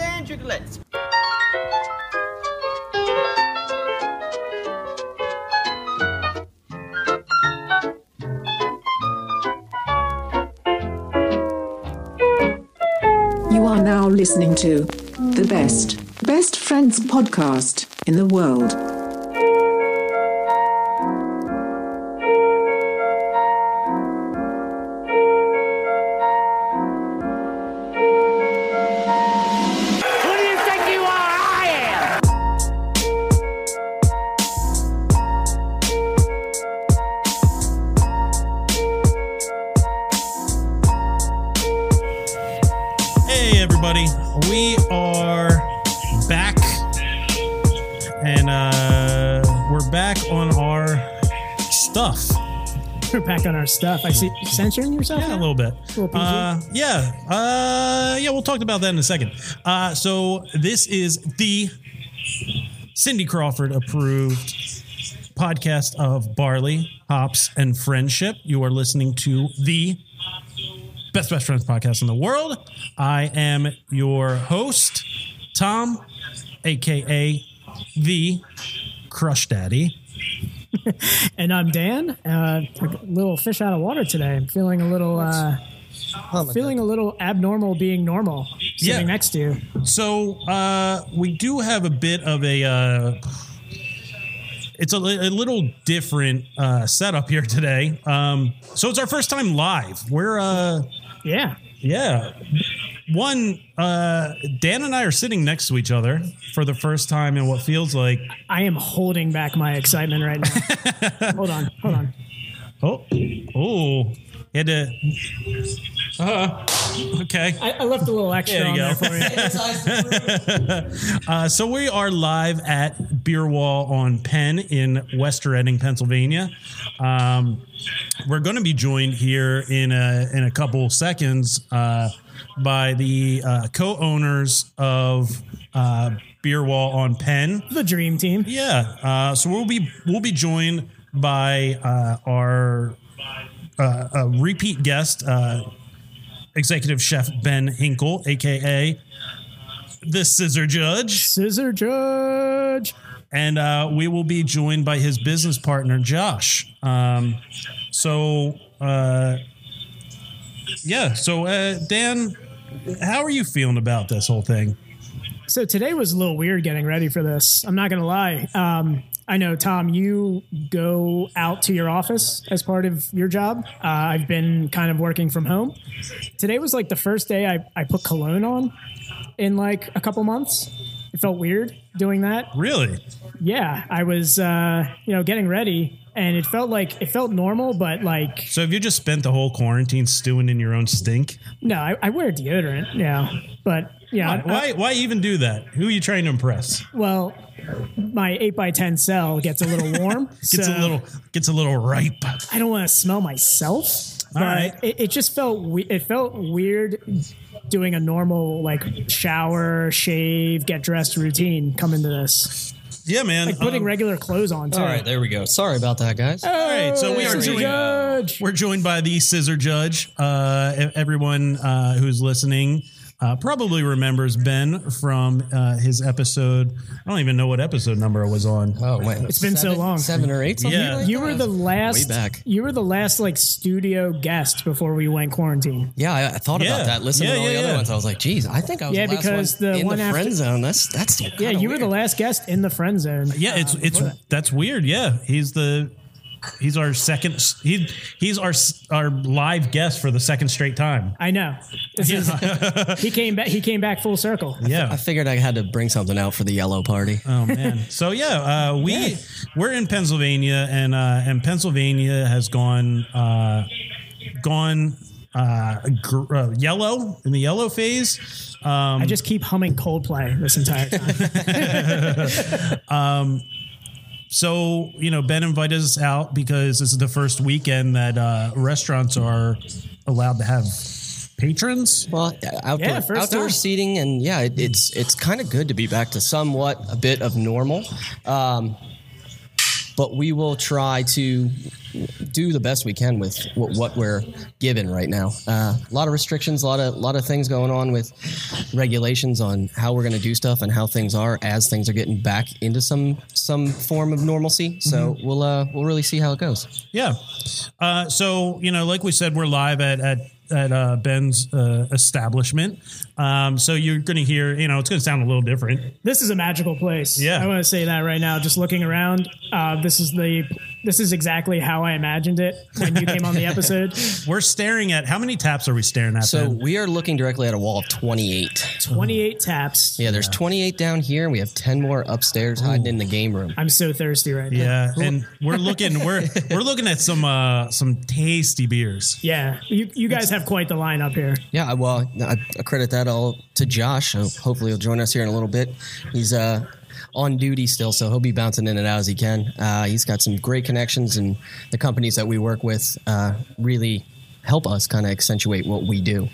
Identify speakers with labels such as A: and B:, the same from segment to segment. A: Andrew Gillespie.
B: You are now listening to the best, best friends podcast in the world.
C: Who do you think you are? I am.
D: Hey, everybody. We are back. And uh, we're back on our stuff.
E: We're back on our stuff. I see you censoring yourself.
D: Yeah, a
E: now?
D: little bit.
E: Little PG.
D: Uh, yeah. Uh, yeah, we'll talk about that in a second. Uh, so, this is the Cindy Crawford approved podcast of Barley, Hops, and Friendship. You are listening to the Best Best Friends podcast in the world. I am your host, Tom, aka the Crush Daddy.
E: And I'm Dan. Uh, a little fish out of water today. I'm feeling a little, uh, feeling a little abnormal being normal. Sitting
D: Oh Yeah.
E: next to you.
D: So uh, we do have a bit of a. Uh, it's a, li- a little different uh, setup here today. Um, so it's our first time live. We're uh,
E: Yeah.
D: yeah. One, uh, Dan and I are sitting next to each other for the first time in what feels like.
E: I am holding back my excitement right now. hold on. Hold on.
D: Oh, oh, had to. Uh, okay.
E: I, I left a little extra
D: There you go.
E: on there for you.
D: Uh, so we are live at Beer Wall on Penn in Wester Reading, Pennsylvania. Um, we're going to be joined here in a in a couple seconds uh, by the uh, co-owners of uh, Beer Wall on Penn.
E: The dream team.
D: Yeah. Uh, so we'll be we'll be joined by uh, our uh, a repeat guest, uh, executive chef Ben Hinkle, aka the Scissor Judge,
E: Scissor Judge.
D: and uh, we will be joined by his business partner Josh. Um, so. Uh, yeah. So, uh, Dan, how are you feeling about this whole thing?
E: So today was a little weird getting ready for this. I'm not going to lie. Um, I know, Tom, you go out to your office as part of your job. Uh, I've been kind of working from home. Today was like the first day I, I put cologne on in like a couple months. It felt weird doing that.
D: Really?
E: Yeah, I was, uh, you know, getting ready and it felt like it felt normal, but like,
D: So, have you just spent the whole quarantine stewing in your own stink?
E: no, I, I wear deodorant. Yeah. But yeah, I-
D: Why, why even do that? Who are you trying to impress?
E: well, my 8x10 cell gets a little warm.
D: Gets
E: so-
D: a little gets a little ripe.
E: I don't want to smell myself.
D: All
E: but
D: right.
E: It, it just felt we- it felt weird doing a normal like shower, shave, get dressed routine. Come into this
D: Yeah, man.
E: like putting
D: Um,
E: regular clothes on too.
F: All right, there we go. Sorry about that, guys.
D: all right, so we are
E: Mr.
D: doing.
E: Judge.
D: We're joined by the Scissor Judge. Uh, e- everyone uh, who's listening uh, probably remembers Ben from uh, his episode. I don't even know what episode number it was on.
F: Oh wait, it's
E: been so long.
F: Seven or eight. Something
D: Yeah.
F: like
E: You
F: that?
E: were the last.
F: back.
E: You were the last like studio guest before we went quarantine.
F: Yeah, I, I thought
D: Yeah.
F: about that. Listening
D: Yeah,
F: to all
D: yeah,
F: the other
D: yeah.
F: ones, I was like, "Geez, I think I was
E: Yeah,
F: the last
E: because
F: one
E: the
F: in
E: one
F: the
E: after-
F: friend zone." That's that's
E: Yeah, you were the last guest in the friend zone.
D: Yeah, it's it's that's weird. Yeah, he's the he's our second he he's our s- our live guest for the second straight time.
E: I know. This is, he came back. He came back full circle.
D: Yeah,
F: I figured I had to bring something out for the yellow party.
D: Oh man. So yeah, uh, we we're in Pennsylvania, and uh, and Pennsylvania has gone uh, gone uh, gr- uh, yellow in the yellow phase. Um,
E: I just keep humming Coldplay this entire time.
D: So you know, Ben invited us out because this is the first weekend that uh, restaurants are allowed to have patrons.
F: Well, uh, outdoor,
E: Yeah, first
F: outdoor
E: time.
F: seating, and yeah, it, it's it's kind of good to be back to somewhat a bit of normal. Um, but we will try to do the best we can with what, what we're given right now. Uh, a lot of restrictions, a lot of lot of things going on with regulations on how we're going to do stuff and how things are as things are getting back into some some form of normalcy. So
E: Mm-hmm.
F: we'll uh, we'll really see how it goes.
D: Yeah. Uh, so you know, like we said, we're live at at at uh, Ben's uh, establishment. Um, so you're going to hear, you know, it's going to sound a little different.
E: This is a magical place.
D: Yeah.
E: I want to say that right now. Just looking around, uh, this is the this is exactly how I imagined it when you came on the episode.
D: We're staring at how many taps are we staring at?
F: So
D: Ben?
F: we are looking directly at a wall of 28.
E: Twenty eight taps.
F: Yeah, there's 28 down here, and we have 10 more upstairs hiding in the game room.
E: I'm so thirsty right now.
D: yeah, and we're looking we're we're looking at some uh, some tasty beers.
E: Yeah. You you guys have quite the lineup here.
F: Yeah, I- well, I I credit that all to Josh. So hopefully, he'll join us here in a little bit. He's uh, on duty still, so he'll be bouncing in and out as he can. Uh, he's got some great connections, and the companies that we work with uh, really help us kind of accentuate what we do.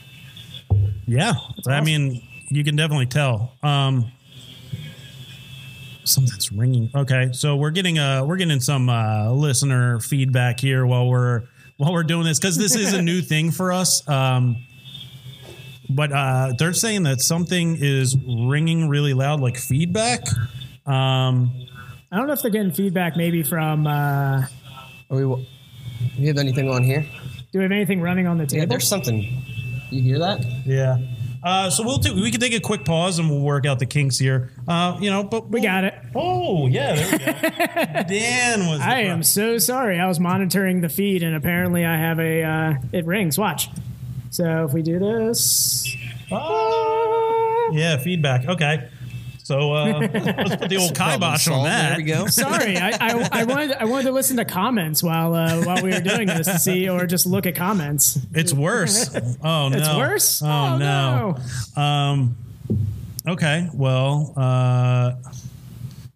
D: Yeah, I mean, you can definitely tell. Um, something's ringing. Okay, so we're getting uh we're getting some uh, listener feedback here while we're while we're doing this because this is a new thing for us. Um, but uh, they're saying that something is ringing really loud, like feedback. Um,
E: I don't know if they're getting feedback maybe from uh,
F: Are we? Do we have anything on here?
E: do we have anything running on the
F: Yeah,
E: table?
F: there's something. You hear that?
D: yeah. Uh, so we'll do, we can take a quick pause and we'll work out the kinks here. Uh, you know, but
E: we got it.
D: Oh yeah, there we go. Dan was. the
E: I
D: pro-
E: am so sorry. I was monitoring the feed and apparently I have a uh, it rings. Watch. So if we do this,
D: Ah. Yeah, feedback. Okay. So uh, let's put the old kibosh on
F: Solved.
D: that.
F: There we go.
E: Sorry, I, I, I wanted I wanted to listen to comments while uh, while we were doing this to see, or just look at comments.
D: It's worse. Oh no.
E: It's worse.
D: Oh, no. Um. Okay. Well. Uh.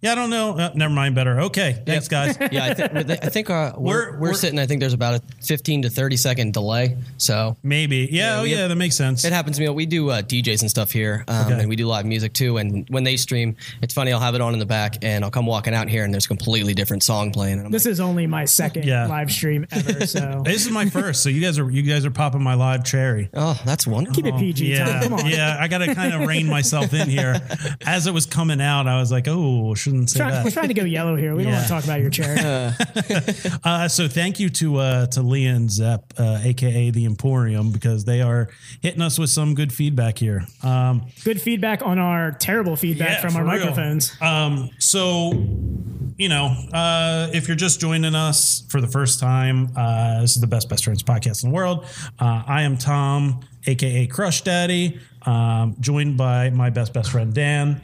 D: Yeah, I don't know. Uh, never mind. Better. Okay. Thanks, guys.
F: Yeah, I, th- I think uh, we're,
D: We're-
F: we're,
D: we're-
F: sitting. I think there's about a 15 to 30 second delay. So
D: Maybe. Yeah. oh
F: we have-
D: yeah. That makes sense.
F: It happens to me. We do uh, DJs and stuff here, um,
D: Okay.
F: and we do live music too. And when they stream, it's funny. I'll have it on in the back, and I'll come walking out here, and there's a completely different song playing. And I'm
E: This
F: like,
E: is only my second
D: Yeah.
E: live stream ever, so
D: This is my first. So you guys are you guys are popping my live cherry.
F: oh, that's wonderful.
E: keep it PG.
D: Oh, yeah,
E: Tom. Come on,
D: yeah. I got to kind of rein myself in here. As it was coming out, I was like, "Oh, shouldn't say
E: Try-
D: that."
E: we're trying to go yellow here. We don't
D: Yeah.
E: want to talk about your chair.
D: Uh, so thank you to uh, to Lee and Zepp, uh, aka the Emporium, because they are hitting us with some good feedback here. Um,
E: Good feedback on our terrible feedback
D: Yeah,
E: from our
D: for real.
E: microphones.
D: um, so you know, uh, if you're just joining us for the first time, uh, this is the best best friends podcast in the world. Uh, I am Tom, aka Crush Daddy, um, joined by my best best friend Dan.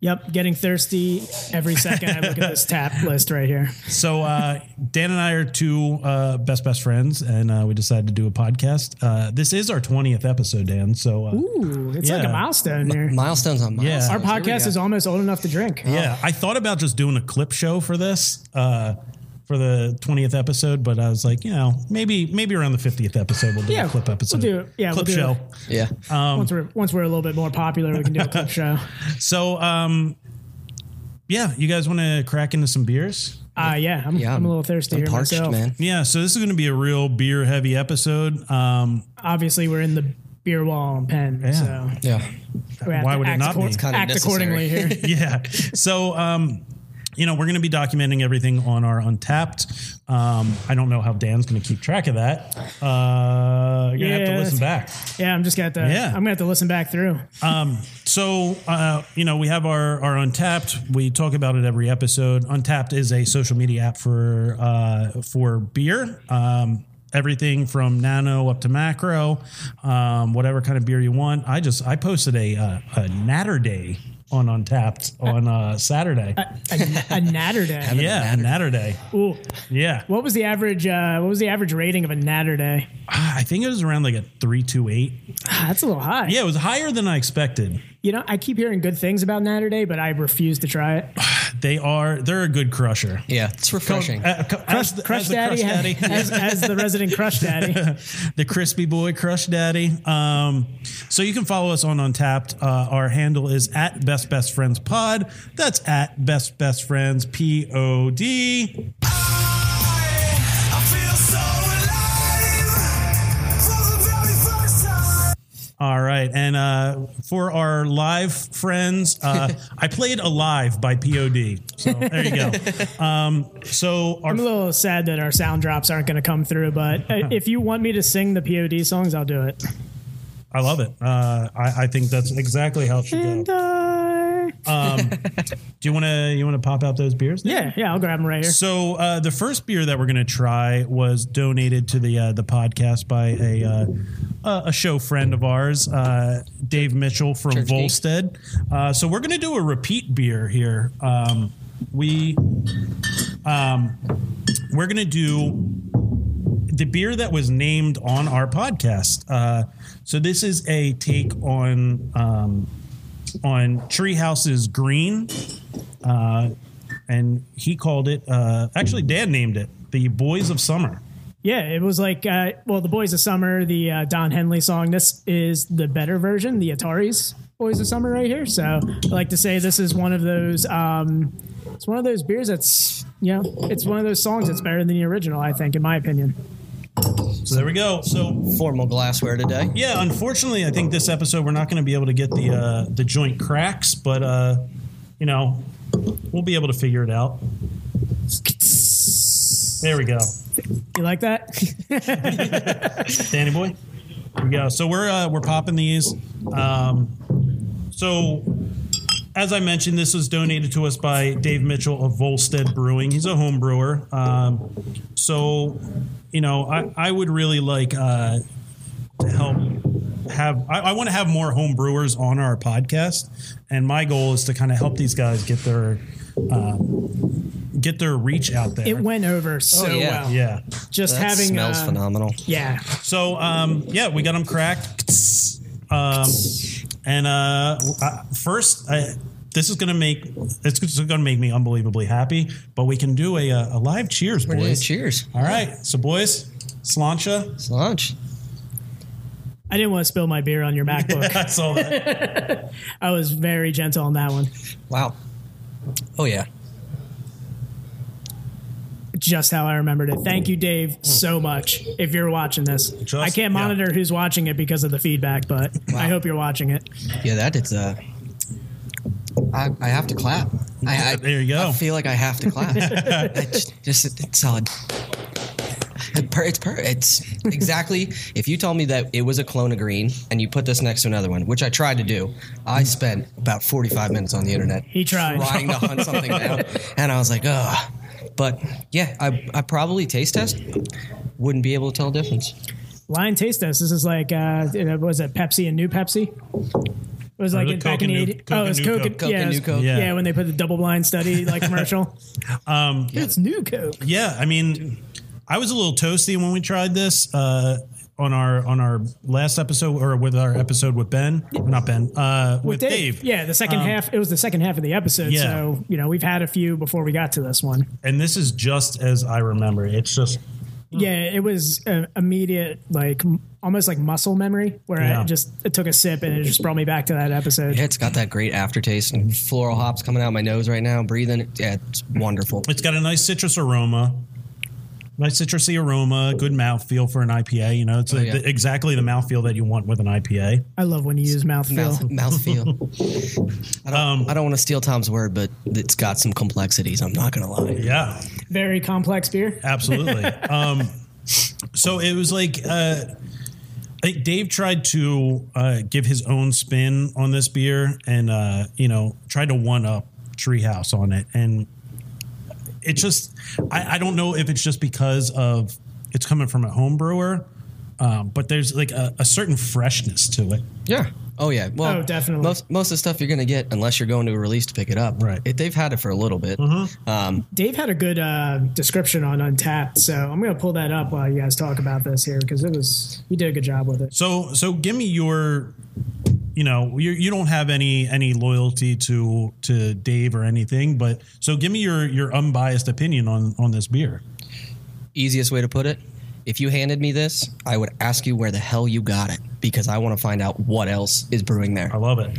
E: Yep, getting thirsty every second I look at this tap list right here.
D: So uh, Dan and I are two uh, best best friends, and uh, we decided to do a podcast. Uh, this is our twentieth episode, Dan. So uh,
E: Ooh, it's like
D: Yeah.
E: a milestone here.
F: Milestones on
D: Yeah.
F: milestones.
E: Our
F: Here we
E: podcast
F: go.
E: is almost old enough to drink.
D: Yeah, I thought about just doing a clip show for this, uh, for the twentieth episode, but I was like, you know, maybe maybe around the fiftieth episode we'll do
E: Yeah,
D: a clip
E: we'll
D: episode.
E: do it. Yeah,
D: clip
E: we'll do
D: show.
F: Yeah.
E: once we're once we're a little bit more popular, we can do a clip show.
D: So, um, yeah, you guys want to crack into some beers?
E: Uh, yeah, I'm,
F: Yeah,
E: I'm a little thirsty
F: I'm
E: here
F: parched,
E: myself.
F: man.
D: Yeah, so this is going to be a real beer heavy episode. Um,
E: Obviously, we're in the beer wall and pen, so
F: Yeah.
E: we have
D: Why
E: to
D: would it
E: act,
D: not be?
E: accord-
F: Kinda
E: act
F: necessary.
E: accordingly here.
D: yeah. So, um, you know, we're going to be documenting everything on our Untapped. Um, I don't know how Dan's going to keep track of that. Uh, you're going to have to
E: Yeah.
D: listen back.
E: yeah, I'm just gonna have to.
D: Yeah.
E: I'm gonna have to listen back through.
D: So, uh, you know, we have our, our Untapped. We talk about it every episode. Untapped is a social media app for uh, for beer. Um, everything from nano up to macro, um, whatever kind of beer you want. I just I posted a uh, a Natter Day on Untapped on uh, Saturday.
E: a, a natter day.
D: yeah, a Natter Day.
E: Ooh,
D: Yeah,
E: what was the average? Uh, what was the average rating of a natter day?
D: Ah, I think it was around like a three two eight.
E: Ah, that's a little high.
D: Yeah, it was higher than I expected.
E: You know, I keep hearing good things about Natter Day, but I refuse to try it.
D: They are they're a good crusher.
F: Yeah, it's refreshing.
D: Uh, cu- as the-
E: Crush
D: as the
E: Daddy,
D: crush daddy.
E: As, as the resident Crush Daddy.
D: the crispy boy crush daddy um, so you can follow us on untapped uh, our handle is at best best friends pod that's at best best friends pod
A: I feel so alive for the very first time.
D: all right and uh, for our live friends uh, i played alive by pod so there you go um, so our
E: I'm a little sad that our sound drops aren't going to come through, but
D: Uh-huh.
E: uh, if you want me to sing the POD songs, I'll do it.
D: i love it uh, I, I think that's exactly how it should go
E: And uh,
D: do
E: I...
D: you want to you want to pop out those beers now?
E: Yeah, yeah, I'll grab them right here.
D: So uh, the first beer that we're going to try was donated to the uh, the podcast by a uh, a a show friend of ours, uh, Dave Mitchell from
F: Church Geek.
D: Volstead. Uh, so we're going to do a repeat beer here. Um, we um, we're going to do the beer that was named on our podcast. Uh, so this is a take on um, on Treehouse's Green, uh, and he called it. Uh, actually, Dad named it the Boys of Summer.
E: Yeah, it was like, uh, well, the Boys of Summer, the uh, Don Henley song. This is the better version, the Atari's Boys of Summer, right here. So I like to say this is one of those. Um, it's one of those beers that's, you know, it's one of those songs that's better than the original. I think, in my opinion.
D: So there we go. So
F: Formal glassware today.
D: yeah, unfortunately, I think this episode we're not going to be able to get the uh, the joint cracks, but uh, you know we'll be able to figure it out. There we go,
E: You like that?
D: Danny boy. Here we go. So we're uh, we're popping these. Um, so as I mentioned, this was donated to us by Dave Mitchell of Volstead Brewing. He's a home brewer. Um, so, you know, I, I would really like uh, to help have, I, I want to have more home brewers on our podcast. And my goal is to kind of help these guys get their, uh, get their reach out there.
E: it went over so
F: Oh, yeah.
E: well.
D: yeah.
E: Just
F: That
E: having
F: smells
E: uh,
F: phenomenal.
E: Yeah,
D: So, um, yeah, we got them cracked. Um, and uh, I- first, I, this is gonna make it's, it's gonna make me unbelievably happy. But we can do a, uh, a live cheers,
F: We're doing
D: boys.
F: cheers.
D: All right, so boys, slancha.
F: It's lunch.
E: I didn't want to spill my beer on your MacBook.
D: That's all that.
E: I was very gentle on that one.
F: Wow. Oh yeah.
E: Just how I remembered it. Thank you, Dave, so much. If you're watching this,
D: Just-
E: I can't
D: Hmm. yeah.
E: monitor who's watching it because of the feedback, but I hope you're watching it.
F: Yeah, that is uh I, I have to clap. I, I,
D: There you go.
F: I feel like I have to clap. I just, just it's solid. It per- It's per- it's exactly. If you told me that it was a clone of green and you put this next to another one, which I tried to do, I spent about forty five minutes on the internet
E: He tried.
F: trying to hunt something down, and I was like, ugh. But yeah, I, I probably taste test wouldn't be able to tell the difference.
E: Lion taste test. This is like uh, you know, what was it Pepsi and New Pepsi? It was like
D: Uh, the
E: in, back
D: Coke
E: in
D: and
E: the
D: New-
E: 80s.
D: Coke
E: Oh,
D: and
E: it was
D: New
E: Coke.
D: Coke.
E: and-
F: Coke
E: yeah,
F: and
E: it was-
F: New Coke.
E: Yeah.
D: Yeah.
E: when they put the double blind study like commercial. um, it's New Coke.
D: Yeah, I mean, I was a little toasty when we tried this uh, on our on our last episode or with our episode with Ben, not Ben, uh, with, Dave. Um,
E: Yeah, the second half. It was the second half of the episode.
D: Yeah.
E: So you know we've had a few before we got to this one.
D: And this is just as I remember. It's just Hmm.
E: Yeah, it was uh, immediate, like m- almost like muscle memory, where
D: Yeah.
E: I just it took a sip and it just brought me back to that episode.
F: Yeah, it's got that great aftertaste and floral hops coming out my nose right now. Breathing, yeah, it's wonderful.
D: It's got a nice citrus aroma. Nice citrusy aroma, good mouthfeel for an IPA. You know, it's
F: yeah.
D: the- exactly the mouthfeel that you want with an IPA.
E: I love when you use mouthfeel.
F: Mouth, mouthfeel. I don't,
E: Um,
F: I don't want to steal Tom's word, but it's got some complexities. I'm not gonna lie.
D: Yeah,
E: Very complex beer.
D: absolutely. um, so it was like, uh, I think Dave tried to uh, give his own spin on this beer and, uh, you know, tried to one up Treehouse on it. And it just, I, I don't know if it's just because of it's coming from a home brewer, um, but there's like a, a certain freshness to it.
F: Yeah. Oh yeah. Well,
E: Oh, definitely.
F: Most most of the stuff you're gonna get, unless you're going to a release to pick it up,
D: Right.
F: It, they've had it for a little bit.
E: Mm-hmm.
F: Um,
E: Dave had a good uh, description on Untapped, so I'm gonna pull that up while you guys talk about this here because it was he did a good job with it.
D: So so give me your you know you you don't have any any loyalty to to Dave or anything, but so give me your your unbiased opinion on on this beer.
F: Easiest way to put it, if you handed me this, I would ask you where the hell you got it because I want to find out what else is brewing
E: Oh.
F: there.
D: I love it.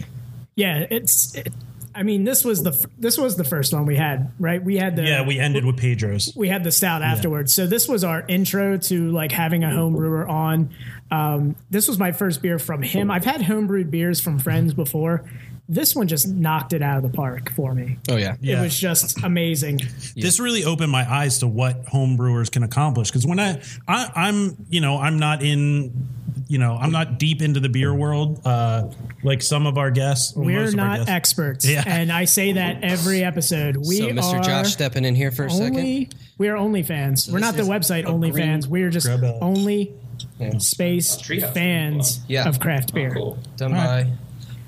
E: Yeah, it's. It, I mean, this was the f- this was the first one we had, right? We had the
D: Yeah, we ended with Pedro's.
E: we had the stout afterwards. So this was our intro to like having a home brewer on. Um, this was my first beer from him. I've had homebrewed beers from friends before. This one just knocked it out of the park for me.
F: Oh yeah.
D: Yeah.
E: It was just amazing.
D: This really opened my eyes to what homebrewers can accomplish. Because when I, I I'm you know I'm not in you know I'm not deep into the beer world uh, like some of our guests. or
E: We're
D: most of our
E: not
D: guests.
E: experts,
D: Yeah.
E: and I say that every episode. We
F: So Mr.
E: are
F: Josh stepping in here for a second.
E: only we are only fans. We're
F: this
E: not the
F: is
E: website
F: a
E: only
F: green
E: fans. We're just
D: grub out.
E: only space fans
F: Yeah. Oh,
E: of craft beer.
F: Done by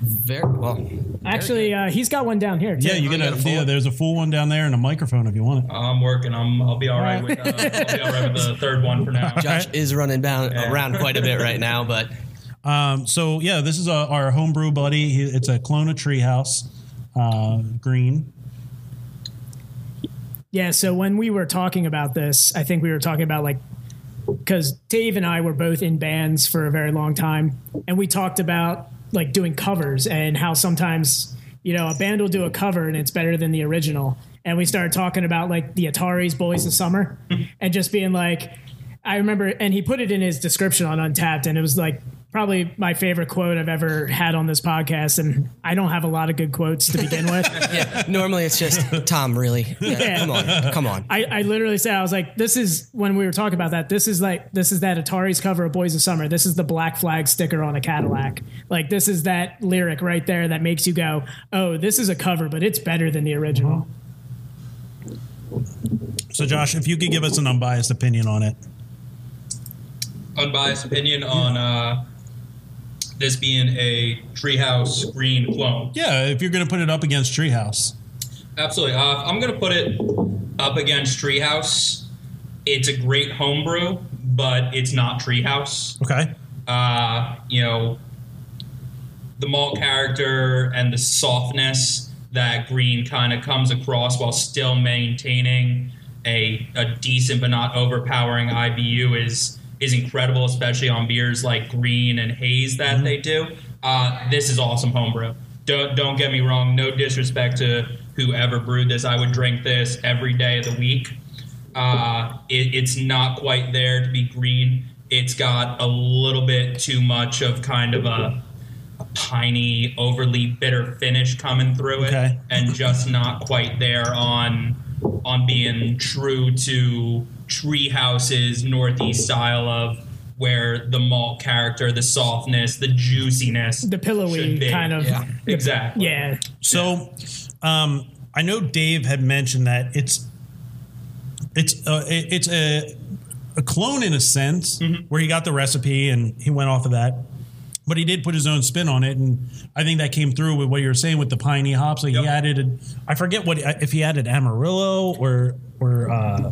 F: very well.
E: Actually, uh, he's got one down here. Too.
D: Yeah, you get
F: I Oh, got
D: a,
F: a full
D: yeah,
F: one.
D: there's a full one down there and a microphone if you want it.
G: I'm working. I'm, I'll be all right with. Uh, I'll be all right with the third one for now.
F: Josh is running down around quite a bit right now, but
D: Um, so yeah, this is a, our homebrew buddy. He- It's a Kelowna Treehouse uh, Green.
E: Yeah, so when we were talking about this, I think we were talking about like because Dave and I were both in bands for a very long time, and we talked about like doing covers and how sometimes you know a band will do a cover and it's better than the original. And we started talking about like the Atari's Boys of Summer, and just being like, I remember, and he put it in his description on Untapped, and it was like probably my favorite quote I've ever had on this podcast. And I don't have a lot of good quotes to begin with.
F: normally it's just Tom. Really, Yeah,
E: Yeah.
F: come on, come on.
E: I, I literally said I was like, this is when we were talking about that. This is like this is that Atari's cover of Boys of Summer. This is the black flag sticker on a Cadillac. Like this is that lyric right there that makes you go, oh, this is a cover, but it's better than the original.
D: So Josh, if you could give us an unbiased opinion on it,
G: Unbiased opinion on uh, this being a Treehouse Green clone.
D: yeah, if you're going to put it up against Treehouse,
G: Absolutely. Uh, I'm going to put it up against Treehouse. It's a great homebrew, but it's not Treehouse.
D: okay,
G: Uh, you know, the malt character and the softness that green kind of comes across while still maintaining a, a decent but not overpowering IBU is is incredible, especially on beers like green and haze that they do. Uh, this is awesome homebrew. Don't don't get me wrong. No disrespect to whoever brewed this. I would drink this every day of the week. Uh, it, it's not quite there to be green. It's got a little bit too much of kind of a piney, overly bitter finish coming through it,
D: Okay.
G: and just not quite there on on being true to Treehouse's northeast style of where the malt character, the softness, the juiciness,
E: The pillowy
G: should be.
E: kind of
F: Yeah.
G: exactly.
E: Yeah.
D: so um, I know Dave had mentioned that it's it's uh, it- it's a a clone in a sense
G: Mm-hmm.
D: where he got the recipe and he went off of that. But he did put his own spin on it, and I think that came through with what you were saying with the piney hops. Like
G: Yep.
D: he added, I forget what if he added amarillo or or uh,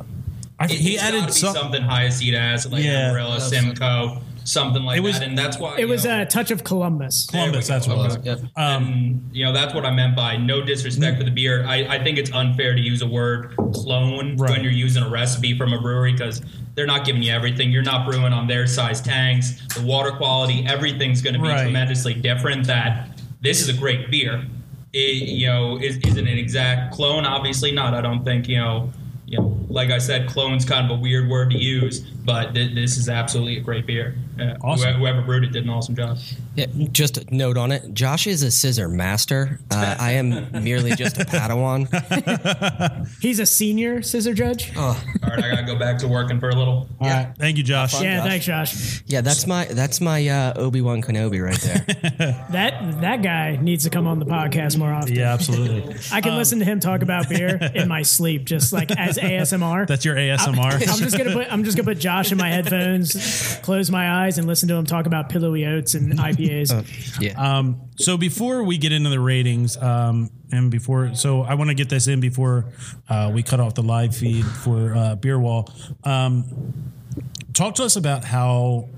D: I,
G: It,
D: he
G: it's
D: added
G: gotta be
D: some,
G: something high acid acid, like
D: Yeah.
G: Amarillo, Simcoe, something like
D: It was-
G: that, and that's why
E: It
G: you
E: was
G: know,
E: a touch of Columbus.
D: Columbus. That's what it was.
F: Yep.
G: and you know that's what I meant by no disrespect for the beer. I, I think it's unfair to use a word clone
D: Right.
G: when you're using a recipe from a brewery because they're not giving you everything. You're not brewing on their size tanks. The water quality, everything's going to be
D: Right.
G: tremendously different. That this is a great beer. It, you know, is, isn't an exact clone. Obviously not. I don't think you know. You know, like I said, clone's kind of a weird word to use, but th- this is absolutely a great beer. Yeah.
D: Awesome.
G: Whoever, whoever brewed it did an awesome job.
F: Yeah, just a note on it. Josh is a scissor master. Uh, I am merely just a Padawan.
E: He's a senior scissor judge.
F: Oh, Uh,
G: All right, I gotta go back to working for a little.
D: All right. Thank you, Josh.
E: yeah,
F: Josh.
E: thanks, Josh.
F: Yeah, that's my that's my uh, Obi Wan Kenobi right there.
E: That that guy needs to come on the podcast more often.
D: Yeah, absolutely.
E: I can listen to him talk about beer in my sleep, just like as ASMR.
D: That's your
E: I'm
D: ASMR.
E: just gonna put I'm just gonna put Josh in my headphones, close my eyes, and listen to him talk about pillowy oats and IPAs.
F: Uh, Yeah,
D: um, so before we get into the ratings, um, and before, so I want to get this in before uh, we cut off the live feed for uh, Beer Wall. Um, talk to us about how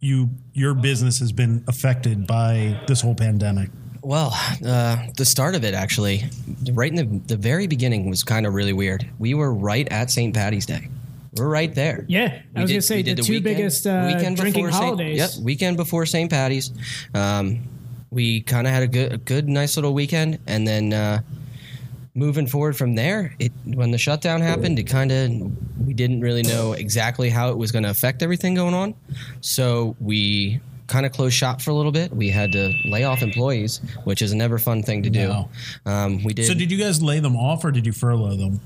H: you your business has been affected by this whole pandemic?
F: Well, uh, the start of it actually, right in the, the very beginning, was kind of really weird. We were right at St. Patty's Day. We're right there.
E: Yeah, I
F: We
E: was
F: did-
E: gonna say
F: we
E: the,
F: did
E: two biggest uh, drinking
F: before Saint-
E: holidays.
F: yep, weekend before St. Patty's. Um, we kind of had a good, a good, nice little weekend, and then uh, moving forward from there, it, when the shutdown happened, it kind of we didn't really know exactly how it was going to affect everything going on, so we kind of closed shop for a little bit. We had to lay off employees, which is a never fun thing to do.
H: No.
F: Um, we did.
H: So did you guys lay them off or did you furlough them?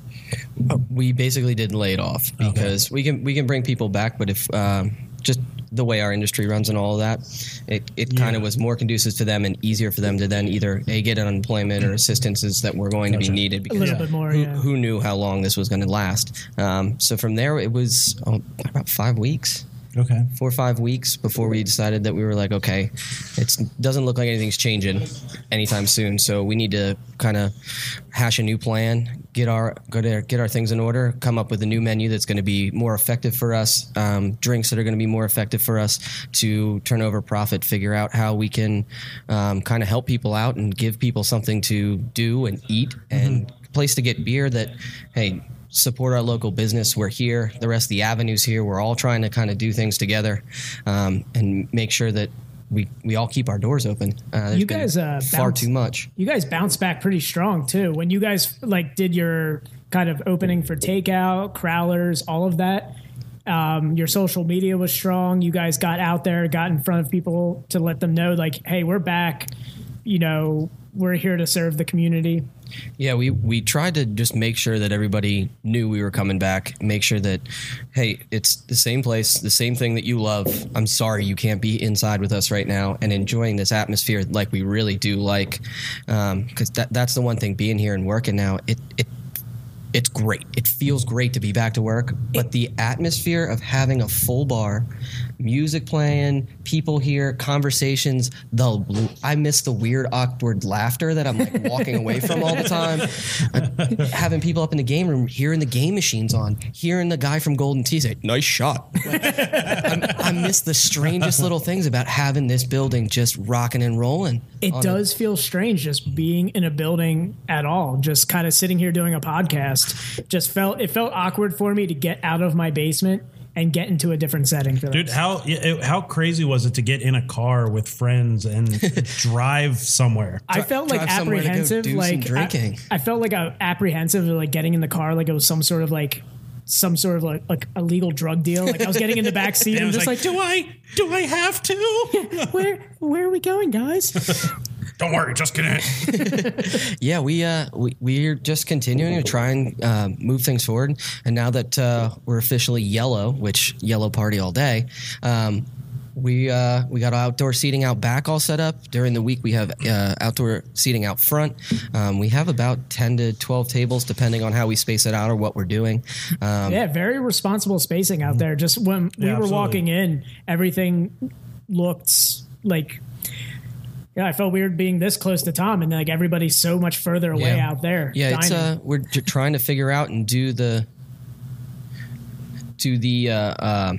F: we basically did lay it off because we can we can bring people back, but if um, just the way our industry runs and all of that, it, it kind of was more conducive to them and easier for them to then either a get unemployment or assistances that were going to be
E: a
F: needed because
E: little bit more.
F: who,
E: yeah.
F: who knew how long this was going to last? Um, so from there, it was oh, about five weeks
H: Okay.
F: four or five weeks before we decided that we were like, okay, it doesn't look like anything's changing anytime soon. So we need to kind of hash a new plan, get our get our, get our things in order, come up with a new menu that's going to be more effective for us, um, drinks that are going to be more effective for us to turn over profit, figure out how we can um, kind of help people out and give people something to do and eat and place to get beer that, hey, support our local business. We're here. The rest of the avenues here. We're all trying to kind of do things together um, and make sure that we we all keep our doors open. Uh, there's
E: You
F: been
E: guys, uh,
F: far
E: bounce-
F: too much.
E: you guys bounced back pretty strong too. When you guys like did your kind of opening for takeout, crowlers, all of that. Um, your social media was strong. You guys got out there, got in front of people to let them know, like, hey, we're back. You know, we're here to serve the community.
F: Yeah, we we tried to just make sure that everybody knew we were coming back. Make sure that, hey, it's the same place, the same thing that you love. I'm sorry you can't be inside with us right now and enjoying this atmosphere like we really do like, because that that's the one thing. Being here and working now, it it it's great. It feels great to be back to work, but the atmosphere of having a full bar, music playing, people here, conversations, the I miss the weird awkward laughter that I'm like walking away from all the time. Uh, having people up in the game room, hearing the game machines on, hearing the guy from Golden Tee say, "Nice shot." I, I miss the strangest little things about having this building just rocking and rolling.
E: It does feel strange just being in a building at all, just kind of sitting here doing a podcast. Just felt it felt awkward for me to get out of my basement and get into a different setting for
H: Dude,
E: this.
H: how it, how crazy was it to get in a car with friends and drive somewhere?
E: I felt like
F: drive somewhere to go
E: apprehensive,
F: do some
E: like I-
F: drinking.
E: I, felt like I apprehensive, of, like getting in the car, like it was some sort of like some sort of like, like illegal drug deal. Like I was getting in the back seat.
H: It
E: I'm
H: was
E: just like,
H: do I do I have to?
E: "Dude, where where are we going, guys?
H: Don't worry, just kidding.
F: Yeah, we uh, we we're just continuing to try and uh, move things forward. And now that uh, we're officially yellow, which yellow party all day, um, we uh, we got outdoor seating out back all set up. During the week, we have uh, outdoor seating out front. Um, we have about ten to twelve tables, depending on how we space it out or what we're doing. Um,
E: yeah, very responsible spacing
F: Mm-hmm.
E: out there. Just when we were
H: absolutely.
E: walking in, everything looked like. Yeah, I felt weird being this close to Tom, and like everybody's so much further away
F: Yeah.
E: out there.
F: Yeah, it's
E: dining.
F: uh, we're j- trying to figure out and do the to the uh, uh,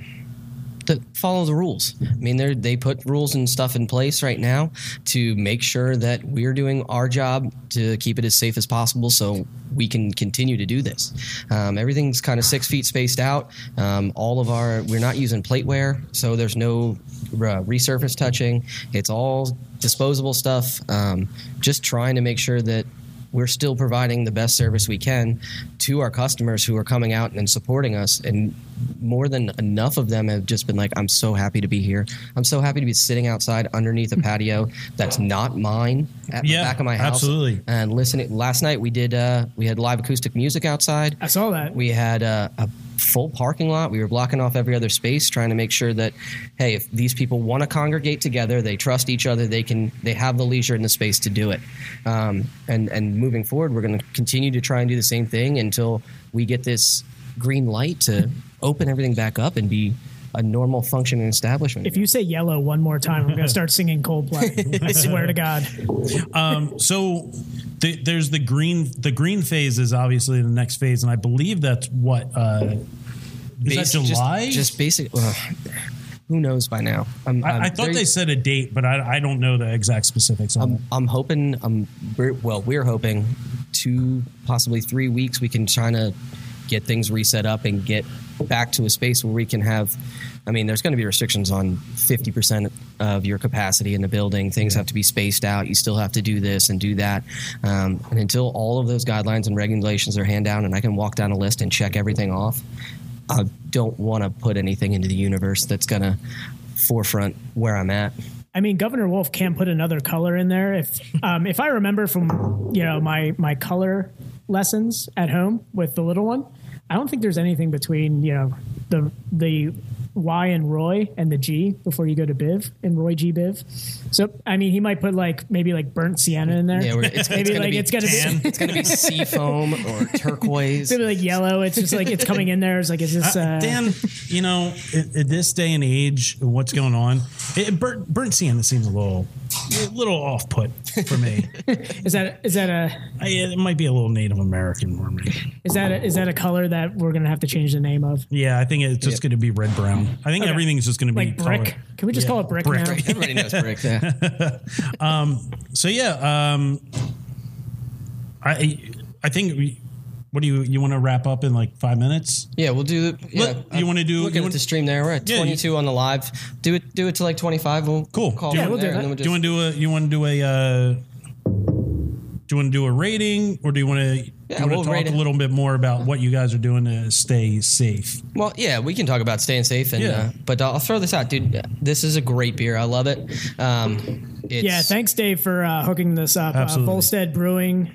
F: the follow the rules. I mean, they they put rules and stuff in place right now to make sure that we're doing our job to keep it as safe as possible, so we can continue to do this. Um, everything's kind of six feet spaced out. Um, all of our we're not using plateware, so there's no uh, resurface touching. It's all disposable stuff. Um, just trying to make sure that we're still providing the best service we can to our customers who are coming out and supporting us. And more than enough of them have just been like, I'm so happy to be here. I'm so happy to be sitting outside underneath a patio that's not mine at
H: Yeah,
F: the back of my house.
H: absolutely.
F: And listening last night we did uh we had live acoustic music outside.
E: I saw that.
F: We had a, a full parking lot. We were blocking off every other space, trying to make sure that, hey, if these people want to congregate together, they trust each other. They can, they have the leisure and the space to do it. Um, and and moving forward, we're going to continue to try and do the same thing until we get this green light to open everything back up and be a normal functioning establishment.
E: if you say yellow one more time, I'm gonna start singing Coldplay. I swear to God.
H: so the, there's the green the green phase is obviously the next phase, and I believe that's what uh, is that
F: Basi- just-
H: July?
F: Just, basic. ugh. Who knows by now? I'm, I'm
D: I, I thought
F: very- Um,
D: they said a date, but I, I don't know the exact specifics. On
F: I'm,
D: it.
F: I'm hoping. I'm we're, well. We're hoping two, possibly three weeks. We can try to get things reset up and get back to a space where we can have. I mean, there's going to be restrictions on 50% of your capacity in the building. Things have to be spaced out. You still have to do this and do that. Um, and until all of those guidelines and regulations are hand down, and I can walk down a list and check everything off, I don't want to put anything into the universe that's going to forefront where I'm at.
E: I mean, Governor Wolf can put another color in there. If um, if I remember from you know my my color lessons at home with the little one, I don't think there's anything between you know the the Y and Roy and the G before you go to Biv and Roy G Biv. So I mean, he might put like maybe like burnt sienna in there.
F: Yeah, we're, it's,
E: maybe
F: it's gonna
E: like
F: be
E: it's gonna
D: tan.
E: be.
F: It's gonna be sea foam or turquoise.
E: It's gonna be like yellow. It's just like it's coming in there. It's like is this uh,
D: Dan, you know, at, at this day and age, what's going on? It, it, burnt, burnt sienna seems a little, a little off put for me.
E: is that is that a
D: I, it might be a little Native American for me.
E: is that a, is that a color that we're gonna have to change the name of?
D: Yeah, I think it's just going to be red brown. I think
E: Okay.
D: everything's just going to be
E: Like brick?
D: colored.
E: Can we just call it brick,
D: brick.
E: now?
F: Everybody knows brick. Yeah.
D: So yeah, um, I I think we. What do you you want to wrap up in like five minutes?
F: yeah, we'll do. the- Yeah,
D: Look, you
F: I'm
D: wanna do-
F: Looking
D: you
F: at
D: wanna-
F: the stream there, we're at
D: Yeah, you-
F: 22 on the live. Do it. Do it to like 25. We'll
D: Cool.
F: Call
D: Do you-
F: it from
E: Yeah, we'll do
F: there,
E: that.
F: and then we'll
D: do you want to do a you want to do a uh, do you want to do a rating or do you want to
F: Yeah,
D: you want
F: we'll
D: to
F: rate
D: talk
F: it.
D: a little bit more about what you guys are doing to stay safe?
F: Well, yeah, we can talk about staying safe, and
D: Yeah.
F: uh, but I'll throw this out, dude. This is a great beer. I love it. Um, it's,
E: Yeah, thanks, Dave, for uh, hooking this up. Uh,
D: Absolutely.
E: Volstead Brewing.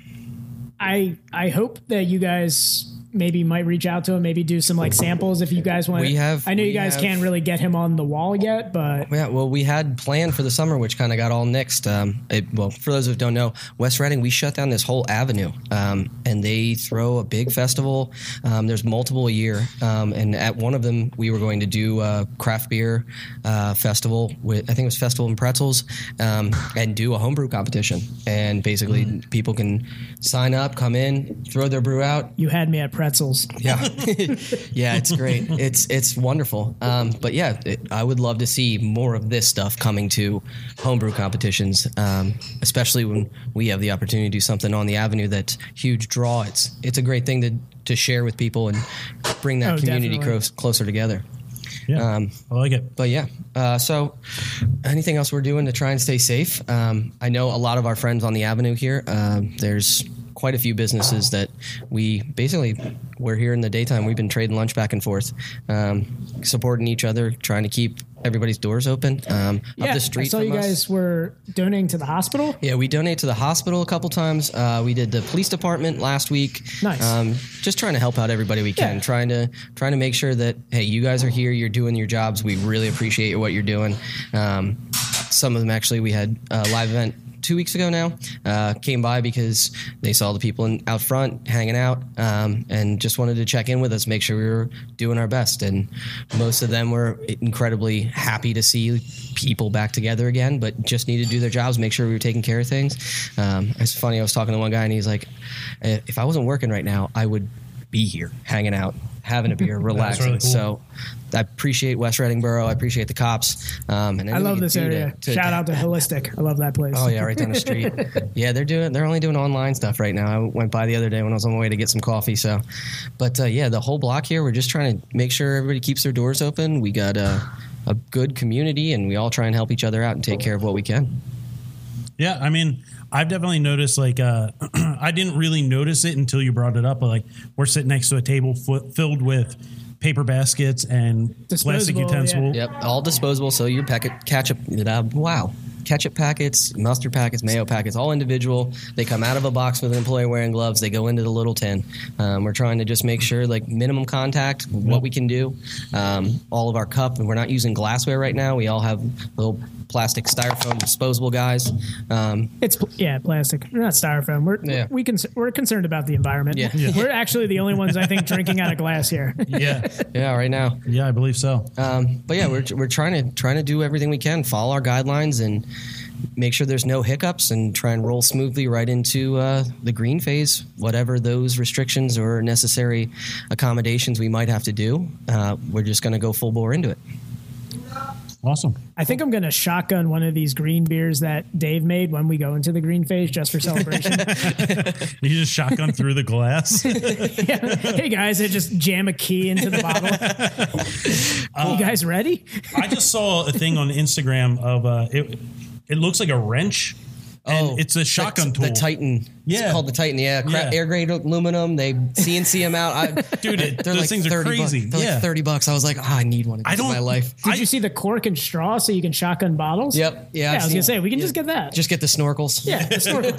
E: I I hope that you guys maybe might reach out to him, maybe do some like samples if you guys want.
F: We have-
E: I know you
F: we
E: guys
F: have-
E: can't really get him on the wall yet, but
F: Yeah, well, we had planned for the summer, which kind of got all nixed. Um, it, well, for those who don't know, West Reading, we shut down this whole avenue, um, and they throw a big festival. Um, there's multiple a year, um, and at one of them, we were going to do a craft beer uh, festival with I think it was Festival and Pretzels, um, and do a homebrew competition. And basically, people can sign up, come in, throw their brew out,
E: you had me at pretzels.
F: yeah, yeah, it's great. It's it's wonderful. Um, but yeah, it, I would love to see more of this stuff coming to homebrew competitions, um, especially when we have the opportunity to do something on the avenue that's huge draw. It's it's a great thing to to share with people and bring that
E: Oh,
F: community
E: definitely.
F: close, closer together.
D: Yeah,
F: Um,
D: I like it.
F: But yeah, uh, so anything else we're doing to try and stay safe? Um, I know a lot of our friends on the avenue here. Um, there's quite a few businesses that we basically we're here in the daytime. We've been trading lunch back and forth, um, supporting each other, trying to keep everybody's doors open. Um,
E: Yeah,
F: up the street
E: I saw
F: from
E: you
F: us-
E: guys were donating to the hospital.
F: yeah, we donate to the hospital a couple times. Uh, we did the police department last week.
E: Nice.
F: Um, just trying to help out everybody we can.
E: Yeah.
F: Trying to trying to make sure that hey, you guys are here. You're doing your jobs. We really appreciate what you're doing. Um, some of them actually, we had a live event two weeks ago now. Uh, came by because they saw the people in, out front hanging out um, and just wanted to check in with us, make sure we were doing our best. And most of them were incredibly happy to see people back together again, but just needed to do their jobs, make sure we were taking care of things. Um, it's funny, I was talking to one guy and he's like, "Eh, if I wasn't working right now, I would be here hanging out, having a beer, relaxing.
D: really cool.
F: So I appreciate West Reading Borough. I appreciate the cops. Um, and
E: I love this area. Shout out to Holistic. I love that place.
F: Oh yeah, right down the street. yeah, they're doing. They're only doing online stuff right now. I went by the other day when I was on my way to get some coffee. So, but uh, yeah, the whole block here, we're just trying to make sure everybody keeps their doors open. We got a, a good community, and we all try and help each other out and take care of what we can.
D: Yeah, I mean, I've definitely noticed like uh, I didn't really notice it until you brought it up. But like we're sitting next to a table fu- filled with paper baskets and plastic
E: Disposable,
D: utensil.
F: Yep, all disposable. So your packet ketchup. Uh, wow. Ketchup packets, mustard packets, mayo packets, all individual. They come out of a box with an employee wearing gloves. They go into the little tin. Um, we're trying to just make sure, like minimum contact, what we can do. Um, all of our cup, and we're not using glassware right now. We all have little plastic styrofoam disposable guys. Um,
E: It's pl- yeah, plastic. We're not styrofoam. We're
F: Yeah.
E: we can we're concerned about the environment.
F: Yeah. Yeah.
E: We're actually the only ones I think drinking out of glass here.
D: Yeah,
F: yeah, right now.
D: yeah, I believe so.
F: Um, but yeah, we're, we're trying to trying to do everything we can, follow our guidelines, and make sure there's no hiccups, and try and roll smoothly right into uh, the green phase, whatever those restrictions or necessary accommodations we might have to do. Uh, we're just going to go full bore into it.
D: Awesome.
E: I think I'm going to shotgun one of these green beers that Dave made when we go into the green phase just for celebration.
D: You just shotgun through the glass.
E: hey guys, I just jam a key into the bottle. you guys ready?
D: I just saw a thing on Instagram of uh, it. It looks like a wrench. And it's a shotgun
F: Oh, the,
D: tool.
F: The Titan.
D: Yeah.
F: It's called the Titan. Yeah. Crap,
D: Yeah.
F: Air grade aluminum. They CNC them out. I,
D: Dude, it- those things are
F: 30 bucks.
D: crazy.
F: They're
D: Yeah.
F: like 30 bucks. I was like, ah, I need one of
D: I
F: these in
D: don't-
F: my life.
E: Did
D: I-
E: you see the cork and straw so you can shotgun bottles?
F: Yep. Yeah.
E: Yeah,
F: I've
E: I was
F: seen
E: gonna say
F: it.
E: we can
F: Yeah.
E: just get that.
F: Just get the snorkels.
E: yeah, the snorkel.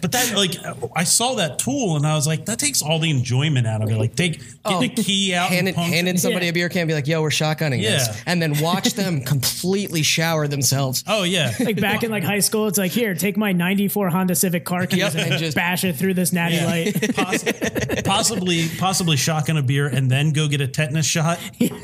D: But that, like, I saw that tool and I was like, that takes all the enjoyment out of it. Like, take get the key out
F: Oh, Hand,
D: and
F: it,
D: punch
F: hand in somebody
E: Yeah.
F: a beer can, be like, "Yo, we're shotgunning
D: Yeah.
F: this," and then watch them completely shower themselves.
D: Oh yeah,
E: like back in like high school, it's like here, take my '94 Honda Civic car keys
F: Yep,
E: and,
F: and just-
E: bash it through this natty
D: Yeah.
E: light.
D: Poss- possibly, possibly shotgun a beer and then go get a tetanus shot.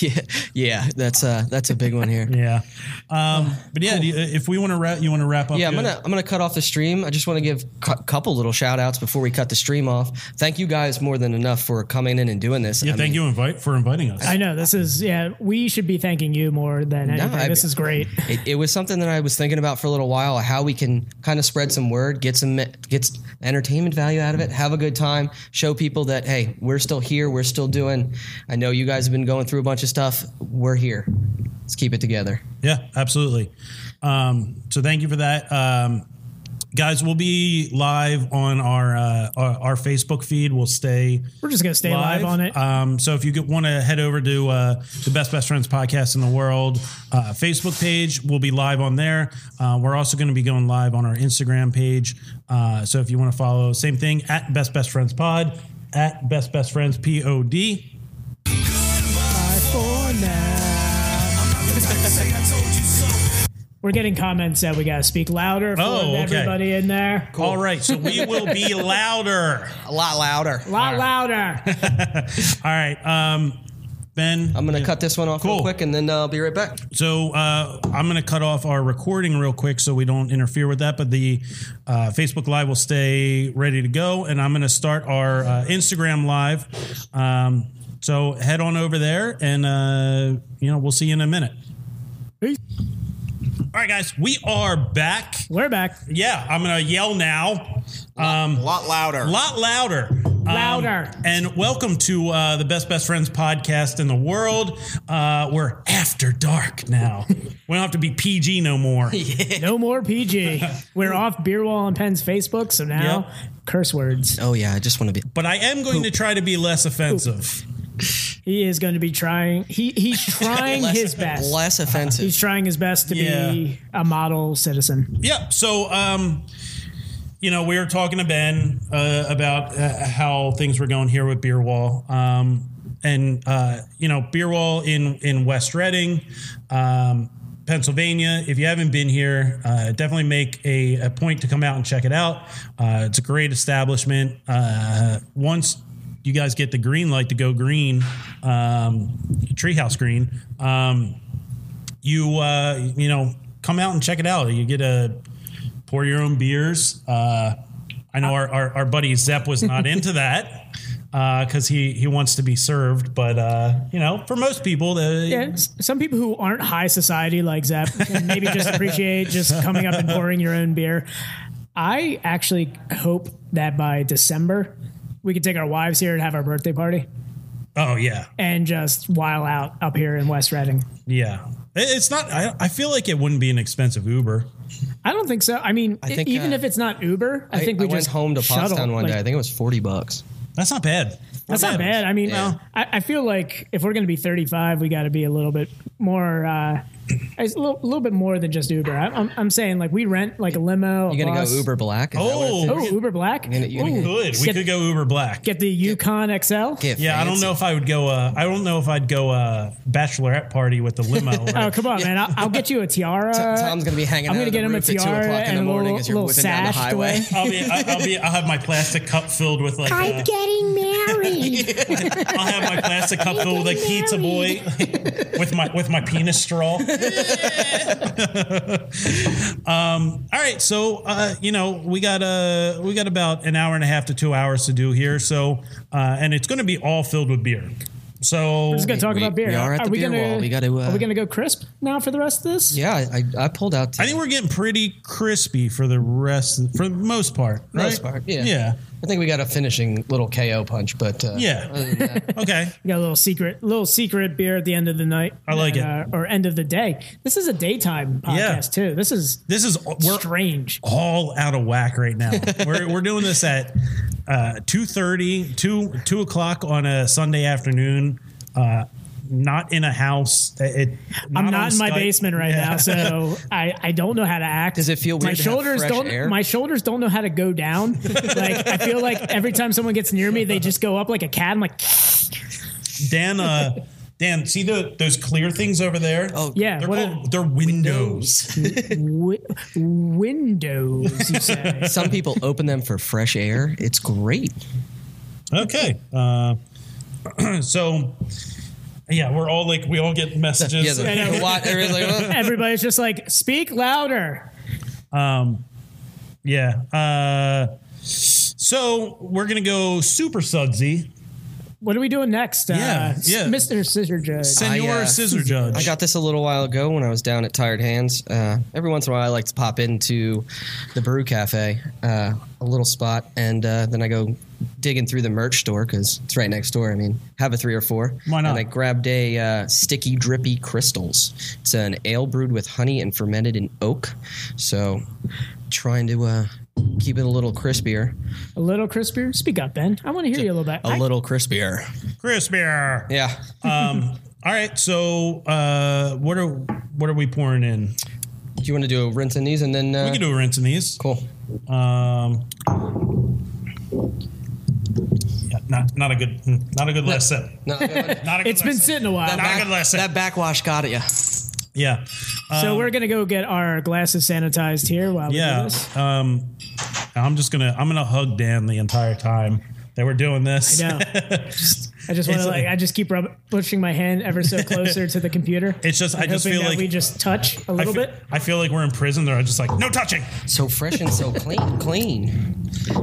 F: Yeah, yeah, that's uh, that's a big one here.
D: Yeah, um, but yeah, do you- if we want to wrap, you want to wrap up.
F: Yeah, I'm
D: good?
F: gonna I'm gonna cut off the stream. I just want to give a cu- couple little shout outs before we cut the stream off. Thank you guys more than enough for coming in and doing this.
D: Yeah, thank you invite for inviting us.
E: I know this is yeah. We should be thanking you more than anything.
F: I-
E: this is great.
F: It, it was something that I was thinking about for a little while, how we can kind of spread some word, get some get s- entertainment value out of it, have a good time, show people that hey, we're still here, we're still doing. I know you guys have been going through a bunch of stuff. We're here. Let's keep it together.
D: Yeah, absolutely. Um, so thank you for that. Um, guys, we'll be live on our, uh, our our Facebook feed. We'll stay
E: We're just gonna stay live, on it.
D: Um, so if you want to head over to uh, the Best Best Friends podcast in the world uh, Facebook page, we'll be live on there. Uh, we're also going to be going live on our Instagram page. Uh, so if you want to follow, same thing at Best Best Friends Pod at Best Best Friends Pod.
E: We're getting comments that we gotta speak louder for
D: Oh, okay.
E: everybody in there.
D: All right, so we will be louder.
F: A lot louder.
E: A lot louder.
D: All right, um, Ben.
F: I'm gonna cut this one off real
D: Cool.
F: quick, and then uh, I'll be right back.
D: So uh, I'm going to cut off our recording real quick so we don't interfere with that. But the uh, Facebook Live will stay ready to go, and I'm going to start our uh, Instagram Live. Um, so head on over there, and uh, you know we'll see you in a minute.
E: Peace.
D: All right, guys, we are back.
E: We're back.
D: Yeah, I'm going to yell now. Um,
I: A lot louder.
D: a lot louder. Um,
E: Louder.
D: and welcome to uh, the Best Best Friends podcast in the world. Uh, we're after dark now. we don't have to be PG no more.
E: No more PG. We're off Beer Wall and Penn's Facebook, so now curse words.
F: Oh yeah, I just want to be.
D: But I am going to try to be less offensive.
E: He is going to be trying. He he's trying his best.
F: Less offensive.
E: He's trying his best to
D: Yeah.
E: be a model citizen.
D: Yeah. So, um, you know, we were talking to Ben uh, about uh, how things were going here with Beer Wall. Um, and, uh, you know, Beer Wall in, in West Reading, um, Pennsylvania. If you haven't been here, uh, definitely make a, a point to come out and check it out. Uh, it's a great establishment. Uh, once you guys get the green light to go green, um, treehouse green, um, you uh, you know come out and check it out. You get a pour your own beers. Uh, I know our, our our buddy Zepp was not into that because he he wants to be served, but uh, you know for most people, the,
E: Yeah, s- some people who aren't high society like Zep can maybe just appreciate just coming up and pouring your own beer. I actually hope that by December we can take our wives here and have our birthday party
D: oh yeah
E: and just while out up here in West Reading.
D: yeah. It- It's not. I, I feel like it wouldn't be an expensive Uber.
E: I don't think so. I mean, e-,
F: I think,
E: even
F: uh,
E: if it's not Uber, I,
F: I
E: think we
F: went
E: just
F: home to
E: shuttle,
F: Pottstown one
E: like,
F: day. I think it was forty bucks.
D: That's not bad.
E: That's not bad. I mean,
F: Yeah.
E: I, I feel like if we're going to be 35, we got to be a little bit more, uh, it's a little, little bit more than just Uber. I, I'm, I'm saying like we rent like a limo. a
F: You gonna
E: bus.
F: go Uber Black? Is that what it
D: Oh,
F: is?
E: Oh, Uber Black.
F: you're gonna
E: Ooh,
D: good. We
E: Get,
D: could go Uber Black.
E: get the Yukon XL.
F: Get
D: yeah, I don't
F: fancy.
D: know if I would go. Uh, I don't know if I'd go uh, bachelorette party with the limo.
E: Oh, come on, man. I'll, I'll get you a tiara.
F: Tom's gonna be hanging.
E: Uh, I'm gonna
F: out on
E: get
F: the
E: him a
F: roof at two
E: tiara
F: o'clock in
E: and
F: the
E: a
F: morning
E: little-
F: as you're
E: little
F: whipping down the
E: sash to
F: highway.
E: wear.
D: I'll be, I- I'll be, I'll have my plastic cup filled with like, uh,
J: getting married.
D: I'll have my plastic cup filled with like pizza boy, with my with my penis straw. um, all right, so uh, you know we got uh, we got about an hour and a half to two hours to do here, so uh, and it's going to be all filled with beer. So
E: Just gonna talk
F: we-
E: about beer.
F: we are at the beer
E: gonna,
F: wall. We gotta, uh,
E: are we gonna go crisp now for the rest of this?
F: Yeah, I, I, I pulled out.
D: I think we're getting pretty crispy for the rest, for the most part. Right?
F: Most part, yeah.
D: Yeah.
F: I think we got a finishing little KO punch, but uh,
D: Yeah.
F: other than that-
D: Okay.
E: We got a little secret, little secret beer at the end of the night.
D: I like it.
E: uh, or end of the day. This is a daytime
D: Yeah.
E: podcast too. This is
D: This is we're
E: strange.
D: all out of whack right now. we're, we're doing this at uh, 2.30, 2, 2 o'clock on a Sunday afternoon. Uh, not in a house. It,
E: I'm
D: on
E: not in my
D: Skype.
E: basement right now, so I, I don't know how to act.
F: Does it feel
E: My
F: weird to have
E: shoulders
F: fresh
E: don't.
F: air?
E: My shoulders don't know how to go down. like I feel like every time someone gets near me, they just go up like a cat. I'm like,
D: Dan, uh, Dan, see the, those clear things over there? Oh,
E: yeah.
D: They're,
E: what are-
D: called, they're windows.
E: wi- windows? You say.
F: some people open them for fresh air. It's great.
D: okay. Uh, so, yeah, we're all like, we all get messages.
F: Yeah,
E: I
F: the,
E: know.
F: the wa- everybody's like, "Oh."
E: Everybody's just like, speak louder.
D: Yeah. Uh, so we're gonna go super sudsy,
E: What are we doing next?
D: Yeah,
E: uh,
D: yeah.
E: Mr. Scissor Judge.
D: Senor
F: I, uh,
D: Scissor Judge.
F: I got this a little while ago when I was down at Tired Hands. Uh, every once in a while, I like to pop into the Brew Cafe, uh, a little spot, and uh, then I go digging through the merch store because it's right next door. I mean, have a three or four.
D: Why not?
F: And I grabbed a uh, sticky drippy crystals. It's an ale brewed with honey and fermented in oak. So, trying to uh, keep it a little crispier.
E: a little crispier. Speak up, Ben. I want to hear you a little bit.
F: A
E: I-
F: little crispier.
D: Crispier.
F: Yeah.
D: Um, all right. So uh, what are what are we pouring in?
F: Do you want to do a rinse in these and then? Uh,
D: We can do a rinse in these.
F: Cool.
D: Um, yeah, not not a good not a good last sip.
F: No, that,
D: Not a good
E: it's been
D: last sip.
E: sitting a while.
D: Not a good last sip.
F: that backwash got it. Yeah.
D: Yeah. Um,
E: so we're gonna go get our glasses sanitized here while we do
D: Yeah.
E: this.
D: Um, I'm just gonna I'm gonna hug Dan the entire time that we're doing this.
E: No. Just- I just want
D: It's
E: to like
D: like-
E: I just keep rub- pushing my hand ever so closer to the computer.
D: It's just- I
E: and
D: just
E: hoping
D: feel
E: that
D: like-
E: we just touch a
D: I
E: little
D: feel,
E: bit.
D: I feel like we're in prison. They're just like, no touching.
F: So fresh and so clean, clean.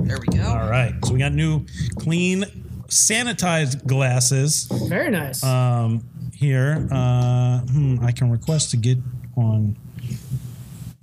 F: There we go.
D: All right. So we got new, clean, sanitized glasses
E: Very nice.
D: um, here. Uh, hmm, I can request to get on.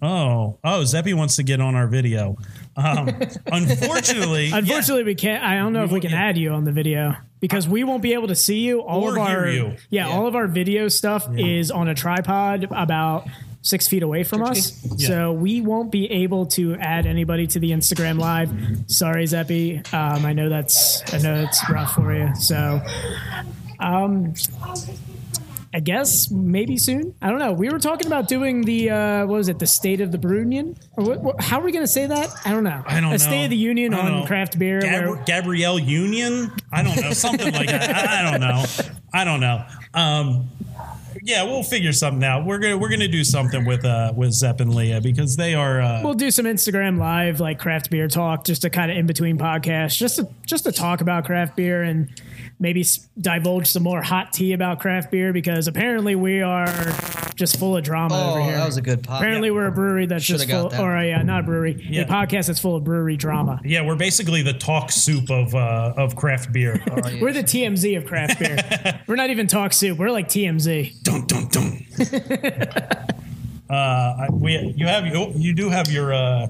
D: Oh, oh, Zeppy wants to get on our video. Um, unfortunately,
E: Unfortunately, we can't. I don't know if we
D: won't
E: can
D: get-
E: add you on the video because we won't be able to see you. All
D: Or
E: of
D: hear
E: our
D: you.
E: Yeah, all of our video stuff is on a tripod about six feet away from us, so we won't be able to add anybody to the Instagram live. Sorry, Zeppy. Um, I know that's I know it's rough for you. So. Um, I guess maybe soon. I don't know. We were talking about doing the uh, what was it, the State of the Brew Union? Or what, what, how are we going to say that? I don't know.
D: I don't
E: a
D: know.
E: State of the Union
D: I don't
E: on
D: know.
E: craft beer.
D: Gab-
E: where-
D: Gabrielle Union. I don't know. Something like that. I, I don't know. I don't know. Um, yeah, we'll figure something out. We're gonna we're gonna do something with uh with Zepp and Leah because they are uh,
E: we'll do some Instagram live like craft beer talk, just to kind of in between podcasts, just to just to talk about craft beer and maybe s- divulge some more hot tea about craft beer because apparently we are just full of drama over
F: Oh,
E: here.
F: that was a good pop.
E: apparently we're a brewery that's
F: Shoulda
E: just
F: got
E: full,
F: that.
E: or a, uh, not a brewery,
D: Yeah.
E: a podcast that's full of brewery drama.
D: Yeah, we're basically the talk soup of uh, of craft beer.
E: We're the TMZ of craft beer. we're not even talk soup. We're like TMZ.
D: dum dum dum. uh, I- we you have you, you do have your uh,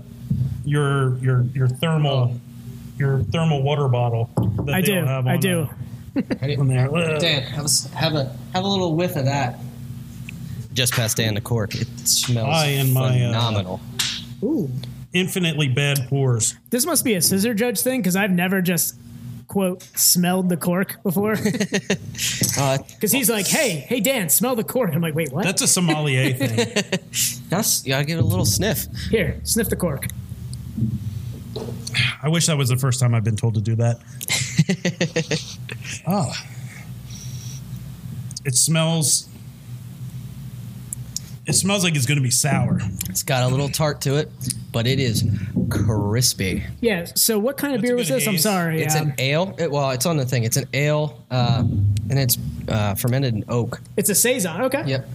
D: your your your thermal your thermal water bottle. That
E: I
D: they
E: do.
D: don't have
E: I
D: on
E: do.
D: the- on there. Uh, Ugh.
F: Dan, have a, s- have a have a little whiff of that. Just passed Dan the cork. It smells
D: I and my, uh,
F: phenomenal.
D: Infinitely bad pours.
E: This must be a scissor judge thing because I've never just quote smelled the cork before. Because
F: Uh,
E: he's like, hey, hey Dan, smell the cork. I'm like, wait, what?
D: That's a sommelier thing.
F: yes, you gotta give it a little sniff.
E: Here, sniff the cork.
D: I wish that was the first time I've been told to do that. oh, it smells. It smells like it's going to be sour.
F: It's got a little tart to it, but it is crispy.
E: Yeah. So what kind of
D: That's
E: beer
D: a
E: was
D: good
E: this? I'm
D: haze.
E: sorry.
F: It's
E: um,
F: an ale. It- well, it's on the thing. It's an ale, uh, and it's uh, fermented in oak.
E: it's a saison. Okay.
F: Yep.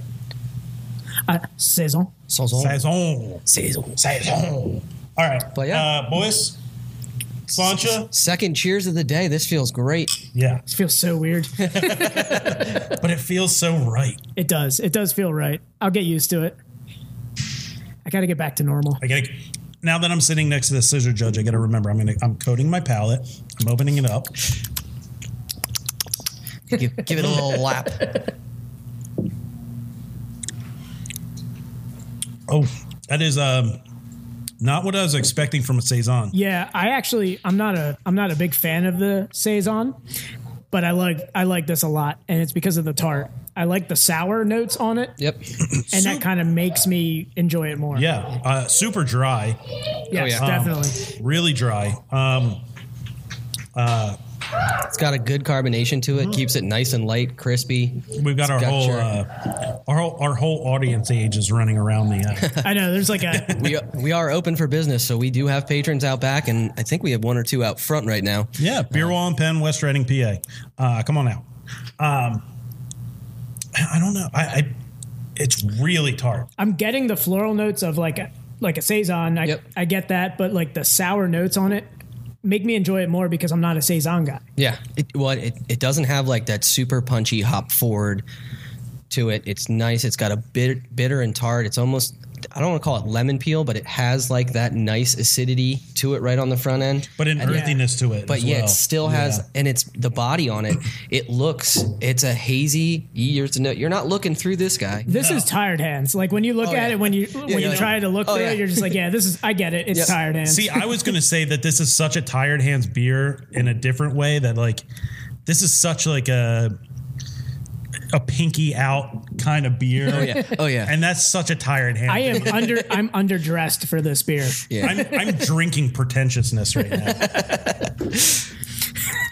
E: Uh, saison.
F: Saison.
D: Saison. Saison. Saison. All right.
F: But yeah.
D: Uh, boys, Sancha?
F: Second cheers of the day. This feels great.
D: Yeah.
E: This feels so weird.
D: But it feels so right.
E: it does. It does feel right. I'll get used to it. I got to get back to normal.
D: I gotta now that I'm sitting next to the scissor judge, I gotta remember I'm gonna I'm coating my palate. I'm opening it up.
F: Give, give it a little lap.
D: Oh, that is um not what I was expecting from a saison.
E: Yeah, I actually I'm not a I'm not a big fan of the saison, but I like I like this a lot, and it's because of the tart. I like the sour notes on it,
F: Yep.
E: and that kind of makes me enjoy it more.
D: Yeah, uh, super dry,
E: yes,
F: Oh, yeah.
E: definitely.
D: really dry. Um,
F: It's got a good carbonation
D: Mm-hmm.
F: to it. Keeps it nice and light, crispy.
D: we've got our
F: got
D: whole
F: your-
D: uh, our whole our whole audience age is running around the. Uh,
E: I know there's like a
F: We we are open for business, so we do have patrons out back, and I think we have one or two out front right now.
D: yeah, beer wall and pen, West Reading, PA. Uh, come on out. Um, I I don't know. I, I it's really tart.
E: I'm getting the floral notes of like a, like a saison. I
F: Yep.
E: I get that, but like the sour notes on it make me enjoy it more because I'm not a saison guy.
F: Yeah. It, well, it, it doesn't have like that super punchy hop forward to it. It's nice. It's got a bit bitter and tart. It's almost I don't want to call it lemon peel, but it has like that nice acidity to it right on the front end.
D: but an earthiness to it.
F: But
D: as
F: yeah,
D: well.
F: it still has,
D: Yeah.
F: and it's the body on it. It looks, it's a hazy. You're, you're not looking through this guy.
E: This is tired hands. Like when you look
F: Oh,
E: at
F: yeah.
E: it, when you
F: you're
E: when you
F: like,
E: try to look
F: oh,
E: through
F: yeah.
E: it, you're just like, yeah, this is. I get it. It's
F: Yes.
E: tired hands.
D: See, I was going to say that this is such a tired hands beer in a different way that like this is such like a a pinky out kind of beer.
F: Oh yeah, oh yeah.
D: And that's such a tired hand.
E: I am under. I'm underdressed for this beer.
D: I'm, I'm drinking pretentiousness right now.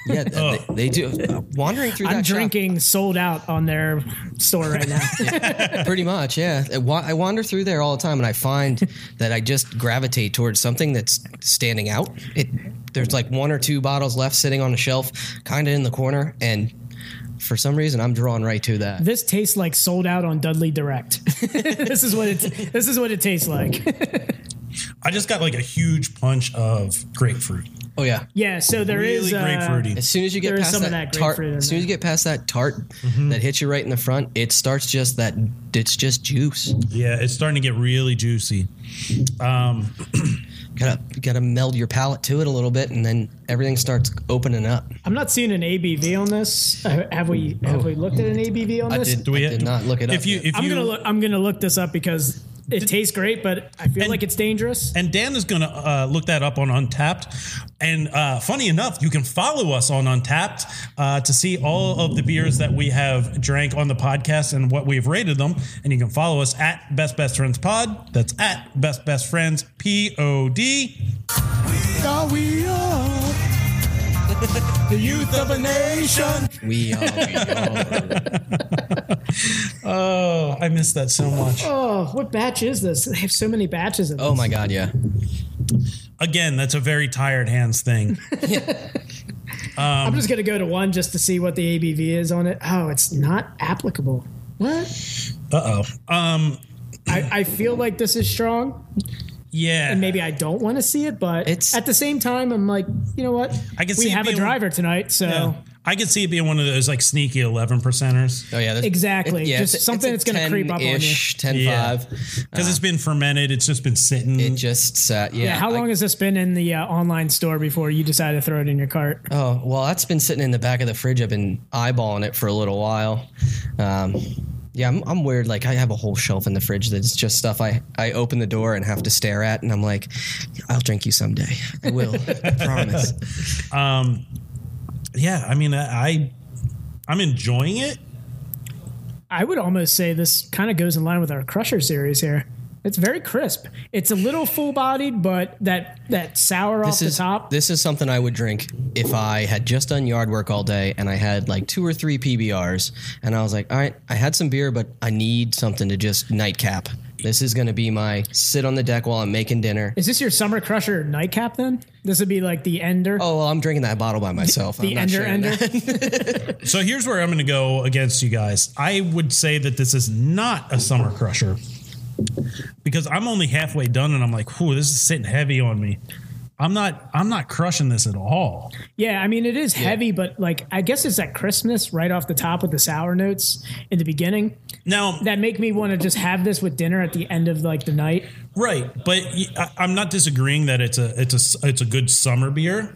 F: Yeah, th- they, they do. Wandering through
E: I'm
F: that shop,
E: drinking sold out on their store right now.
F: pretty much. Yeah, I wa- I wander through there all the time, and I find that I just gravitate towards something that's standing out. It there's like one or two bottles left sitting on a shelf, kind of in the corner, and for some reason I'm drawn right to that.
E: this tastes like sold out on Dudley Direct. this is what it. This is what it tastes like.
D: I just got like a huge punch of grapefruit.
F: Oh yeah.
E: Yeah. So there
D: really
E: is. uh,
D: grapefruity.
F: As soon as you get
E: There is
F: past
E: some
F: that,
E: of that
F: tart,
E: grapefruit in Mm-hmm.
F: as soon as you get past that tart that hits you right in the front, it starts just that. It's just juice.
D: yeah, it's starting to get really juicy. Um,
F: Gotta gotta meld your palate to it a little bit, and then everything starts opening up.
E: I'm not seeing an ABV on this. Uh, Have we? Have we looked at an ABV on
F: I
E: this?
F: did,
D: do we
F: I did not look it up.
D: If you,
F: yet.
D: if
E: I'm
D: you,
E: gonna look. I'm gonna look this up because it tastes great, but I feel
D: And-
E: like it's dangerous.
D: And Dan is going to uh, look that up on Untapped. And uh, funny enough, you can follow us on Untapped uh, to see all of the beers that we have drank on the podcast and what we've rated them. And you can follow us at Best Best Friends Pod. That's at Best Best Friends P O D.
F: we are, we are.
D: Oh, I missed that so much.
E: Oh, what batch is this? They have so many batches of.
F: Oh my god, yeah.
D: Again, that's a very tired hands thing.
F: um,
E: I'm just gonna go to one just to see what the ABV is on it. Oh, it's not applicable. What?
D: Uh oh. Um,
E: I, I feel like this is strong,
D: yeah.
E: and maybe I don't want to see it, but
F: It's-
E: at the same time, I'm like, you know what?
D: I can
E: we
D: see it
E: have a
D: being-
E: driver tonight, so
D: Yeah. I could see it being one of those like sneaky 11 percenters
F: Oh yeah, that's,
E: Exactly. Just something that's gonna creep up on you.
F: 10
D: Yeah. Mm-hmm.
F: 5.
D: because it's been fermented. It's just been sitting.
F: It just sat. Yeah.
E: yeah. How long
F: I-
E: has this been in the uh, online store before you decided to throw it in your cart?
F: Oh well, that's been sitting in the back of the fridge. I've been eyeballing it for a little while. Um, yeah, I'm, I'm weird. Like I have a whole shelf in the fridge that's just stuff I I open the door and have to stare at, and I'm like, I'll drink you someday. I will. I promise.
D: yeah, I mean, I, I'm enjoying it.
E: I would almost say this kind of goes in line with our Crusher series here. It's very crisp. It's a little full bodied, but that that sour off
F: This
E: the
F: is
E: top.
F: this is something I would drink if I had just done yard work all day and I had like two or three PBRs, and I was like, all right, I had some beer, but I need something to just nightcap. This is going to be my sit on the deck while I'm making dinner.
E: Is this your summer crusher nightcap then? This would be like the ender.
F: Oh well, I'm drinking that bottle by myself.
E: the
F: I'm not
E: ender
F: sharing
E: ender.
F: that.
D: So here's where I'm going to go against you guys. I would say that this is not a summer crusher because I'm only halfway done and I'm like, whew, this is sitting heavy on me. I'm not I'm not crushing this at all.
E: Yeah, I mean it is heavy, but like I guess it's that crispness right off the top with the sour notes in the beginning
D: Now
E: that make me want to just have this with dinner at the end of like the night.
D: Right, but y- I, am not disagreeing that it's a it's a s- it's a good summer beer,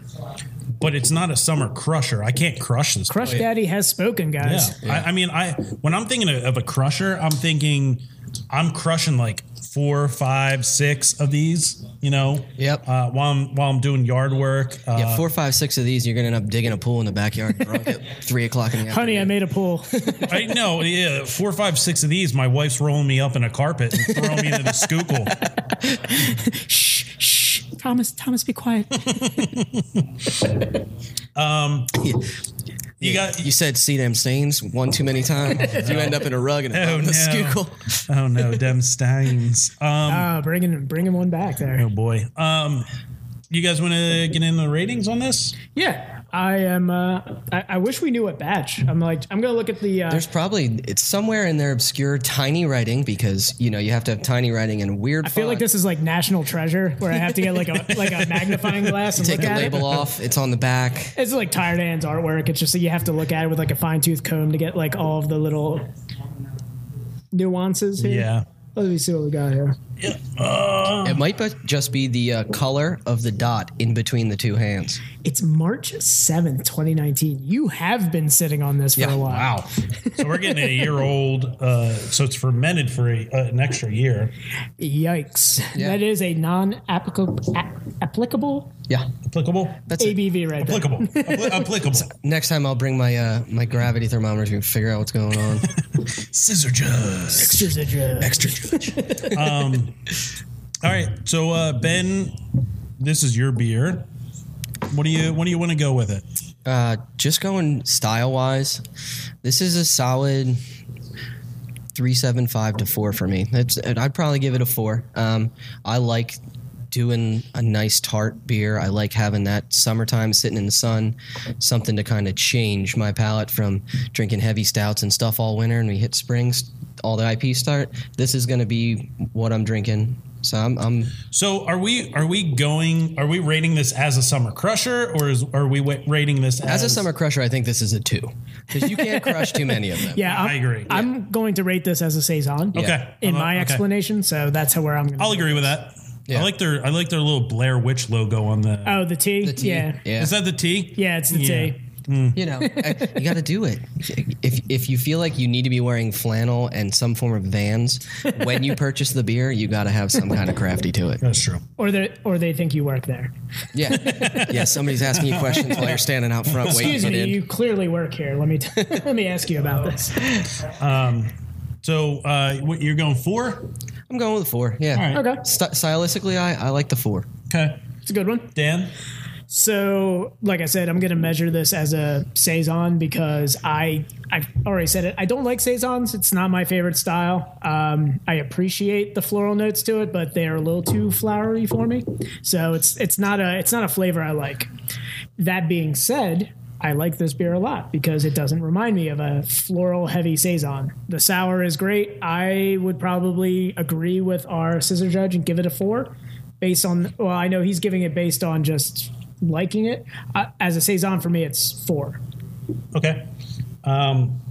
D: but it's not a summer crusher. I can't crush this.
E: Crush
F: Oh,
D: place.
E: Daddy has spoken,
D: Yeah,
E: guys.
D: I, I mean, I when I'm thinking of a crusher, I'm thinking I'm crushing like four, five, six of these. You know.
F: Yep.
D: Uh, while I'm while I'm doing yard work. Uh,
F: yeah, four, five, six of these, you're gonna end up digging a pool in the backyard drunk at three o'clock in the
E: Honey, I
F: afternoon.
E: made a pool.
D: I know. Yeah, four, five, six of these. My wife's rolling me up in a carpet and throwing me into the schuylkill.
E: shh, shh. Thomas, Thomas, be quiet.
D: You got
F: you said see them stains one too many times. you end up in a rug and
D: Oh,
F: oh, the
D: no.
F: schuylkill.
D: Oh no, them stains. Um,
E: Uh, bringing bringing one back there.
D: oh boy. Um, you guys want to get in the ratings on this?
E: Yeah, I am. Uh, I, I wish we knew what batch. I'm like, I'm gonna look at the. Uh,
F: There's probably it's somewhere in their obscure tiny writing because you know you have to have tiny writing and weird.
E: I feel like this is like national treasure, where I have to get like a like a magnifying glass and
F: Take
E: look
F: the
E: at
F: label
E: it.
F: off. It's on the back.
E: It's like Tired Anne's artwork. It's just that you have to look at it with like a fine tooth comb to get like all of the little nuances here.
D: Yeah.
E: Let me see what we got here. Oh.
F: It might but just be the uh, color of the dot in between the two hands.
E: It's March seventh, twenty nineteen. You have been sitting on this for
F: Yeah,
E: a while.
D: Wow. So we're getting a year old. Uh, so it's fermented for a, uh, an extra year.
E: Yikes!
F: Yeah.
E: That is a non-applicable a- applicable
F: Yeah,
D: Applicable.
F: that's it.
E: ABV right there.
D: Applicable. Appli- applicable.
F: Next time I'll bring my uh, my gravity thermometer to figure out what's going on.
D: Scissor judge.
E: Extras are drugs.
F: Extra judge.
D: Um, All right. So uh, Ben, this is your beer. What do you What do you want to go with it?
F: Uh, just going style wise, this is a solid three seven five to four for me. It's and I'd probably give it a four. Um, I like doing a nice tart beer. I like having that summertime sitting in the sun, something to kind of change my palate from drinking heavy stouts and stuff all winter. And we hit springs, all the IP start. This is going to be what I'm drinking. So I'm, I'm
D: So are we Are we going? Are we rating this as a summer crusher, or is are we wa- rating this as,
F: as a summer crusher. I think this is a two because you can't crush too many of them.
E: Yeah, I'm,
D: I agree.
E: I'm going to rate this as a saison.
D: Okay.
E: In my
D: Okay. Oh.
E: explanation, so that's how where I'm going.
D: I'll agree with that.
F: Yeah.
D: I like their I like their little Blair Witch logo on the.
E: Oh, the tea.
F: The tea.
E: Yeah.
F: yeah.
D: Is that the T?
E: Yeah, it's the
D: Yeah.
E: tea.
F: you know, I- you got to do it. If if you feel like you need to be wearing flannel and some form of Vans when you purchase the beer, you got to have some kind of crafty to it.
D: That's true.
E: Or they or they think you work there.
F: Yeah, yeah. Somebody's asking you questions while you're standing out front waiting
E: Excuse
F: to get
E: me,
F: in.
E: you clearly work here. Let me t- let me ask you about this.
D: So uh, what you're going for?
F: I'm going with a four. Yeah.
E: Okay,
F: Sty stylistically, I, I like the four.
D: Okay.
E: it's a good one.
D: Dan.
E: So, like I said, I'm going to measure this as a saison because I I've already said it. I don't like saisons. It's not my favorite style. Um, I appreciate the floral notes to it, but they are a little too flowery for me. So it's it's not a it's not a flavor I like. That being said. I like this beer a lot because it doesn't remind me of a floral heavy saison. The sour is great. I would probably agree with our scissor judge and give it a four, based on. Well, I know he's giving it based on just liking it. Uh, as a saison for me, it's four.
D: Okay. Um,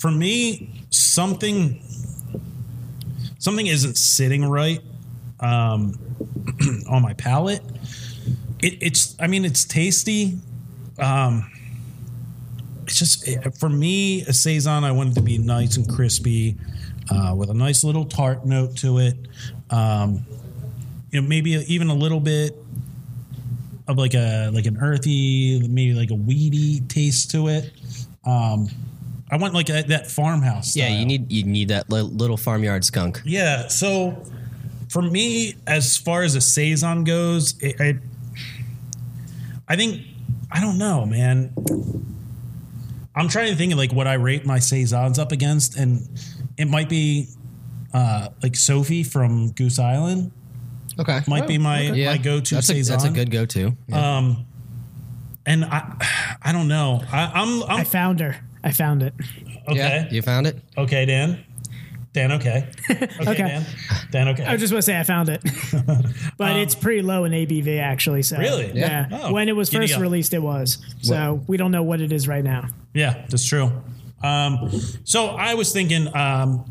D: for me, something something isn't sitting right um, on my palate. It, it's, I mean, it's tasty. Um, it's just it- for me a saison. I want it to be nice and crispy, uh, with a nice little tart note to it. Um, you know, maybe even a little bit of like a like an earthy, maybe like a weedy taste to it. Um, I want like a, that farmhouse.
F: Yeah,
D: style.
F: you need you need that li- little farmyard skunk.
D: Yeah. So for me, as far as a saison goes, it, I, I think I don't know, man. I'm trying to think of like what I rate my saisons up against, and it might be uh, like Sophie from Goose Island
F: Okay.
D: might be my my go to
F: That's a,
D: saison.
F: that's a good go-to. Yeah.
D: And I I don't know. I, I'm I'm
E: I found her. I found it.
D: okay.
F: Yeah, You found it.
D: Okay, Dan. Dan, okay. Okay, Dan. Dan, okay.
E: I was just going to say I found it, but it's pretty low in ABV actually. So
D: Um, Really?
E: yeah.
D: Yeah. Oh,
E: when it was
D: giddy
E: first
D: up.
E: released, it was. So we don't know what it is right now.
D: Yeah, that's true. Um, so I was thinking um,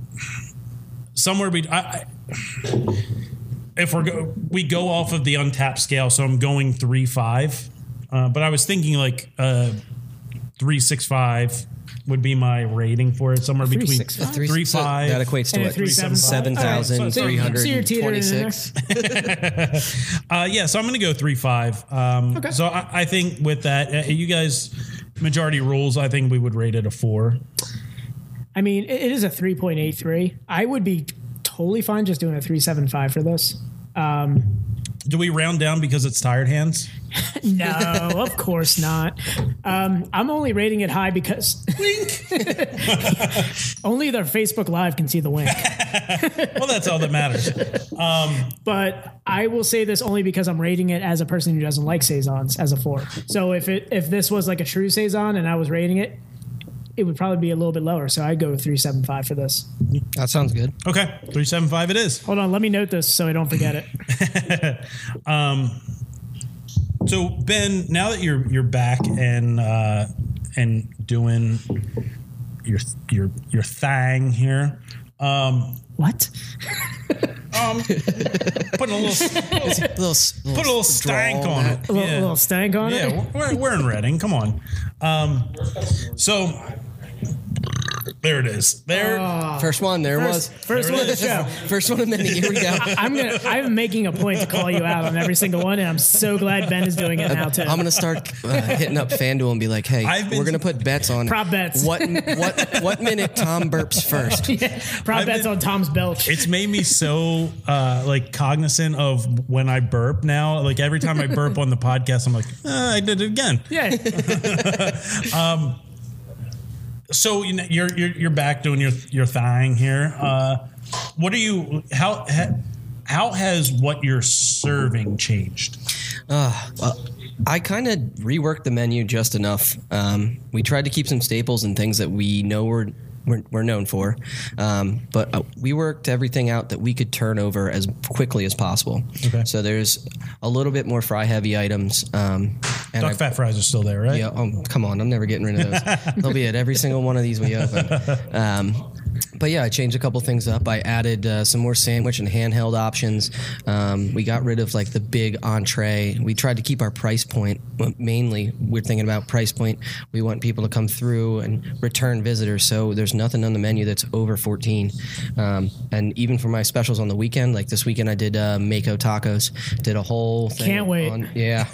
D: somewhere be I, I, if we're go, we go off of the untapped scale, so I'm going three five, uh, but I was thinking like uh, three six five would be my rating for it somewhere between
F: six five?
D: three,
F: so
D: five
F: that equates to
E: And a
F: what?
E: three seven five? So you're teetering in there.
F: 7,326.
D: Uh, yeah, so I'm going to go three five. Um,
E: Okay.
D: So I, I think with that, uh, you guys majority rules. I think we would rate it a four.
E: I mean, it it is a 3.83. I would be totally fine just doing a 3.75 for this. Um,
D: Do we round down because it's tired hands?
E: no, of course not. Um, I'm only rating it high because only their Facebook Live can see the wink.
D: Well, that's all that matters.
E: But I will say this only because I'm rating it as a person who doesn't like saisons as a four. So if it if this was like a true saison and I was rating it, it would probably be a little bit lower. So I'd go 3.75 for this.
F: That sounds good.
D: Okay, three seven five. It is.
E: Hold on, let me note this so I don't forget it.
D: So Ben, now that you're you're back and uh, and doing your your your thang here, um,
E: What?
D: putting a little
F: Put a little, s-
D: put a little
F: drawl
D: stank
F: on
D: on
F: that.
D: it.
E: A little,
D: Yeah.
E: little stank on it?
D: Yeah, we're, we're in Reading. Come on. Um, so there it is. There.
E: Oh.
F: First one, there
E: First,
F: it
E: first one of the show.
F: was. First one of many. Here we go.
E: I'm gonna. I'm making a point to call you out on every single one, and I'm so glad Ben is doing it now too.
F: I'm gonna start uh, hitting up FanDuel and be like, "Hey,
D: I've been-
F: we're gonna put bets on
E: Prop bets.
F: What what what minute Tom burps first?
E: Prop
D: I've
E: bets
D: been-
E: on Tom's belch.
D: It's made me so uh, like cognizant of when I burp now. Like every time I burp on the podcast, I'm like, "Ah, I did it again.
E: yeah,
D: So you know, you're you're you're back doing your your thing here. Uh, what are you? How ha, how has what you're serving changed?
F: Uh, I kind of reworked the menu just enough. Um, we tried to keep some staples and things that we know we're we're, we're known for, um, but uh, we worked everything out that we could turn over as quickly as possible.
D: Okay.
F: So there's a little bit more fry heavy items. Um, and
D: Duck
F: I-
D: fat fries are still there, right?
F: Yeah. Oh, come on. I'm never getting rid of those. They'll be at every single one of these we open. Um, but yeah, I changed a couple things up. I added uh, some more sandwich and handheld options. Um, we got rid of like the big entree. We tried to keep our price point. but Mainly, we're thinking about price point. We want people to come through and return visitors. So there's nothing on the menu that's over 14. Um, and even for my specials on the weekend, like this weekend, I did uh, Mako tacos. Did a whole thing.
E: Can't wait.
F: on- yeah,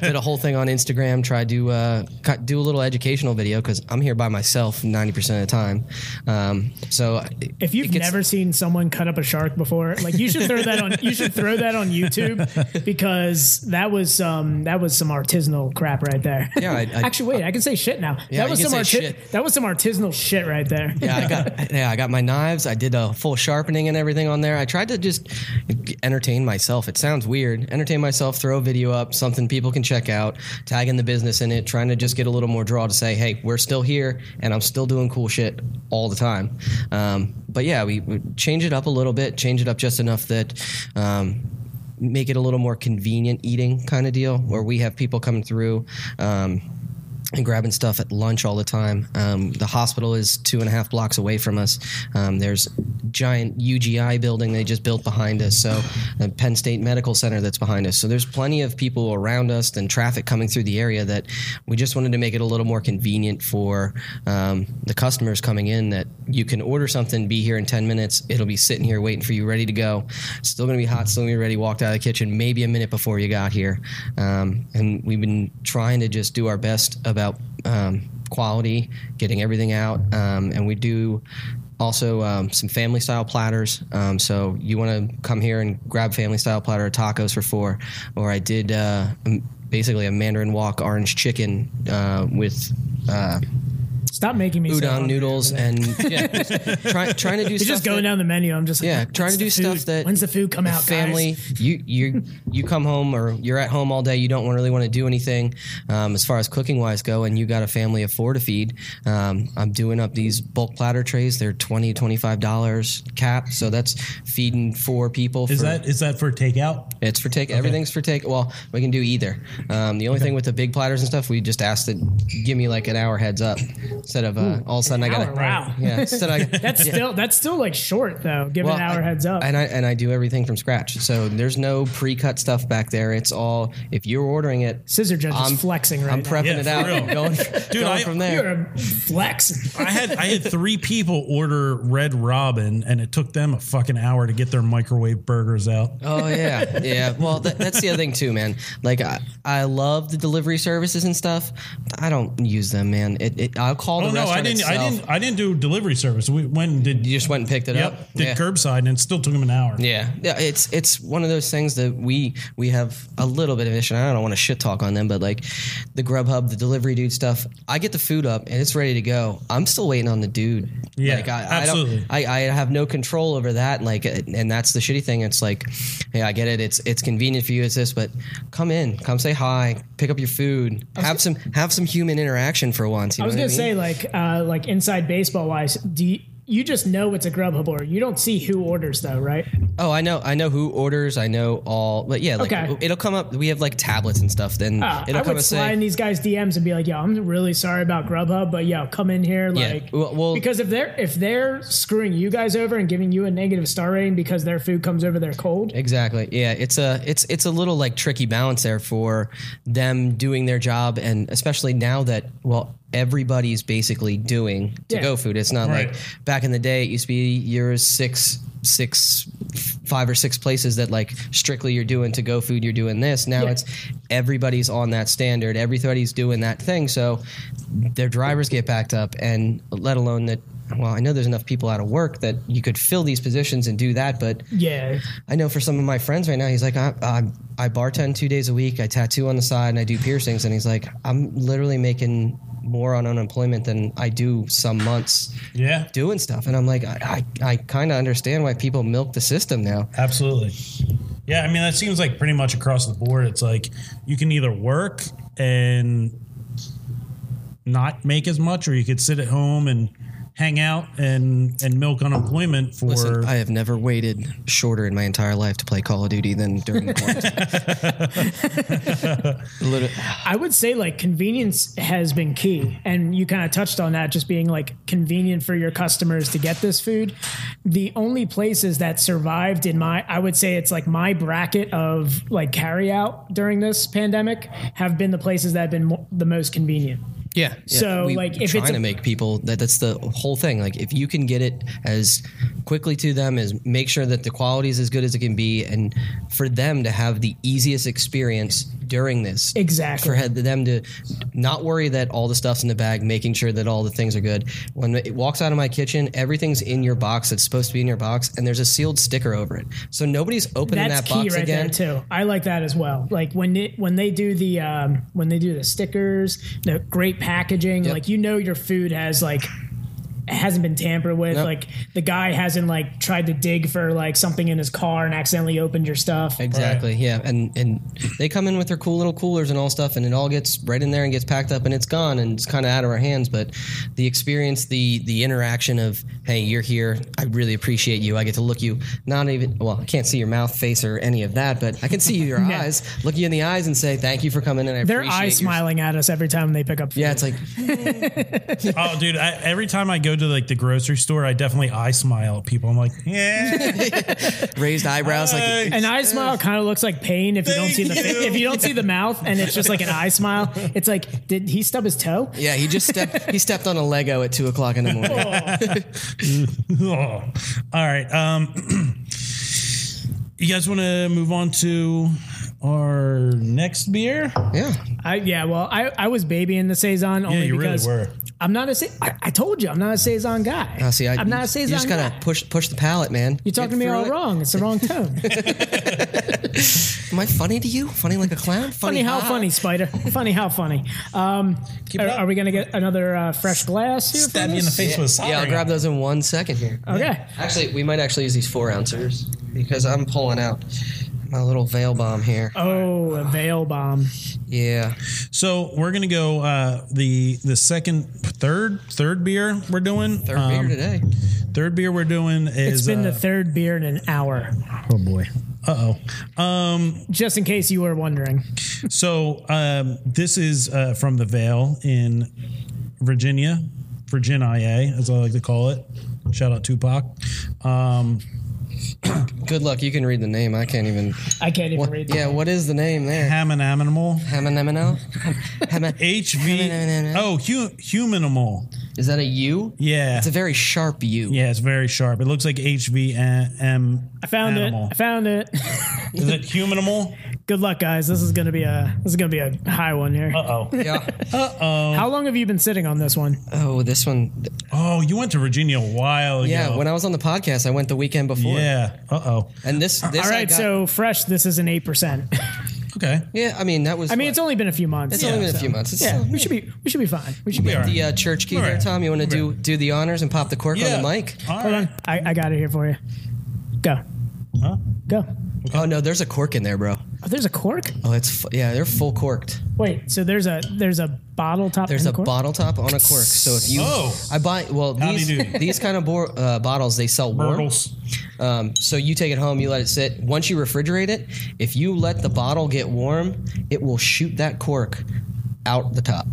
F: did a whole thing on Instagram. Tried to uh, cut- do a little educational video because I'm here by myself 90 percent of the time. Um, so it-
E: if you've
F: it gets-
E: never seen someone cut up a shark before, like you should throw that on. You should throw that on YouTube because that was some that was some artisanal crap right there.
F: Yeah, I- I-
E: actually, wait, I can say shit now.
F: Yeah,
E: that was
F: you can
E: some
F: say
E: arti-
F: shit.
E: that was some artisanal shit right there.
F: yeah, I got yeah, I got my knives. I did a full sharpening and everything on there. I tried to just entertain myself. It sounds weird. Entertain myself, throw a video up, something people can check out, tagging the business in it, trying to just get a little more draw to say, hey, we're still here and I'm still doing cool shit all the time. Um, but yeah, we, we change it up a little bit, change it up just enough that. Um, Make it a little more convenient eating kind of deal where we have people coming through. Um, and grabbing stuff at lunch all the time. Um, the hospital is two and a half blocks away from us. Um, there's giant UGI building they just built behind us. So the Penn State Medical Center that's behind us. So there's plenty of people around us and traffic coming through the area that we just wanted to make it a little more convenient for um, the customers coming in that you can order something, be here in 10 minutes. It'll be sitting here waiting for you, ready to go. Still going to be hot, still going to be ready. Walked out of the kitchen maybe a minute before you got here. Um, and we've been trying to just do our best about um, quality, getting everything out. Um, and we do also um, some family style platters. Um, so you want to come here and grab family style platter of tacos for four. Or I did uh, m- basically a Mandarin Walk orange chicken uh, with. Uh,
E: Stop making me so
F: udon
E: hungry
F: noodles
E: over there.
F: and yeah, just try, trying to do
E: It's
F: stuff
E: just going
F: that-
E: down the menu. I'm just like,
F: Yeah,
E: when's
F: trying to
E: the
F: do stuff
E: food?
F: that
E: When's the food come
F: the
E: out, guys?
F: Family, you you you come home or you're at home all day. You don't really want to do anything um, as far as cooking wise go, and you got a family of four to feed. Um, I'm doing up these bulk platter trays. They're 20 25 dollars cap, so that's feeding four people.
H: Is
F: for,
H: that is that for takeout?
F: It's for take. Everything's for take. Well, we can do either. Um, the only thing with the big platters and stuff, we just ask that give me like an hour heads up instead of uh, all of a sudden I got
E: hour, wow.
F: Yeah, instead I,
E: That's still that's still like short though. Give it an hour
F: I-
E: heads up.
F: And I and I do everything from scratch. So there's no pre-cut stuff back there. It's all if you're ordering it.
E: Scissor judge
F: I'm
E: is flexing right
F: I'm
E: now.
F: prepping
H: Yeah,
F: it
H: for
F: out,
H: real.
F: and going, going
H: I-
F: from
E: You're
F: there.
E: a flex.
H: I had I had three people order Red Robin, and it took them a fucking hour to get their microwave burgers out.
F: Oh yeah, yeah. Well, that, that's the other thing too, man. Like I, I love the delivery services and stuff. but I don't use them, man. It, it I'll call the
H: Oh no, I
F: restaurant
H: didn't.
F: itself.
H: I didn't. I didn't do delivery service. We when did
F: You just went and picked it up.
H: Yep, did
F: yeah.
H: curbside, and it still took them an hour.
F: Yeah, yeah, it's it's one of those things that we we have a little bit of issue. I don't want to shit talk on them, but like the Grubhub, the delivery dude stuff. I get the food up and it's ready to go. I'm still waiting on the dude.
H: Yeah,
F: like I,
H: absolutely.
F: I, don't, I I have no control over that. Like, and that's the shitty thing. It's like, yeah, I get it. It's it's convenient for you. It's this, but come in, come say hi, pick up your food, have some have some human interaction for once. You
E: I was gonna
F: know what I
E: say
F: mean?
E: like uh, like inside baseball wise, do you, you just know it's a Grubhub order? You don't see who orders though, right?
F: Oh, I know, I know who orders. I know all, but yeah, like
E: Okay.
F: it'll come up. We have like tablets and stuff. Then
E: Uh,
F: it'll
E: I
F: come
E: would
F: and
E: slide in
F: say,
E: these guys DMs and be like, "Yo, I'm really sorry about Grubhub, but yo, come in here,
F: Yeah.
E: like,
F: Well- well-
E: because if they're if they're screwing you guys over and giving you a negative star rating because their food comes over there cold,
F: exactly. Yeah, it's a it's it's a little like tricky balance there for them doing their job, and especially now that well everybody's basically doing to
E: Yeah.
F: go food. It's not
H: Right.
F: like back in the day it used to be your six six five or six places that like strictly you're doing to go food you're doing this now
E: Yeah.
F: it's everybody's on that standard everybody's doing that thing so their drivers get backed up and let alone that well i know there's enough people out of work that you could fill these positions and do that but
E: yeah,
F: I know for some of my friends right now, he's like, I, I, I bartend two days a week, I tattoo on the side, and I do piercings. And he's like, I'm literally making more on unemployment than I do some months
H: Yeah,
F: doing stuff. And I'm like, I, I, I kind of understand why people milk the system now.
H: absolutely. Yeah, I mean that seems like pretty much across the board. It's like you can either work and not make as much, or you could sit at home and hang out and and milk unemployment for.
F: Listen, I have never waited shorter in my entire life to play Call of Duty than during the quarantine. Literally-
E: I would say like convenience has been key, and you kind of touched on that, just being like convenient for your customers to get this food. The only places that survived in my, I would say it's like my bracket of like carry out during this pandemic have been the places that have been mo- the most convenient.
F: Yeah.
E: So, like, if it's
F: trying
E: a-
F: to make people that that's the whole thing. Like if you can get it as quickly to them as make sure that the quality is as good as it can be, and for them to have the easiest experience during this.
E: Exactly.
F: For had- them to not worry that all the stuff's in the bag, making sure that all the things are good. When it walks out of my kitchen, everything's in your box that's supposed to be in your box, and there's a sealed sticker over it. So nobody's opening
E: That's
F: that box
E: key right
F: again.
E: there too. I like that as well. Like when it, when they do the um, when they do the stickers, the great packaging.
F: Yep.
E: Like you know your food has like hasn't been tampered with.
F: Nope.
E: Like the guy hasn't like tried to dig for like something in his car and accidentally opened your stuff.
F: Exactly. Yeah, and and they come in with their cool little coolers and all stuff, and it all gets right in there and gets packed up, and it's gone, and it's kind of out of our hands. But the experience, the the interaction of, hey, you're here, I really appreciate you. I get to look you, not even well, I can't see your mouth, face, or any of that, but I can see your eyes, look you in the eyes, and say thank you for coming, and I
E: Their
F: appreciate
E: eyes
F: your-"
E: smiling at us every time they pick up. Food.
F: Yeah, it's like
H: oh, dude! I, every time I go to like the grocery store, I definitely I smile at people. I'm like, yeah,
F: raised eyebrows, like
E: An eye smile kind of looks like pain if you don't see the
H: Thank you.
E: if you don't see the mouth and it's just like an eye smile. It's like did he stub his toe?
F: yeah, he just stepped he stepped on a Lego at two o'clock in the morning.
H: Oh. All right. Um, you guys want to move on to our next beer?
F: Yeah,
E: I yeah, well, I, I was babying the saison only
H: you really
E: because
H: were.
E: I'm not a. Sa- I, I told you, I'm not a saison guy.
F: Uh, see, I,
E: am not a
F: You
E: saison
F: just gotta
E: guy.
F: push push the palate, man.
E: You're talking to
F: Get
E: me
F: through
E: all
F: it.
E: wrong. It's the wrong tone.
F: Am I funny to you? Funny like a clown?
E: funny how
F: ha.
E: funny, Spider. Funny how funny. Um,
D: Keep it
E: are,
D: up.
E: are we gonna get another uh, fresh glass here? for
D: Stab you in the
E: this?
D: face with a soldering
F: Yeah, I'll grab those in one second here.
E: Okay.
F: Actually, we might actually use these four ouncers because I'm pulling out my little veil bomb here.
E: Oh, a veil bomb.
F: Yeah.
D: So we're gonna go uh, the the second, third, third beer we're doing. um,
F: Third
E: Um,
F: beer today.
D: Third beer we're doing is.
E: It's been
D: uh,
E: the third beer in an hour,
I: Oh boy.
D: oh. Um,
E: just in case you were wondering.
D: so um, this is uh, from the Vale in Virginia, Virginia, as I like to call it. Shout out Tupac. Um,
F: Good luck. You can read the name. I can't even.
E: I can't even
F: What,
E: read.
F: yeah, what is the name there?
D: Ham and Animal.
F: Hamanamino?
D: HV. Oh, hu- Humanimal.
F: Is that a U?
D: Yeah.
F: It's a very sharp U.
D: yeah, it's very sharp. It looks like HVM.
E: I found
D: animal.
E: it. I found it.
D: Is it Humanimal?
E: Good luck, guys. This is gonna be a this is gonna be a high one here.
D: Uh oh.
F: Yeah.
E: How long have you been sitting on this one?
F: Oh, this one.
D: Oh, you went to Virginia a while ago.
F: Yeah, when I was on the podcast, I went the weekend before.
D: Yeah. Uh oh.
F: And this, this
E: All
F: I
E: right,
F: got-
E: so fresh. This is an eight percent.
D: Okay.
F: Yeah, I mean, that was.
E: I mean, it's only been a few months.
F: It's only been a few months. It's
E: Yeah,
F: still-
E: we should be we should be fine. We should be.
D: We are.
F: the uh, church key
D: All
F: there,
D: right.
F: Tom. You want to do do the honors and pop the cork on the mic?
D: All
E: Hold
D: right.
E: on, I, I got it here for you. Go,
D: Huh?
E: go.
F: Oh no, there's a cork in there, bro.
E: Oh, there's a cork.
F: Oh, it's fu- yeah, they're full corked.
E: Wait, so there's a there's a bottle top.
F: There's
E: and
F: a
E: cork?
F: bottle top on a cork. So if you,
D: Oh.
F: I buy well
D: How do
F: these
D: you do?
F: these kind of bor- uh, bottles they sell warm.
D: Myrtles.
F: Um, so you take it home, you let it sit. Once you refrigerate it, if you let the bottle get warm, it will shoot that cork out the top.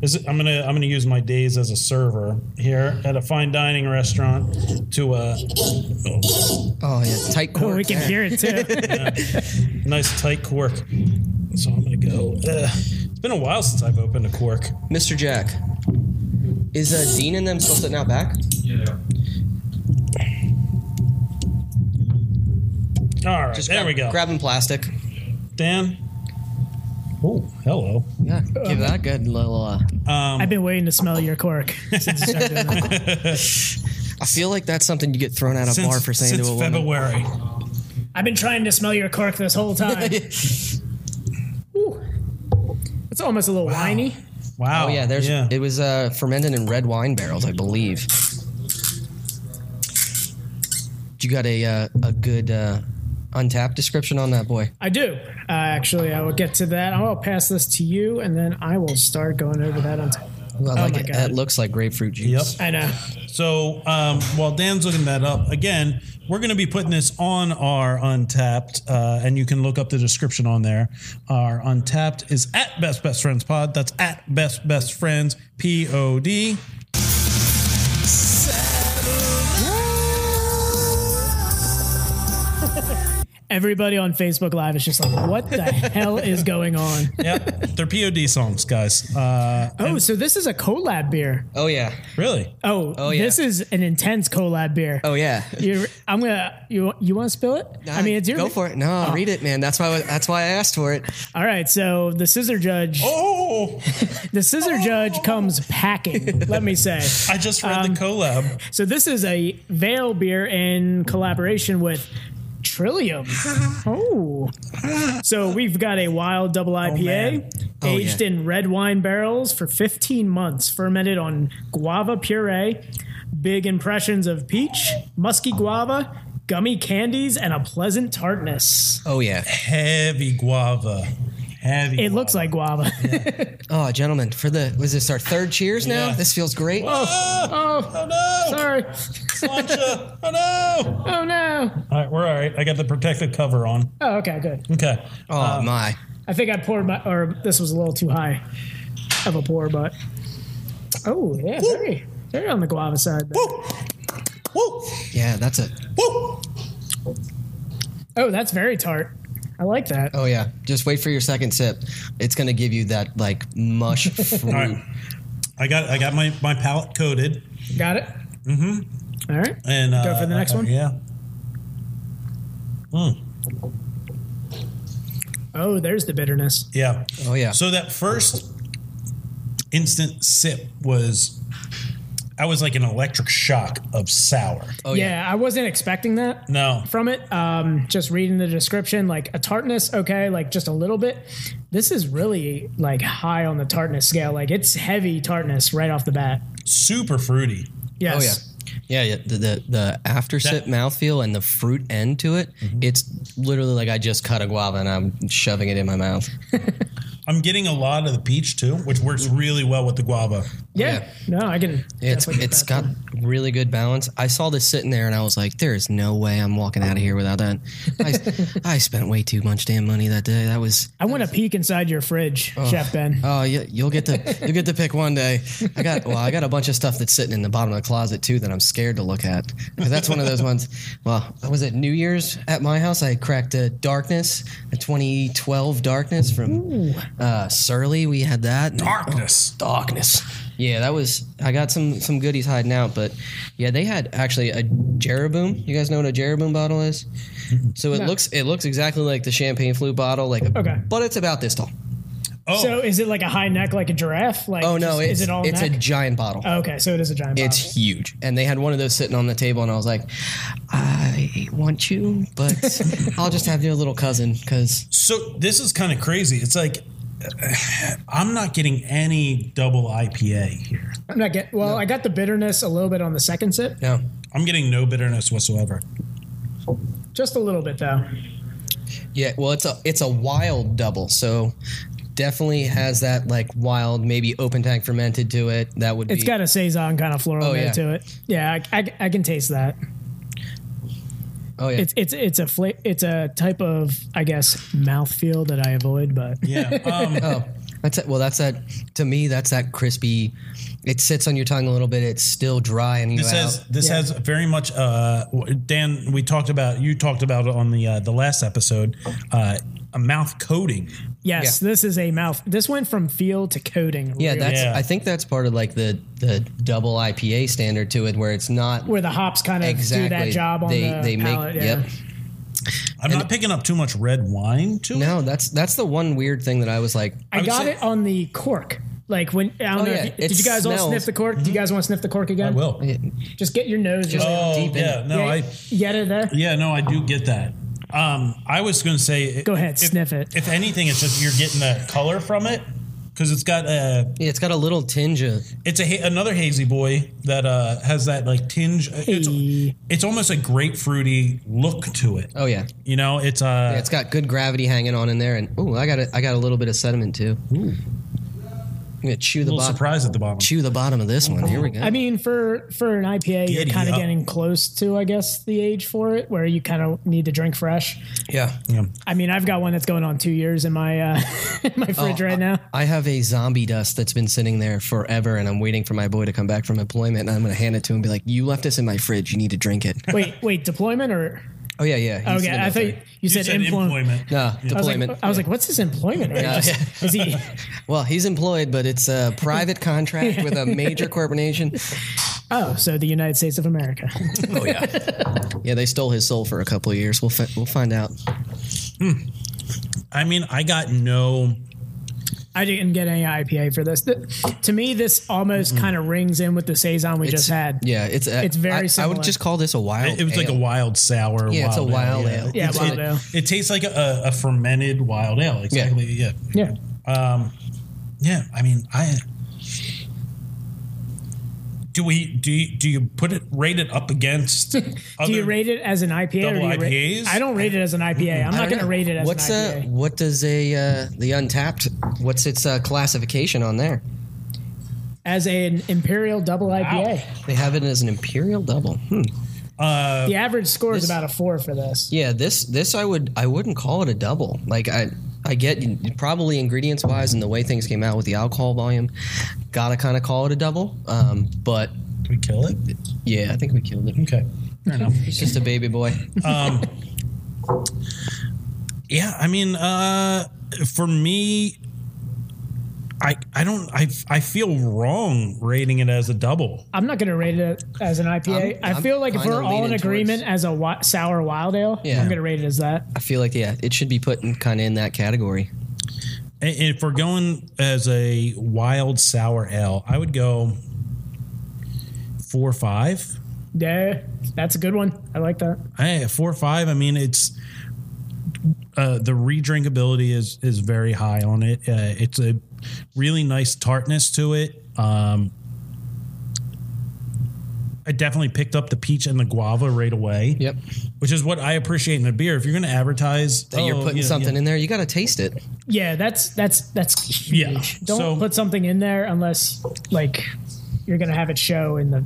D: Is it, I'm gonna I'm gonna use my days as a server here at a fine dining restaurant to uh, a
F: Oh yeah, tight cork.
E: Oh, we can hear it too.
D: nice tight cork. So I'm gonna go. Ugh. It's been a while since I've opened a cork.
F: Mr. Jack. Is uh, Dean and them still sitting out back?
G: Yeah.
D: All right, there
F: grab-
D: we go.
F: Grabbing plastic.
D: Dan. Oh, hello. Um,
F: Yeah, give that good little. Uh,
E: I've been waiting to smell your cork. Since you started doing that.
F: I feel like that's something you get thrown out of bar for saying
D: since
F: to a woman.
D: February.
E: I've been trying to smell your cork this whole time. Ooh. It's almost a little winey.
D: Wow.
F: Oh yeah, there's
D: yeah.
F: it was uh, fermented in red wine barrels, I believe. You got a uh, a good uh, untapped description on that boy.
E: I do. Uh, actually, I will get to that. I will pass this to you, and then I will start going over that on top.
F: Ooh, I like
E: Oh my
F: it.
E: God.
F: That looks like grapefruit
D: Yep.
F: juice.
E: I know.
D: So um, while Dan's looking that up, again, we're going to be putting this on our Untapped, uh, and you can look up the description on there. Our Untapped is at Best Best Friends Pod. That's at Best Best Friends P O D.
E: Everybody on Facebook Live is just like, "What the hell is going on?"
D: Yep, they're POD songs, guys. Uh,
E: Oh, so this is a collab beer.
F: Oh yeah.
D: really?
E: Oh,
F: yeah.
E: this is an intense collab beer.
F: Oh yeah.
E: You're, I'm gonna you you want to spill it? I mean, it's your Oh.
F: go for it. No, read it, man. That's why that's why I asked for it.
E: All right, so the scissor judge,
D: Oh,
E: the scissor judge comes packing. let me say.
D: I just read
E: Um,
D: the collab.
E: So this is a Vale beer in collaboration with Trillium. oh, so we've got a wild double IPA. Aged
F: yeah.
E: in red wine barrels for 15 months, fermented on guava puree, big impressions of peach, musky guava, gummy candies, and a pleasant tartness.
F: Oh yeah.
D: Heavy guava. Heavy.
E: It looks like guava.
F: Oh, gentlemen, for the was this our third cheers now?
D: Yeah.
F: This feels great.
E: oh,
D: Oh
E: sorry.
D: no! Slancha. Oh no!
E: Oh no.
D: All right, we're all right. I got the protective cover on.
E: Oh, okay, good.
D: Okay.
F: Oh my.
E: I think I poured my, or this was a little too high of a pour, but oh yeah, very, very on the guava side. there.
D: Woo!
F: Yeah, that's it.
D: Woo!
E: Oh, that's very tart. I like that.
F: Oh yeah. Just wait for your second sip. It's gonna give you that like mush fruit.
D: All right. I got I got my my palate coated
E: Got it. Mm-hmm. All right.
D: and uh,
E: Go for the next
D: uh,
E: one?
D: Yeah. Mm,
E: Oh, there's the bitterness.
D: yeah.
F: Oh yeah.
D: So that first instant sip was, I was like an electric shock of sour.
F: Oh
E: yeah. I wasn't expecting that
D: No,
E: from it. Um, just reading the description, like a tartness, okay, like just a little bit. This is really like high on the tartness scale. Like it's heavy tartness right off the bat.
D: super fruity.
F: Oh yeah.
E: Yes.
F: Yeah, yeah. The the, the after sip mouthfeel and the fruit end to it, it's literally like I just cut a guava and I'm shoving it in my mouth.
D: I'm getting a lot of the peach too, which works really well with the guava.
E: yeah. No, I can.
F: Oh, It's
E: definitely get
F: it's
E: that.
F: got really good balance. I saw this sitting there and I was like, there is no way I'm walking out of here without that. I, I spent way too much damn money that day. That was
E: I want to peek inside your fridge, Chef Ben.
F: Oh, yeah, you'll get to you'll get to pick one day. I got well, I got a bunch of stuff that's sitting in the bottom of the closet too that I'm scared to look at. 'Cause that's one of those ones. Well, was it New Year's at my house? I cracked a Darkness, a 2012 Darkness from uh, Surly. We had that oh,
D: Darkness.
F: darkness. Yeah, that was. I got some some goodies hiding out, but yeah, they had actually a Jeroboam. You guys know what a Jeroboam bottle is? So it looks it looks exactly like the champagne flute bottle, like a,
E: Okay.
F: but it's about this tall.
D: Oh,
E: So is it like a high neck, like a giraffe? Like
F: Oh no,
E: just-
F: it's
E: is it all
F: it's
E: neck?
F: a giant bottle.
E: okay, so it is a giant.
F: It's
E: bottle.
F: huge, and they had one of those sitting on the table, and I was like, "I want you, but I'll just have your little cousin because
D: so this is kind of crazy. It's like I'm not getting any double IPA here.
E: I'm not getting. Well, I got the bitterness a little bit on the second sip,
F: no,
D: I'm getting no bitterness whatsoever.
E: just a little bit though.
F: Yeah, well, it's a it's a wild double, so definitely has that like wild, maybe open tank fermented to it. That would
E: It's
F: be
E: got a saison kind of floral
F: Oh,
E: note
F: yeah.
E: to it. Yeah, I, I, I can taste that.
F: oh yeah,
E: It's it's it's a fla- it's a type of I guess mouthfeel that I avoid, but
D: Yeah. Um,
F: oh that's it. Well, that's that to me. That's that crispy. It sits on your tongue a little bit. It's still dry and you
D: This
F: out.
D: has this
E: Yeah.
D: has very much uh, w- Dan. We talked about you talked about it on the uh, the last episode uh, a mouth coating.
E: yes, this is a mouth. This went from feel to coating.
F: yeah,
E: really,
F: that's.
D: Yeah.
F: I think that's part of like the the double IPA standard to it, where it's not
E: where the hops kind of
F: exactly
E: do that job on
F: they
E: the
F: they make.
E: palate. yeah.
F: Yep.
D: I'm not picking up too much red wine to it.
F: No, that's that's the one weird thing that I was like.
E: I,
D: would
E: got
D: say-
E: it on the cork. Like when I don't
F: Oh,
E: know. if
F: yeah,
E: you,
F: it
E: did you guys all
F: smells.
E: sniff the cork? Do you guys want to sniff the cork again?
D: Mm-hmm. I will.
E: Just get your nose. Just
D: Oh
F: deep in
D: yeah,
F: it.
D: no,
E: yeah,
D: I
E: get it there.
D: yeah, no, I do get that. Um, I was going to say,
E: Go ahead,
D: if-
E: sniff it.
D: If anything, it's just you're getting the color from it because it's got a
F: Yeah, it's got a little tinge of
D: it's a ha- another hazy boy that uh, has that like tinge. uh, It's,
E: Hey.
D: it's almost a grapefruity look to it.
F: oh yeah,
D: You know, it's uh,
F: Yeah, it's got good gravity hanging on in there, and oh, I got a, I got a little bit of sediment too. I'm gonna chew
D: a
F: the
D: little
F: bottom.
D: surprise at the bottom.
F: Chew the bottom of this one. Here we go.
E: I mean, for for an IPA, you're
D: Giddy
E: kind of
D: up.
E: getting close to, I guess, the age for it, where you kind of need to drink fresh.
F: yeah.
D: Yeah.
E: I mean, I've got one that's going on two years in my uh, in
D: Oh,
E: my fridge
D: uh,
E: right now.
F: I have a zombie dust that's been sitting there forever, and I'm waiting for my boy to come back from employment, and I'm gonna hand it to him and be like, "You left this in my fridge. You need to drink it."
E: Wait, wait, deployment or
F: oh yeah, yeah. he's
E: okay?
F: sitting
E: I
F: out
E: thought
F: there.
E: you, said,
D: said
E: employ-
D: employment.
F: Nah,
E: I was
F: deployment.
E: like, I was like, what's his employment? rate?
F: Yeah, yeah.
E: Is he?
F: well, he's employed, but it's a private contract with a major corporation.
E: Oh, so the United States of America.
F: Oh yeah, yeah. They stole his soul for a couple of years. We'll fi- we'll find out.
D: I mean, I got no.
E: I didn't get any IPA for this. Th- to me, this almost kind of rings in with the saison we just had.
F: Yeah, Mm-hmm. it's a,
E: It's very
F: I, I
E: similar.
F: would just call this a wild.
D: It was like a
F: ale.
D: wild sour.
F: Yeah, it's a wild ale.
E: Yeah,
D: It's-
E: wild
D: it,
E: ale.
D: It tastes like a, a fermented wild ale. Exactly. Yeah. yeah.
E: Yeah.
D: I mean, I. Do we do you, do you put it rate it up against?
E: Do you rate it as an IPA? or do
D: Double
E: you rate-
D: IPAs?
E: I don't rate it as an IPA. I'm
F: I
E: not
F: don't
E: going to
F: know.
E: rate it as
F: what's
E: an IPA.
F: uh what does a uh, the untapped what's its uh, classification on there?
E: as an imperial double IPA.
F: They have it as an imperial double. Hmm.
D: uh,
E: The average score is
F: This-
E: about a four for this.
F: Yeah, this this I would I wouldn't call it a double. Like I I get probably ingredients wise and the way things came out with the alcohol volume, gotta kind of call it a double. Um, but
D: Did we kill it?
F: yeah, I think we killed it.
D: Okay. Fair enough.
F: It's just a baby boy.
D: Yeah, I mean, uh, for me, I I don't I I feel wrong rating it as a double.
E: I'm not going to rate it as an IPA. i
F: I'm- I'm
E: feel like if
F: kinda
E: we're all in
F: leaning
E: agreement as a wi- sour wild ale,
F: Yeah.
E: I'm going to rate it as that.
F: I feel like yeah, it should be put in kind of in that category.
D: i- if we're going as a wild sour ale, I would go four or five.
E: Yeah, that's a good one. I like that.
D: I, four or five. I mean, it's uh, the redrinkability is is very high on it. Uh, it's a really nice tartness to it. Um, I definitely picked up the peach and the guava right away.
F: Yep.
D: which is what I appreciate in a beer. If you're going to advertise Oh,
F: That you're putting something in there, you got to taste it.
E: Yeah, that's that's that's huge.
D: Yeah,
E: Don't
D: so-
E: put something in there unless like you're gonna have it show in the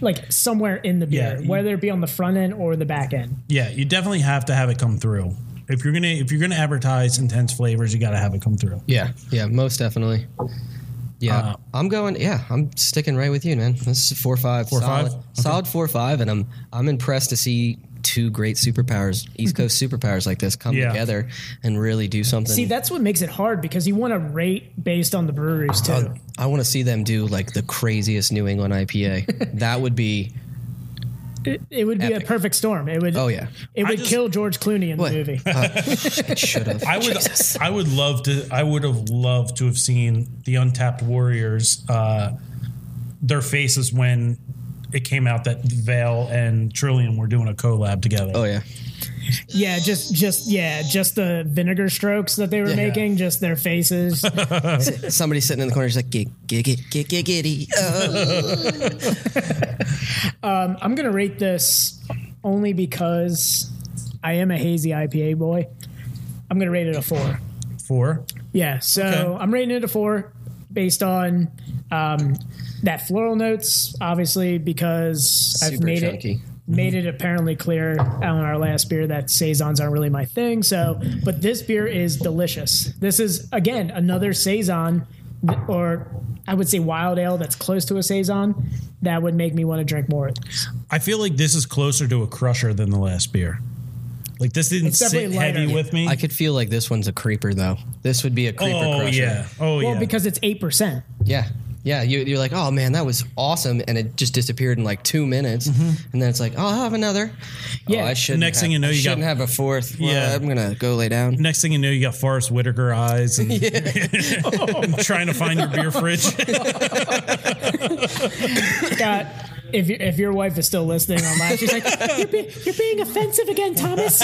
E: like somewhere in the beer,
D: Yeah, you-
E: whether it be on the front end or the back end.
D: yeah, you definitely have to have it come through. If you're gonna if you're gonna advertise intense flavors, you got to have it come through.
F: Yeah, yeah, most definitely. Yeah,
D: Uh,
F: I'm going. Yeah, I'm sticking right with you, man. This is four five,
D: Four,
F: solid,
D: five? Okay.
F: solid four five, and I'm I'm impressed to see two great superpowers, East Coast superpowers like this, come
D: Yeah.
F: together and really do something.
E: See, that's what makes it hard because you want to rate based on the breweries too.
F: I, want to see them do like the craziest New England IPA. that would be
E: it, it would be
F: Epic.
E: a perfect storm. It would.
F: oh yeah,
E: It would
D: just-
E: kill George Clooney in
F: What?
E: the movie.
F: it should have.
D: I would I would love to I would have loved to have seen the Untapped Warriors uh, their faces when it came out that Vale and Trillium were doing a collab together.
F: Oh yeah,
E: yeah, just just yeah, just the vinegar strokes that they were making, just their faces.
F: somebody sitting in the corner is like gig gig gig gig giddy. Oh.
E: I'm gonna rate this only because I am a hazy IPA boy. I'm gonna rate it a four.
D: Four.
E: Yeah, so
D: Okay.
E: I'm rating it a four based on um, that floral notes, obviously because I've
F: Super
E: made
F: chunky.
E: it made it apparently clear on our last beer that saisons aren't really my thing. So, but this beer is delicious. This is again another saison, th- or I would say wild ale that's close to a saison. That would make me want to drink more.
D: I feel like this is closer to a crusher than the last beer. Like this didn't
E: It's
D: sit
E: definitely lighter.
D: heavy with me.
F: I could feel like this one's a creeper though. This would be a creeper
D: oh
F: crusher.
D: yeah. Oh
E: Well,
D: yeah.
E: because it's eight percent.
F: Yeah. Yeah. You, you're like, oh man, that was awesome. And it just disappeared in like two minutes. And then it's like, oh, I'll have another.
E: Yeah.
F: Oh, I shouldn't
D: Next
F: have-
D: thing you know,
F: I
D: you got-
F: shouldn't have a fourth. Well,
D: Yeah.
F: I'm going to go lay down.
D: Next thing you know, you got Forrest Whitaker eyes and, and trying to find your beer fridge.
E: Scott, if your if your wife is still listening online, she's like, you're, be- you're being offensive again, Thomas.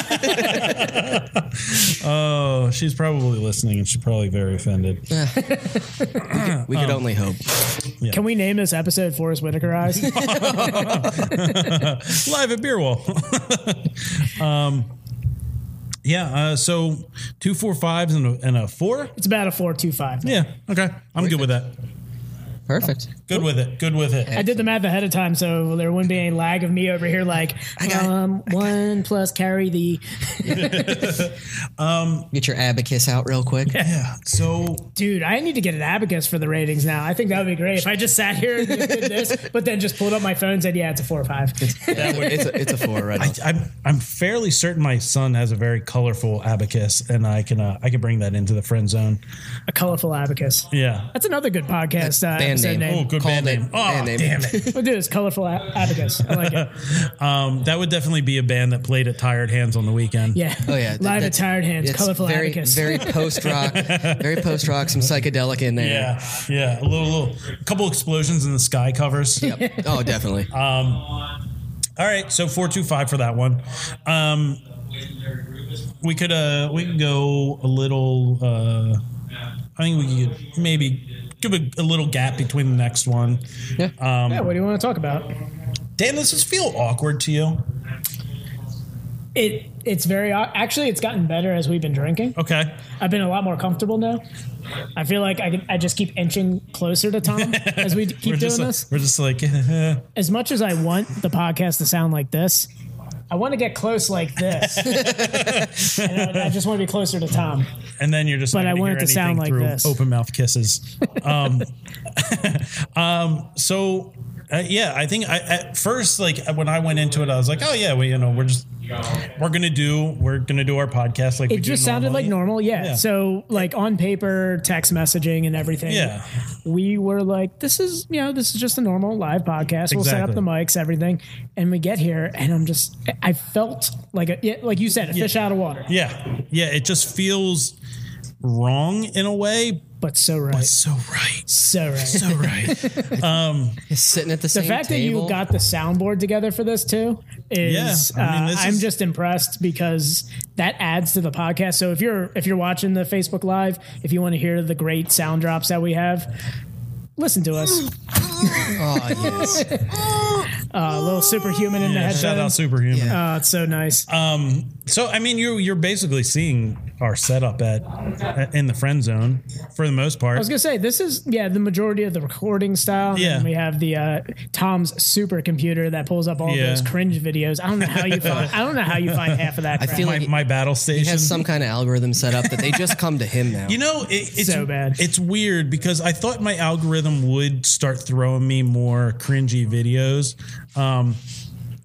D: oh, she's probably listening and she's probably very offended.
F: We could only hope.
E: Can we name this episode Forrest Whitaker Eyes?
D: live at beer wall um yeah uh so two four fives and a, and a four
E: it's about a four two five.
D: yeah okay i'm good with that
F: Perfect.
D: good with it good with it
E: I did the math ahead of time, so there wouldn't be any lag of me over here. Like, um, one plus carry the.
F: Get your abacus out real quick.
D: yeah so
E: Dude, I need to get an abacus for the ratings now. I think that would be great if I just sat here and just did this, but then just pulled up my phone and said, "Yeah, it's a four or five.
F: it's, a, it's a four right off.
D: i'm i'm fairly certain my son has a very colorful abacus and i can uh, i can bring that into the friend zone
E: a colorful abacus."
D: yeah
E: That's another good podcast uh,
F: Band
E: episode
F: name.
E: name.
D: Oh, good
F: Called
D: band
F: it
D: name. Oh,
F: band name.
D: damn it.
E: We'll do this colorful a- abacus. I like it.
D: Um, that would definitely be a band that played at Tired Hands on the weekend.
E: Yeah.
F: Oh
E: Live
F: yeah,
E: at
F: That's-
E: Tired Hands,
F: it's
E: colorful
F: very,
E: abacus.
F: Very post rock, very post rock, some psychedelic in there.
D: Yeah, yeah, a little, little, couple explosions in the sky covers. Um,
F: Yep. Oh, definitely.
D: Uh, All right, so four two five for that one. Um, we could uh we could go a little. Uh, I think we could maybe give a, a little gap between the next one.
E: yeah, what do you want to talk about?
D: Dan, does this feel awkward to you?
E: It it's very au- actually it's gotten better as we've been drinking.
D: Okay,
E: I've been a lot more comfortable now. I feel like I can, I just keep inching closer to Tom as we d- keep
D: we're
E: doing
D: just like,
E: this.
D: we're just like
E: As much as I want the podcast to sound like this, I want to get close like this. and I, I just want to be closer to Tom.
D: and then you're just.
E: But
D: not
E: I
D: gonna
E: want
D: hear
E: it to sound
D: anything
E: like
D: through
E: this.
D: Open mouth kisses. Um, um, so. Uh, yeah, I think I, at first, like when I went into it, I was like, "Oh yeah, we, you know, we're just we're gonna do we're gonna do our podcast like we
E: It
D: do
E: just sounded like
D: normally."
E: normal, yeah.
D: Yeah.
E: So like on paper, text messaging and everything.
D: Yeah,
E: we were like, this is, you know, this is just a normal live podcast. We'll set
D: Exactly.
E: up the mics, everything. And we get here and I'm just, I felt like, a, yeah, like you said, a fish out of water.
D: Yeah, yeah. It just feels wrong in a way,
E: but so right.
D: but so right.
E: so right.
D: So right.
F: Sitting at the,
E: the
F: same
E: fact
F: table.
E: that you got the soundboard together for this too is
D: Yeah, I mean,
E: uh,
D: this
E: I'm
D: is-
E: just impressed because that adds to the podcast. So if you're if you're watching the Facebook live, if you want to hear the great sound drops that we have, listen to us.
F: Oh, yes.
E: Uh, a little superhuman in the
D: Shout out
E: headphones.
D: Superhuman.
E: Oh, it's so nice.
D: So I mean, you you're basically seeing our setup at, at in the friend zone for the most part.
E: I was gonna say this is yeah the majority of the recording style.
D: Yeah.
E: and we have the uh, Tom's supercomputer that pulls up all
D: Yeah.
E: those cringe videos. I don't know how you find I don't know how you find half of that.
F: I
E: crap.
F: feel
D: my,
F: like
D: my battle
F: he
D: station
F: has some kind of algorithm set up that they just come to him now.
D: You know, it, it's
E: So bad.
D: It's weird because I thought my algorithm would start throwing me more cringy videos, um,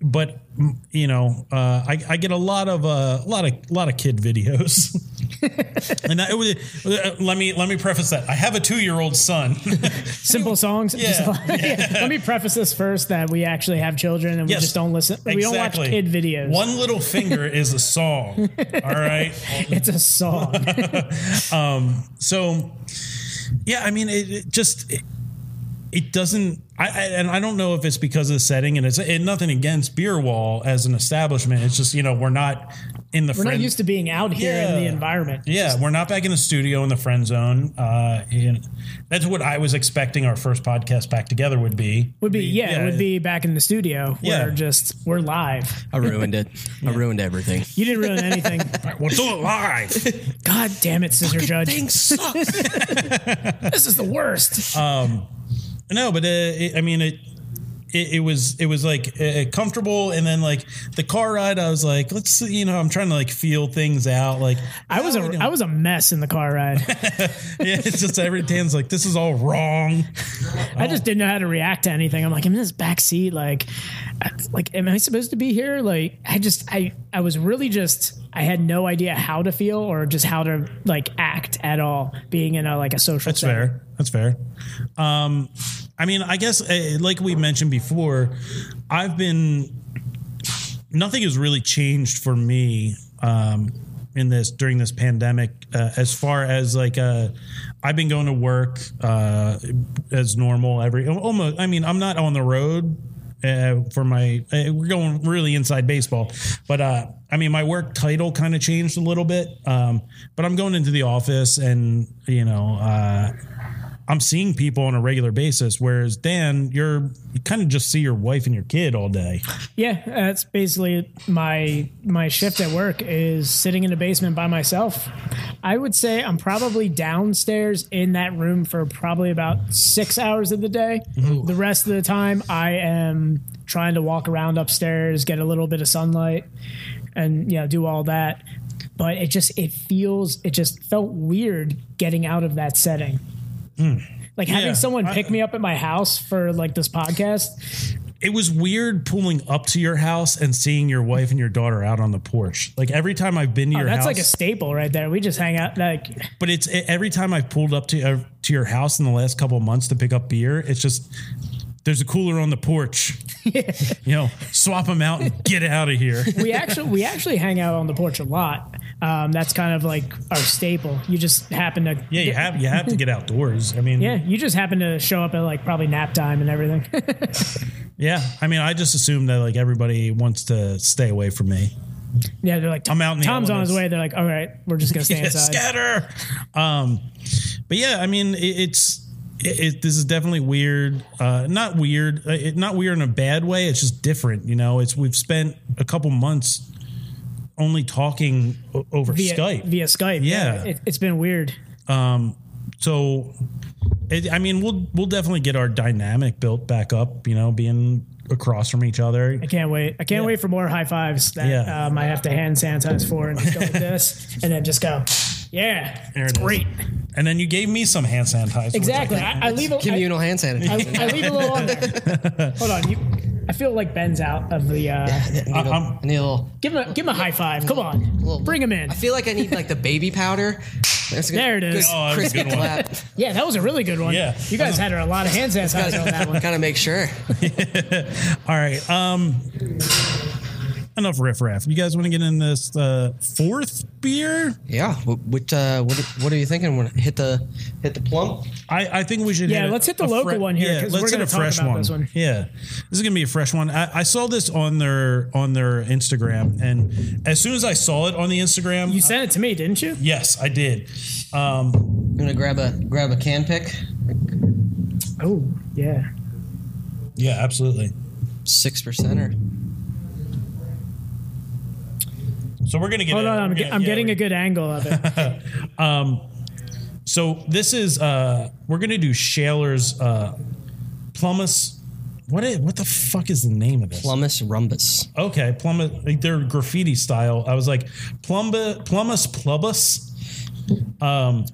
D: but mm, you know, uh, I, I get a lot of a uh, lot of lot of kid videos. and I, it was, uh, let me let me preface that I have a two year old son.
E: simple songs. Just
D: Yeah.
E: like- Let me preface this first that we actually have children and
D: Yes.
E: we just don't listen. We don't watch
D: Exactly.
E: kid videos.
D: One little finger is a song. All right.
E: It's a song.
D: So, yeah, I mean, it, it just it, it doesn't. I, I and I don't know if it's because of the setting, and it's and nothing against Beer Wall as an establishment. It's just you know we're not in the
E: We're not used to being out here in
D: Yeah.
E: the environment.
D: Yeah, we're not back in the studio in the friend zone. Uh, and that's what I was expecting our first podcast back together would be.
E: Would be yeah, it would be back in the studio.
D: Yeah.
E: Yeah, we're just we're live.
F: I ruined it. I ruined everything.
E: You didn't ruin anything.
D: We'll do it live.
E: God damn it, Scissor Judge.
F: sucks.
E: This is the worst.
D: No, but uh, it, I mean it, it. It was it was like uh, comfortable, and then like the car ride, I was like, let's see, you know, I'm trying to like feel things out. Like
E: I was a I was a mess in the car ride.
D: yeah, it's just every Dan's like, this is all wrong.
E: I just didn't know how to react to anything. I'm like, I'm in this back seat. Like, I- like, am I supposed to be here? Like, I just, I, I was really just, I had no idea how to feel or just how to like act at all. Being in a like a social.
D: That's fair. That's fair. Um, I mean, I guess uh, like we mentioned before, I've been nothing has really changed for me um, in this during this pandemic. Uh, as far as like, uh, I've been going to work uh, as normal every almost. I mean, I'm not on the road uh, for my. Uh, we're going really inside baseball, but uh, I mean, my work title kind of changed a little bit. Um, but I'm going into the office, and you know. Uh, I'm seeing people on a regular basis, whereas Dan, you're you kind of just see your wife and your kid all day.
E: Yeah, that's basically my my shift at work is sitting in the basement by myself. I would say I'm probably downstairs in that room for probably about six hours of the day. The rest of the time, I am trying to walk around upstairs, get a little bit of sunlight, and you know do all that. But it just it feels it just felt weird getting out of that setting. Like having
D: Hmm. Yeah,
E: someone
D: I-
E: pick me up at my house for like this podcast.
D: it was weird pulling up to your house and seeing your wife and your daughter out on the porch. Like every time I've been to your
E: Oh, That's
D: house,
E: like a staple right there. We just hang out like
D: but it's e, every time I've pulled up to uh, to your house in the last couple of months to pick up beer. It's just there's a cooler on the porch. you know, swap them out and get out of here.
E: we actually we actually hang out on the porch a lot. Um, that's kind of like our staple. You just happen to
D: Yeah, you have you have to get outdoors. I mean,
E: yeah, you just happen to show up at like probably nap time and everything.
D: yeah. I mean, I just assume that like everybody wants to stay away from me.
E: yeah, they're like
D: I'm out in the
E: Tom's on his
D: elements.
E: way. They're like, all right, we're just gonna stay
D: Yeah,
E: inside.
D: scatter. Um, but yeah, I mean, it, it's it, it, this is definitely weird. Uh, not weird. uh, It, not weird in a bad way. It's just different. You know, it's we've spent a couple months only talking o- over
E: via
D: Skype.
E: via Skype.
D: Yeah.
E: it, it's been weird.
D: so, it, I mean, we'll we'll definitely get our dynamic built back up. You know, being across from each other.
E: I can't wait. I can't wait for more high fives that
D: Yeah.
E: um, I have to hand sanitize for and just go like this, and then just go, yeah,
D: There it
E: it's
D: is.
E: great.
D: And then you gave me some hand sanitizer. which I
E: Exactly. I, I leave. a- I-
F: Communal hand sanitizer.
E: I leave a little on there. Hold on. You, I feel like Ben's out of the. Uh,
F: I need a-
D: I'm-
F: I need a little.
E: give him a give him a high five. Come on, bring him in.
F: I feel like I need like the baby powder. There's a good-
E: There it is.
F: good
D: Oh, that was a
F: crispy
D: good one.
F: clap.
E: Yeah, that was a really good one.
D: Yeah.
E: you guys had a lot of hand sanitizer on that one.
F: Gotta make sure.
D: All right. Um, enough riffraff. You guys want to get in this uh, fourth beer?
F: Yeah. What what, uh, what what are you thinking? Wanna hit the hit the plump?
D: I, I think we should.
E: Yeah,
D: hit a-
E: let's hit the
D: a
E: local one here, 'cause
D: let's
E: we're
D: hit
E: gonna
D: a
E: talk
D: fresh
E: about
D: one.
E: this one.
D: Yeah, this is gonna be a fresh one. I, I saw this on their on their Instagram, and as soon as I saw it on the Instagram,
E: You sent it to me, didn't you?
D: yes, I did. Um,
F: You want to grab a grab a can pick?
E: Oh, yeah.
D: yeah, absolutely.
F: Six percenter.
D: So we're gonna get.
E: Hold
D: it.
E: on, I'm,
D: We're
E: ge-
D: gonna-
E: I'm
D: yeah,
E: getting
D: we're-
E: a good angle of it.
D: So this is uh, we're gonna do Shaler's uh, Plumas. What is, what the fuck is the name of this?
F: Plumus rhombus.
D: Okay, Plumas. Like they're graffiti style. I was like Plumba Plumas Plubus. Um,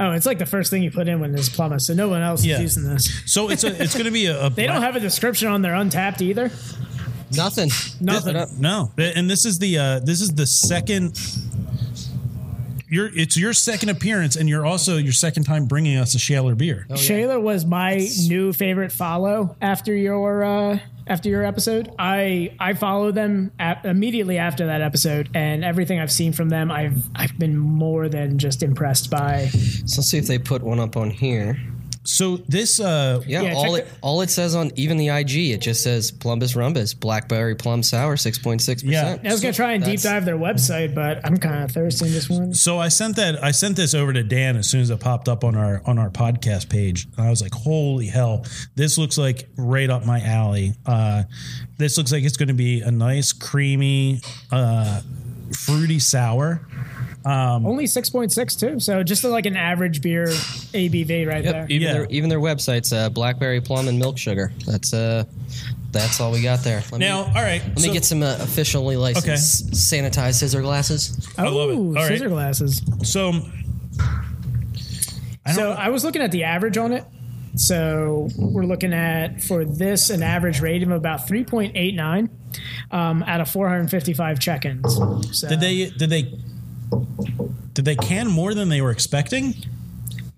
E: Oh, it's like the first thing you put in when there's plumbus, so no one else
D: Yeah.
E: is using this.
D: so it's a, it's gonna be a. a
E: They don't have a description on their untapped either.
F: Nothing.
E: Nothing.
D: No, and this is the uh, this is the second. Your it's your second appearance, and you're also your second time bringing us a Shaler beer.
E: Shaler was my new favorite follow after your uh, after your episode. I I follow them at, immediately after that episode, and everything I've seen from them, I've I've been more than just impressed by.
F: So let's see if they put one up on here.
D: So this uh,
F: Yeah,
E: Yeah,
F: all
E: check
F: it all it says on even the IG, it just says Plumbus Rumbus, Blackberry Plum Sour, six point six percent.
E: I was gonna try and deep dive their website, but I'm kind of thirsty in this one.
D: So I sent that I sent this over to Dan as soon as it popped up on our on our podcast page. And I was like, "Holy hell, this looks like right up my alley. Uh, this looks like it's going to be a nice, creamy, uh, fruity sour."
E: Only six point six two, so just like an average beer ABV right there.
F: Even
D: Yeah.
F: their even their website's uh, Blackberry Plum and Milk Sugar. That's uh that's all we got there. Let
D: Now, all
F: me,
D: right,
F: let me get some uh, officially licensed sanitized scissor glasses.
E: Oh,
D: love it. All
E: scissor
D: right.
E: glasses.
D: so. I
E: So
D: don't,
E: I was looking at the average on it. So we're looking at for this an average rate of about 3.89 um, out of 455 check-ins. So,
D: did they did they did they can more than they were expecting?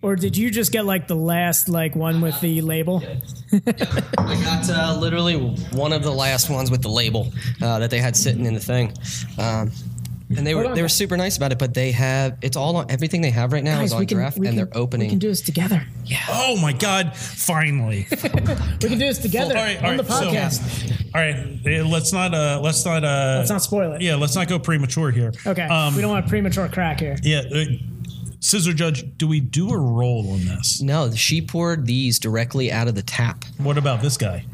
E: or did you just get like the last like one with the label?
F: I got uh, literally one of the last ones with the label uh, that they had sitting in the thing. Um, and they were
E: on.
F: they were super nice about it, but they have it's all on everything they have right now is on draft and they're opening.
E: We can do this together.
D: Oh my god! Finally.
E: We can do this together
D: All right, all
E: on the
D: right, so-
E: podcast.
D: all right, eh, let's not uh, let's not uh,
E: Let's not spoil it.
D: Yeah, let's not go premature here.
E: Okay.
D: Um,
E: we don't want premature crack here.
D: yeah. Uh, Scissor Judge, do we do a roll on this?
F: no, she poured these directly out of the tap
D: What about this guy?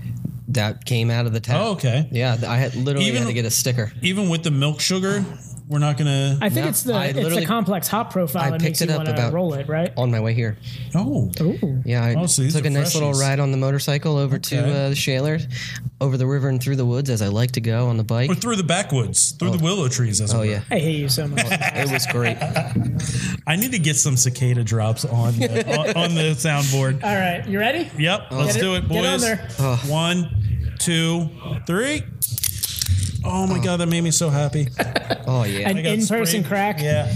F: that came out of the tap.
D: Oh, okay.
F: Yeah, th- I had literally
D: Even-
F: had to get a sticker.
D: Even with the milk sugar, we're not gonna.
E: I think
F: No,
E: it's the
F: I
E: it's the
F: literally-
E: complex hop profile
F: I
E: that
F: picked
E: makes
F: it
E: you
F: up
E: want to
F: about-
E: roll it, right?
F: on my way here.
D: oh,
E: Ooh.
F: Yeah, I
D: Oh, so these
F: took
D: are
F: a nice little
D: freshies.
F: ride on the motorcycle over
D: Okay.
F: to uh, the Shaler, over the river and through the woods as I like to go on the bike.
D: or through the backwoods, through the willow trees. As it
F: Oh
D: were.
F: yeah,
E: I hate you so much.
F: it was great.
D: I need to get some cicada drops on the, on, on the soundboard.
E: All right, you ready?
D: Yep,
F: Oh.
D: let's
E: Get it-
D: do it,
E: get on
D: boys.
E: there.
D: One, two, three. Oh my god, that made me so happy.
F: Oh yeah.
E: An
D: I got
E: in-person
D: sprayed-
E: crack.
D: Yeah.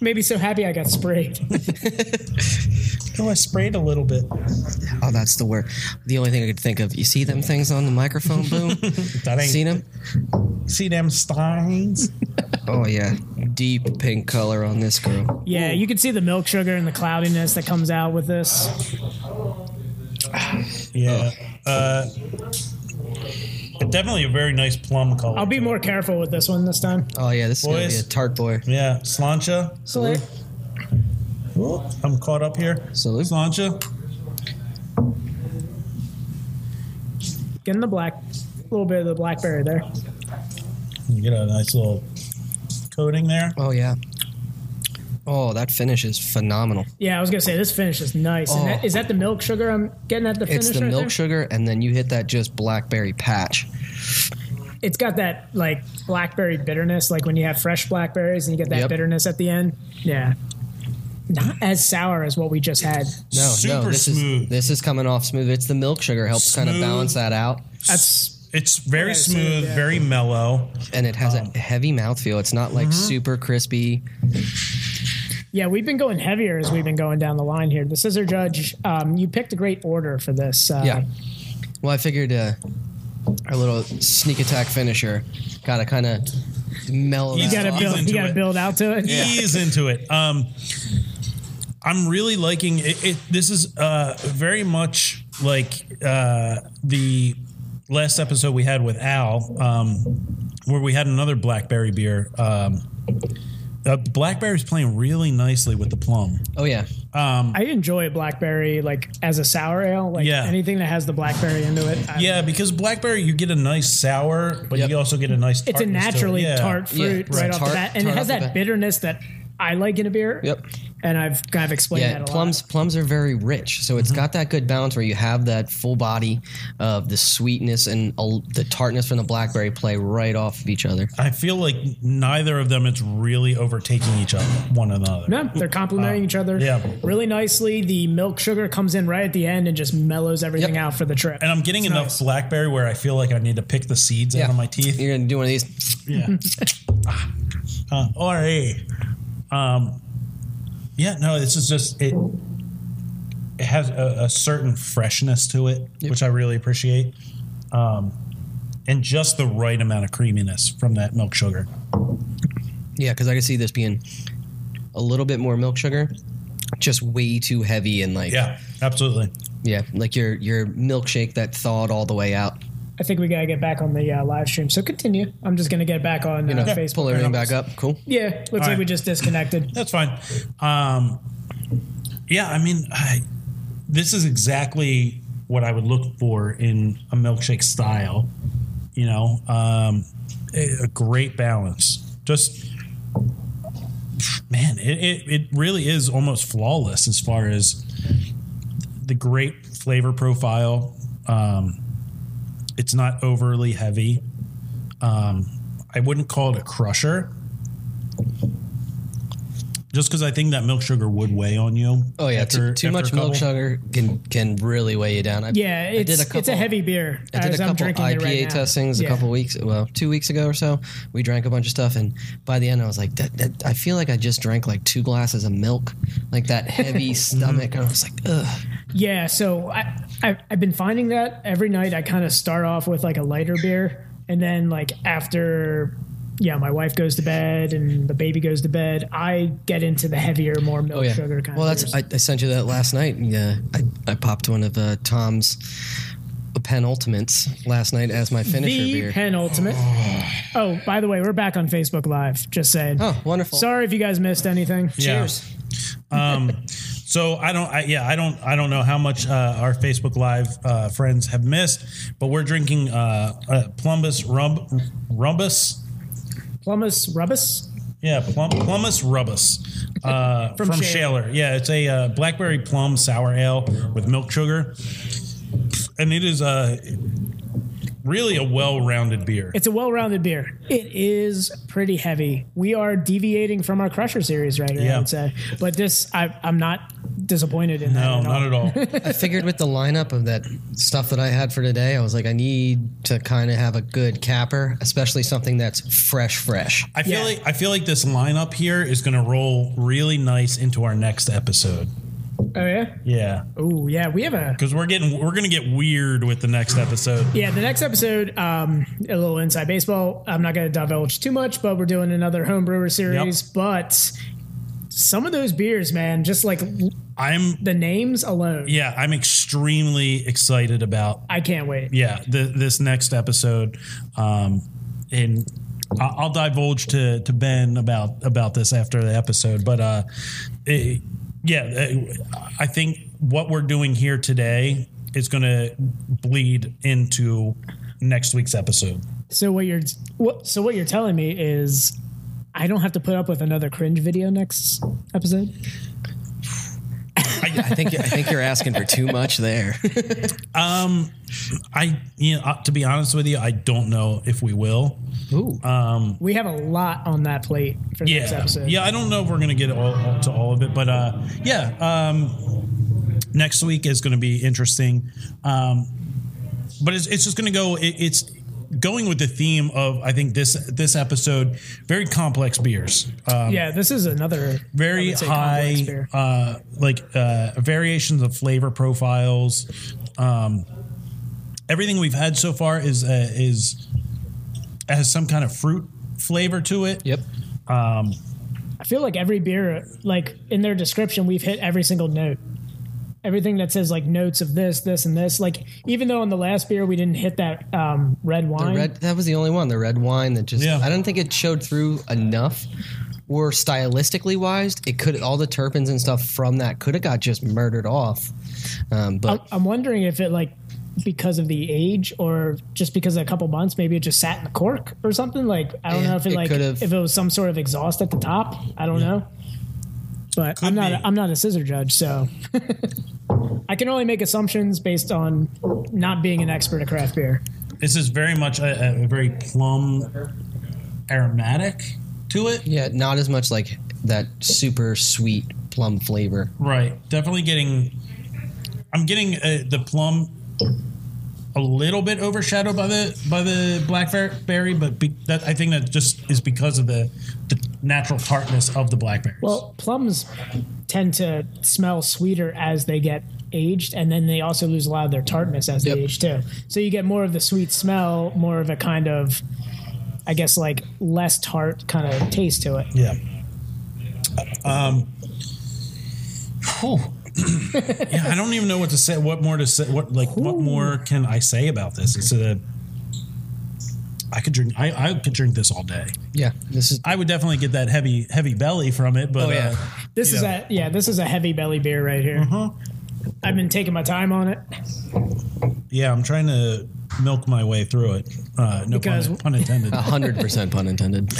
E: Made me so happy I got sprayed.
D: Oh, I sprayed a little bit.
F: Oh, that's the word. The only thing I could think of. You see them things on the microphone boom?
D: That ain't
F: Seen them?
D: See them steins.
F: Oh yeah. Deep pink color on this girl.
E: Yeah, you can see the milk sugar and the cloudiness that comes out with this.
D: Yeah. Uh, but definitely a very nice plum color.
E: I'll be more careful with this one this time.
F: Oh yeah, this is gonna be
D: Boys.
F: a tart boy.
D: yeah, slancha.
E: Salute.
D: Oh, I'm caught up here.
F: Salute.
D: Slancha.
E: Getting the black, a little bit of the blackberry there.
D: You get a nice little coating there.
F: Oh yeah. Oh, that finish is phenomenal.
E: Yeah, I was gonna say this finish is nice. And that,
F: Oh.
E: is that the milk sugar I'm getting at the finish?
F: It's the
E: right
F: milk
E: there?
F: sugar, and then you hit that just blackberry patch.
E: It's got that like blackberry bitterness, like when you have fresh blackberries and you get that
F: Yep.
E: bitterness at the end. Yeah, not as sour as what we just had.
F: No,
D: Super
F: no, this
D: smooth.
F: is this is coming off smooth. It's the milk sugar helps kind
D: Smooth.
F: of balance that out,
E: That's
D: It's very
E: Yeah, it's smooth,
D: smooth,
E: yeah.
D: very mellow.
F: and it has a heavy mouthfeel. It's not like
D: Mm-hmm.
F: super crispy.
E: yeah. We've been going heavier as we've been going down the line here. The
D: Uh-huh.
E: scissor judge, um, you picked a great order for this. Uh,
F: Yeah. Well, I figured uh, our little sneak attack finisher. Got to kind of mellow.
E: You
F: that
E: gotta
F: off.
E: build.
D: into
E: You gotta
D: it.
E: build out to it.
D: ease into it. Um, I'm really liking it. it this is uh, very much like uh, the last episode we had with Al, um, where we had another blackberry beer. Um, uh, blackberry's playing really nicely with the plum.
F: Oh yeah,
D: Uh,
E: I enjoy blackberry like as a sour ale. Like
D: Yeah.
E: anything that has the blackberry into it. I-
D: Yeah, because blackberry, you get a nice sour, but
F: Yep.
D: you also get a nice.
E: it's a
D: tartness to it.
E: naturally
D: Yeah.
E: tart
F: Yeah,
E: fruit
F: it's
E: right off
F: tart-
E: the bat, and it
F: tart
E: has
F: off the
E: that
F: bat.
E: bitterness that I like in a beer.
F: Yep.
E: And I've kind of explained
F: yeah.
E: that a
F: plums
E: lot.
F: plums are very rich, so
D: Mm-hmm.
F: it's got that good balance where you have that full body of the sweetness and a, the tartness from the blackberry play right off of each other.
D: I feel like neither of them. It's really overtaking each other, one another.
E: Yeah, they're complementing each other
D: yeah.
E: really nicely. The milk sugar comes in right at the end and just mellows everything
F: Yep.
E: out for the trip.
D: And I'm getting
E: It's
D: enough
E: nice.
D: blackberry where I feel like I need to pick the seeds out of my teeth.
F: You're gonna do one of these.
D: Yeah. uh, or a, um, yeah, no, this is just it. It has a, a certain freshness to it, which I really appreciate, um, and just the right amount of creaminess from that milk sugar.
F: Yeah, because I can see this being a little bit more milk sugar, just way too heavy and like
D: Yeah, absolutely.
F: yeah, like your your milkshake that thawed all the way out.
E: I think we gotta get back on the uh, live stream. So continue. I'm just gonna get back on
F: You know,
E: uh, Facebook.
F: pull everything back up. Cool.
E: Yeah, looks like
D: right.
E: we just disconnected.
D: That's fine. Um, yeah, I mean, I, this is exactly what I would look for in a milkshake style. You know, um, a, a great balance. Just man, it, it it really is almost flawless as far as the great flavor profile. Um, it's not overly heavy. Um, I wouldn't call it a crusher, just because I think that milk sugar would weigh on you.
F: Oh yeah,
D: after-
F: too, too
D: after
F: much
D: a
F: milk
D: couple.
F: sugar can can really weigh you down. I,
E: Yeah,
F: I did
E: it's
F: a
E: it's a
F: couple-
E: heavy beer.
F: I did
E: as
F: a
E: I'm
F: couple
E: drinking it
F: IPA
E: right now.
F: testings a
E: Yeah.
F: couple weeks, well, two weeks ago or so. We drank a bunch of stuff, and by the end, I was like, that, that, I feel like I just drank like two glasses of milk, like that heavy
E: Mm-hmm.
F: stomach. And I was like, ugh.
E: Yeah, so I, I I've been finding that every night I kind of start off with like a lighter beer, and then like after, yeah, my wife goes to bed and the baby goes to bed, I get into the heavier, more milk
F: Oh yeah.
E: sugar kind.
F: well,
E: of
F: that's
E: beers.
F: I, I sent you that last night. Yeah, I, I popped one of uh, Tom's penultimates last night as my finisher
E: the
F: beer.
E: penultimate. Oh, by the way, we're back on Facebook Live. Just saying.
F: oh, wonderful!
E: Sorry if you guys missed anything.
D: Yeah.
F: Cheers.
D: Um, so I don't, I, yeah, I don't, I don't know how much uh, our Facebook Live uh, friends have missed, but we're drinking uh, uh, Plumbus Rumb, Rumbus,
E: Plumas Rubbus.
D: yeah, plum, Plumbus Rubbus uh, from,
E: Shaler.
D: Shaler. Yeah, it's a uh, blackberry plum sour ale with milk sugar, and it is uh, really a well-rounded beer.
E: It's a well-rounded beer. It is pretty heavy. We are deviating from our Crusher series right here, I
D: Yeah.
E: would say. But this, I, I'm not disappointed in that.
D: no,
E: at all.
D: not at all.
F: I figured with the lineup of that stuff that I had for today, I was like, I need to kind of have a good capper, especially something that's fresh, fresh.
D: I feel
E: Yeah.
D: like I feel like this lineup here is going to roll really nice into our next episode.
E: Oh yeah.
D: Yeah.
E: Oh yeah. We have a.
D: because we're getting we're gonna get weird with the next episode.
E: Yeah, the next episode, um, a little inside baseball. I'm not going to divulge too much, but we're doing another homebrewer series. But some of those beers, man, just like l-
D: I'm
E: the names alone,
D: yeah, I'm extremely excited about
E: I can't wait.
D: yeah the, this next episode, um, and I- I'll divulge to to Ben about about this after the episode, but uh, it, yeah, uh, I think what we're doing here today is gonna bleed into next week's episode.
E: So what you're what, so what you're telling me is I don't have to put up with another cringe video next episode.
F: I think I think you're asking for too much there.
D: I you know uh, to be honest with you, I don't know if we will.
F: Ooh,
E: We have a lot on that plate for
D: yeah.
E: next episode.
D: Yeah, I don't know if we're gonna get all, all- to all of it, but uh, yeah, um, next week is gonna be interesting. Um, but it's, it's just gonna go. It, it's going with the theme of I think this this episode very complex beers. Um,
E: Yeah, this is another I
D: very
E: would say, complex
D: high
E: beer.
D: uh, like uh, variations of flavor profiles um, everything we've had so far is uh, is has some kind of fruit flavor to it.
F: Yep.
E: I feel like every beer, like in their description, we've hit every single note. Everything that says like notes of this, this, and this. Like even though on the last beer we didn't hit that um, red
F: The
E: wine.
F: red that was the only one, the red wine that just
D: Yeah.
F: I don't think it showed through enough or stylistically wise. It could all the terpenes and stuff from that could have got just murdered off. Um, but
E: I'm, I'm wondering if it like because of the age or just because of a couple months, maybe it just sat in the cork or something. Like I don't
F: Yeah,
E: know if it,
F: it
E: like
F: could've-
E: if it was some sort of exhaust at the top. I don't know. But I'm not
D: be.
E: a, I'm not a scissor judge, so I can only make assumptions based on not being an expert at craft beer.
D: This is very much a, a very plum aromatic to it.
F: yeah, not as much like that super sweet plum flavor.
D: Right. Definitely getting. I'm getting uh, the plum a little bit overshadowed by the by the blackberry, but be, that I think that just is because of the the natural tartness of the blackberries.
E: Well, plums tend to smell sweeter as they get aged, and then they also lose a lot of their tartness as
F: Yep.
E: they age too. So you get more of the sweet smell, more of a kind of, I guess, like less tart kind of taste to it.
D: yeah. Um. phew. yeah, I don't even know what to say. What more to say? What like what more can I say about this? It's a. I could drink. I, I could drink this all day.
F: Yeah, this is
D: I would definitely get that heavy heavy belly from it. But
F: Oh, yeah. Mm-hmm.
D: uh,
E: This is
D: Yeah.
E: a yeah, this is a heavy belly beer right here.
D: uh,
E: I've been taking my time on it.
D: Yeah, I'm trying to milk my way through it. Uh, no
E: Because-
D: pun, pun intended.
F: hundred percent pun intended.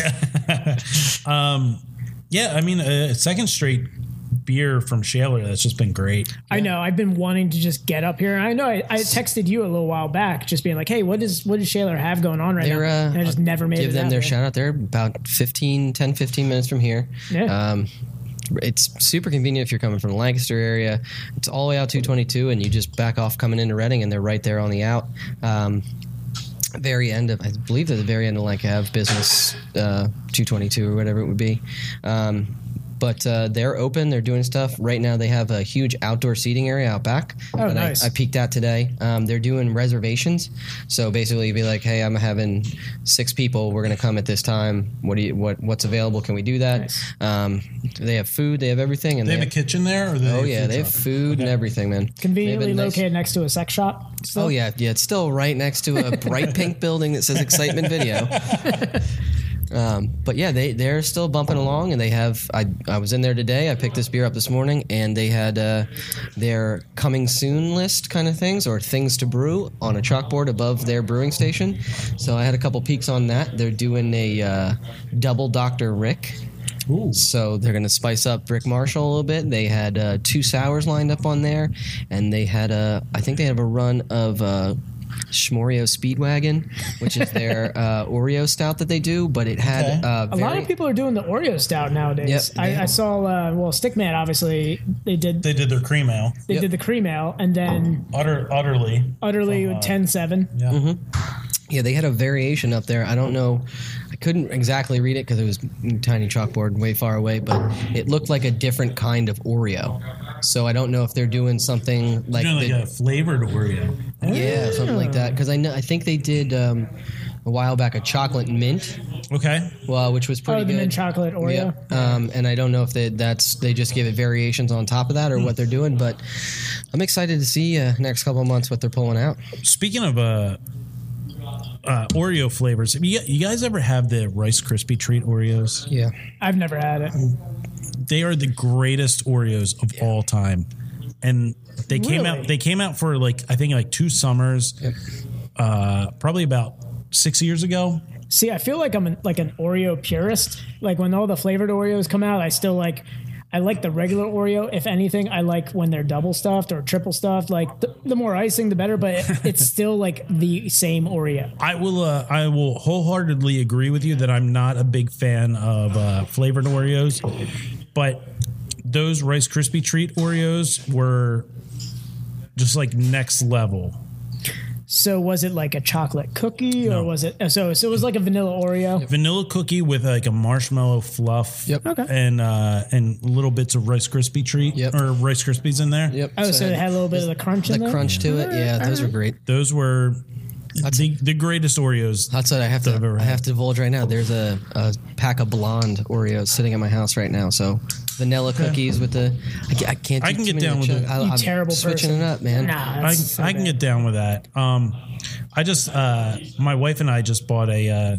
D: yeah, I mean, a second straight beer from Shaler that's just been great.
E: I know I've been wanting to just get up here. I know I, I texted you a little while back, just being like, "Hey, what does what does Shaler have going on right
F: They're,
E: now?"
F: uh,
E: and I just never made
F: give
E: it
F: them
E: out
F: their
E: there.
F: shout out. They're about 15, 10, 15 minutes from here.
E: Yeah.
F: Um, it's super convenient if you're coming from the Lancaster area. It's all the way out 222, and you just back off coming into Reading, and they're right there on the out. Um, very end of, I believe they're the very end of Lanc Ave business uh, 222 or whatever it would be. Um, but uh, they're open. They're doing stuff right now. They have a huge outdoor seating area out back.
E: Oh,
F: that I-
E: nice.
F: I peeked at today. Um, they're doing reservations, so basically, you'd be like, "Hey, I'm having six people. We're going to come at this time. What do you what What's available? Can we do that?"
E: Nice.
F: Um, they have food. They have everything, and
D: They
F: they,
D: have a kitchen there, or they
F: have, oh
D: have
F: yeah,
D: food
F: they have
D: truck?
F: food and everything, man. They
E: Conveniently
F: have a nice-
E: located next to a sex shop. still.
F: Oh yeah, yeah. It's still right next to a bright pink building that says Excitement Video. Um, but yeah, they they're still bumping along, and they have. I I was in there today. I picked this beer up this morning, and they had uh, their coming soon list kind of things or things to brew on a chalkboard above their brewing station. So I had a couple peeks on that. They're doing a uh, double Dr. Rick. So they're going to spice up Rick Marshall a little bit. They had uh, two sours lined up on there, and they had a. I think they have a run of. Uh, Schmorio Speedwagon, which is their uh, Oreo stout that they do, but it had uh,
E: A lot of people are doing the Oreo stout nowadays.
F: Yep,
E: I,
F: yeah.
E: I saw, uh, well, Stickman obviously they did they,
D: They did their cream ale.
F: yep.
E: did the cream ale, and then
D: Utter, utterly.
E: Utterly ten seven.
D: Yeah.
F: Yeah, they had a variation up there. I don't know. I couldn't exactly read it because it was tiny chalkboard, way far away, but it looked like a different kind of Oreo. So I don't know if they're doing something like,
D: You know, like
F: the-
D: a flavored Oreo.
F: yeah, something like that. Because I know I think they did um, a while back a chocolate mint,
D: Okay.
F: well, which was pretty
E: Oh, the
F: good.
E: mint chocolate
F: Yeah.
E: Oreo.
F: Um, and I don't know if they, that's they just give it variations on top of that or what they're doing, but I'm excited to see uh, next couple of months what they're pulling out.
D: Speaking of uh, uh, Oreo flavors, have you, you guys ever have the Rice Krispie treat Oreos?
F: Yeah.
E: I've never had it.
D: They are the greatest Oreos of all time, and they came out.
E: Really?
D: They came out for like I think like two summers, uh, probably about six years ago.
E: See, I feel like I'm an, like an Oreo purist. Like when all the flavored Oreos come out, I still like. I like the regular Oreo. If anything, I like when they're double stuffed or triple stuffed. Like the, the more icing, the better. But it, it's still like the same Oreo.
D: I will. Uh, I will wholeheartedly agree with you that I'm not a big fan of uh, flavored Oreos, but those Rice Krispie treat Oreos were just like next level.
E: So was it like a chocolate cookie or was it so so it was like a vanilla Oreo?
D: vanilla cookie with like a marshmallow fluff.
F: Yep. Okay.
D: And uh, and little bits of Rice Krispie treat
F: Yep.
D: or Rice Krispies in there.
F: Yep.
E: Oh, so it had a little bit of the crunch in
F: the
E: there?
F: crunch to it. Yeah, those were great.
D: Those were the, the greatest Oreos.
F: That's what I have to.
D: I've ever
F: I
D: had.
F: have to divulge right now. There's a, a pack of blonde Oreos sitting in my house right now. So vanilla cookies with the. I, ca- I can't.
D: I
F: do
D: can
F: too
D: get
F: many
D: down with
F: chug-
D: it.
F: I,
E: You
F: I'm
E: terrible
F: switching
E: person.
F: it up, man.
E: Nah,
D: I,
E: that's so
D: I can
E: bad.
D: get down with that. Um, I just uh, my wife and I just bought a uh,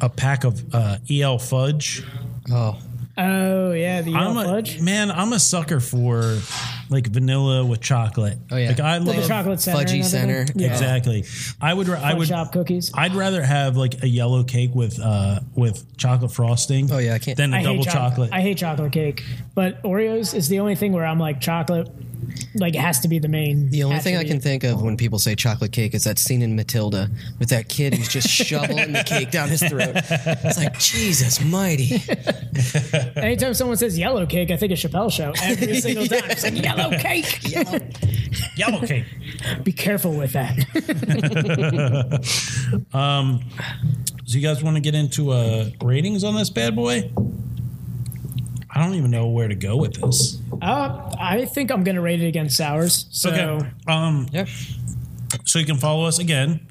D: a pack of uh, EL fudge.
F: Oh,
E: Oh yeah, the yellow
D: I'm a
E: E fudge.
D: man. I'm a sucker for like vanilla with chocolate.
F: oh yeah.
D: Like I
E: the
D: love
E: chocolate center and
F: fudgy
E: everything.
F: center.
E: Yeah.
D: exactly. I would. ra- I would.
E: shop cookies.
D: I'd rather have like a yellow cake with uh with chocolate frosting.
F: Oh, yeah, I can't-
D: Than a
E: I
D: double
E: hate choc-
D: chocolate.
E: I hate chocolate cake, but Oreos is the only thing where I'm like chocolate, like it has to be the main.
F: The only thing I can
E: attribute.
F: think of when people say chocolate cake is that scene in Matilda with that kid who's just shoveling the cake down his throat. It's like Jesus mighty.
E: Anytime someone says yellow cake, I think of Chappelle Show every single time. It's like yellow cake.
D: yellow cake.
E: Be careful with that.
D: So you guys want to get into uh ratings on this bad boy? I don't even know where to go with this.
E: Uh, I think I'm gonna rate it against sours. So
D: Okay. Um.
F: Yep.
D: So you can follow us again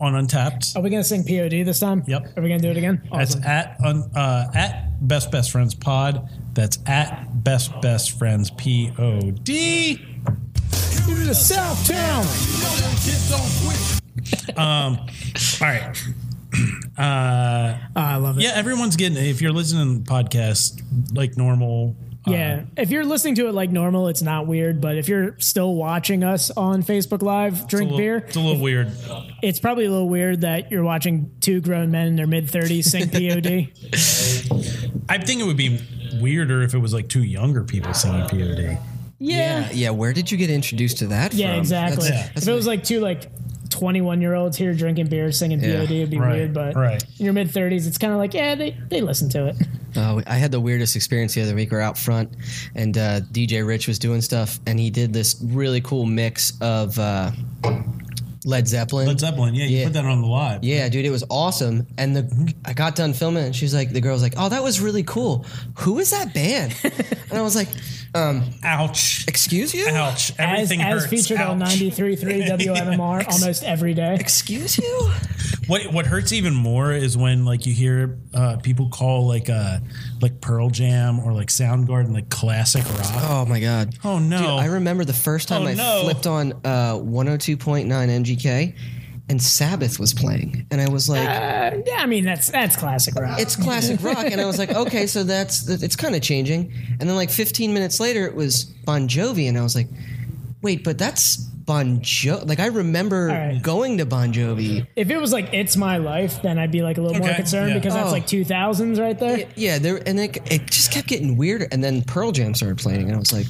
D: on Untapped.
E: are we gonna sing POD this time?
D: Yep.
E: Are we gonna do it again?
D: That's
E: Oh, Awesome.
D: at un, uh, at best best friends pod. That's at best best friends p o d.
E: Give it to Southtown.
D: All right.
E: Oh, I love it.
D: Yeah, everyone's getting. If you're listening to the podcast like normal,
E: Yeah.
D: Um,
E: if you're listening to it like normal, it's not weird. But if you're still watching us on Facebook Live, drink
D: little-
E: beer.
D: It's a little weird.
E: It's probably a little weird that you're watching two grown men in their mid 30s sing POD.
D: I think it would be weirder if it was like two younger people singing POD.
E: Yeah.
F: Yeah. Yeah. Where did you get introduced to that?
E: Yeah,
F: from?
E: exactly.
F: That's- that's
E: if it was like two like 21 year olds here drinking beer, singing
F: Yeah.
E: POD, it'd be
D: Right,
E: weird. But
D: right.
E: in your mid 30s, it's kind of like, yeah, they, they listen to it.
F: Uh, I had the weirdest experience the other week. We are out front, and uh, DJ Rich was doing stuff, and he did this really cool mix of uh, Led Zeppelin.
D: Led Zeppelin. Yeah, you
F: Yeah.
D: put that on the live.
F: Yeah, dude, it was awesome. And the I got done filming, it, and she's like, the girl's like, "Oh, that was really cool. Who is that band?" and I was like, um,
D: Ouch.
F: "Excuse you?
D: Ouch.
E: As,
D: Everything
E: as
D: hurts.
E: featured on
D: Ouch.
E: 93.3 WMMR almost every day.
F: Excuse you?"
D: What what hurts even more is when like you hear uh, people call like uh like Pearl Jam or like Soundgarden like classic rock.
F: Oh my god.
D: Oh, no.
F: Dude, I remember the first time
D: Oh,
F: I
D: no.
F: flipped on uh, 102.9 MGK, and Sabbath was playing, and I was like.
E: Uh, Yeah, I mean, that's that's classic rock.
F: it's classic rock and i was like okay so that's that- it's kind of changing and then like 15 minutes later it was bon jovi and i was like wait but that's bon jovi like i remember
E: right.
F: going to bon jovi
E: If it was like it's my life, then I'd be like a little more
D: Okay,
E: concerned
D: yeah.
E: because that's
F: Oh.
E: like two thousands right there.
F: yeah there and it, it just kept getting weirder and then pearl jam started playing and i was like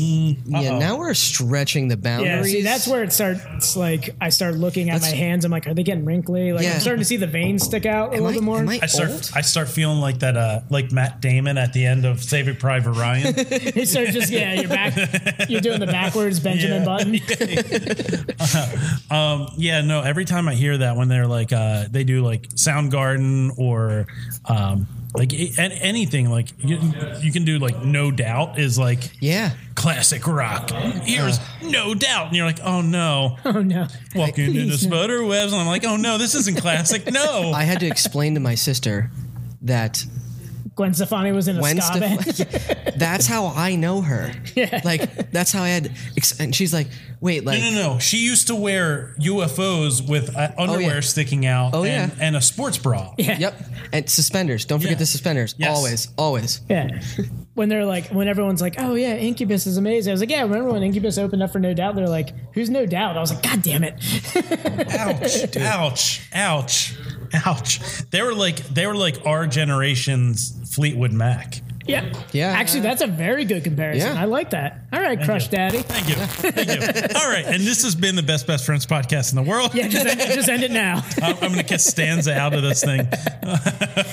F: yeah now we're stretching the boundaries
E: Yeah, see, that's where it starts. Like, I start looking at my
F: That's-
E: hands. I'm like, are they getting wrinkly? Like,
F: Yeah.
E: I'm starting to see the veins stick out a
F: am
E: little
F: I,
E: bit more.
F: am I
D: I start
F: old?
D: I start feeling like that uh like Matt Damon at the end of Saving Private Ryan.
E: It starts just yeah, you're back. You're doing the backwards Benjamin
D: Yeah.
E: Button.
D: Yeah, no. Every time I hear that, when they're like, uh, they do like Soundgarden or um, like a- an- anything, like you, you can do like No Doubt is like
F: yeah
D: classic rock. Here's No Doubt, and you're like, oh no,
E: Oh no,
D: walking into the spider webs, and I'm like, oh no, this isn't classic. No,
F: i had to explain to my sister that
E: Gwen Stefani was in a
F: Gwen
E: ska band.
F: Stefani. that's how I know her. Yeah. Like that's how I had. ex- And she's like, wait, like
D: no, no, no. She used to wear UFOs with uh,
E: Oh,
D: underwear
F: yeah.
D: sticking out,
F: Oh,
D: and,
F: yeah.
D: and a sports bra.
F: yep. And suspenders. Don't forget
D: Yeah.
F: the suspenders.
D: Yes.
F: Always, always.
E: Yeah. When they're like, when everyone's like, oh yeah, Incubus is amazing. I was like, yeah, remember when Incubus opened up for No Doubt? They're like, who's No Doubt? I was like, god damn it.
D: ouch, ouch, ouch, ouch. They were like they were like our generation's Fleetwood Mac.
E: Yeah.
F: Yeah.
E: Actually, that's a very good comparison.
F: Yeah.
E: I like that. All right, Crush
D: you.
E: Daddy.
D: Thank you. Thank you. All right. And this has been the best best friends podcast in the world.
E: Yeah, just end, just end it now.
D: I'm, I'm going to kiss Stanza out of this thing.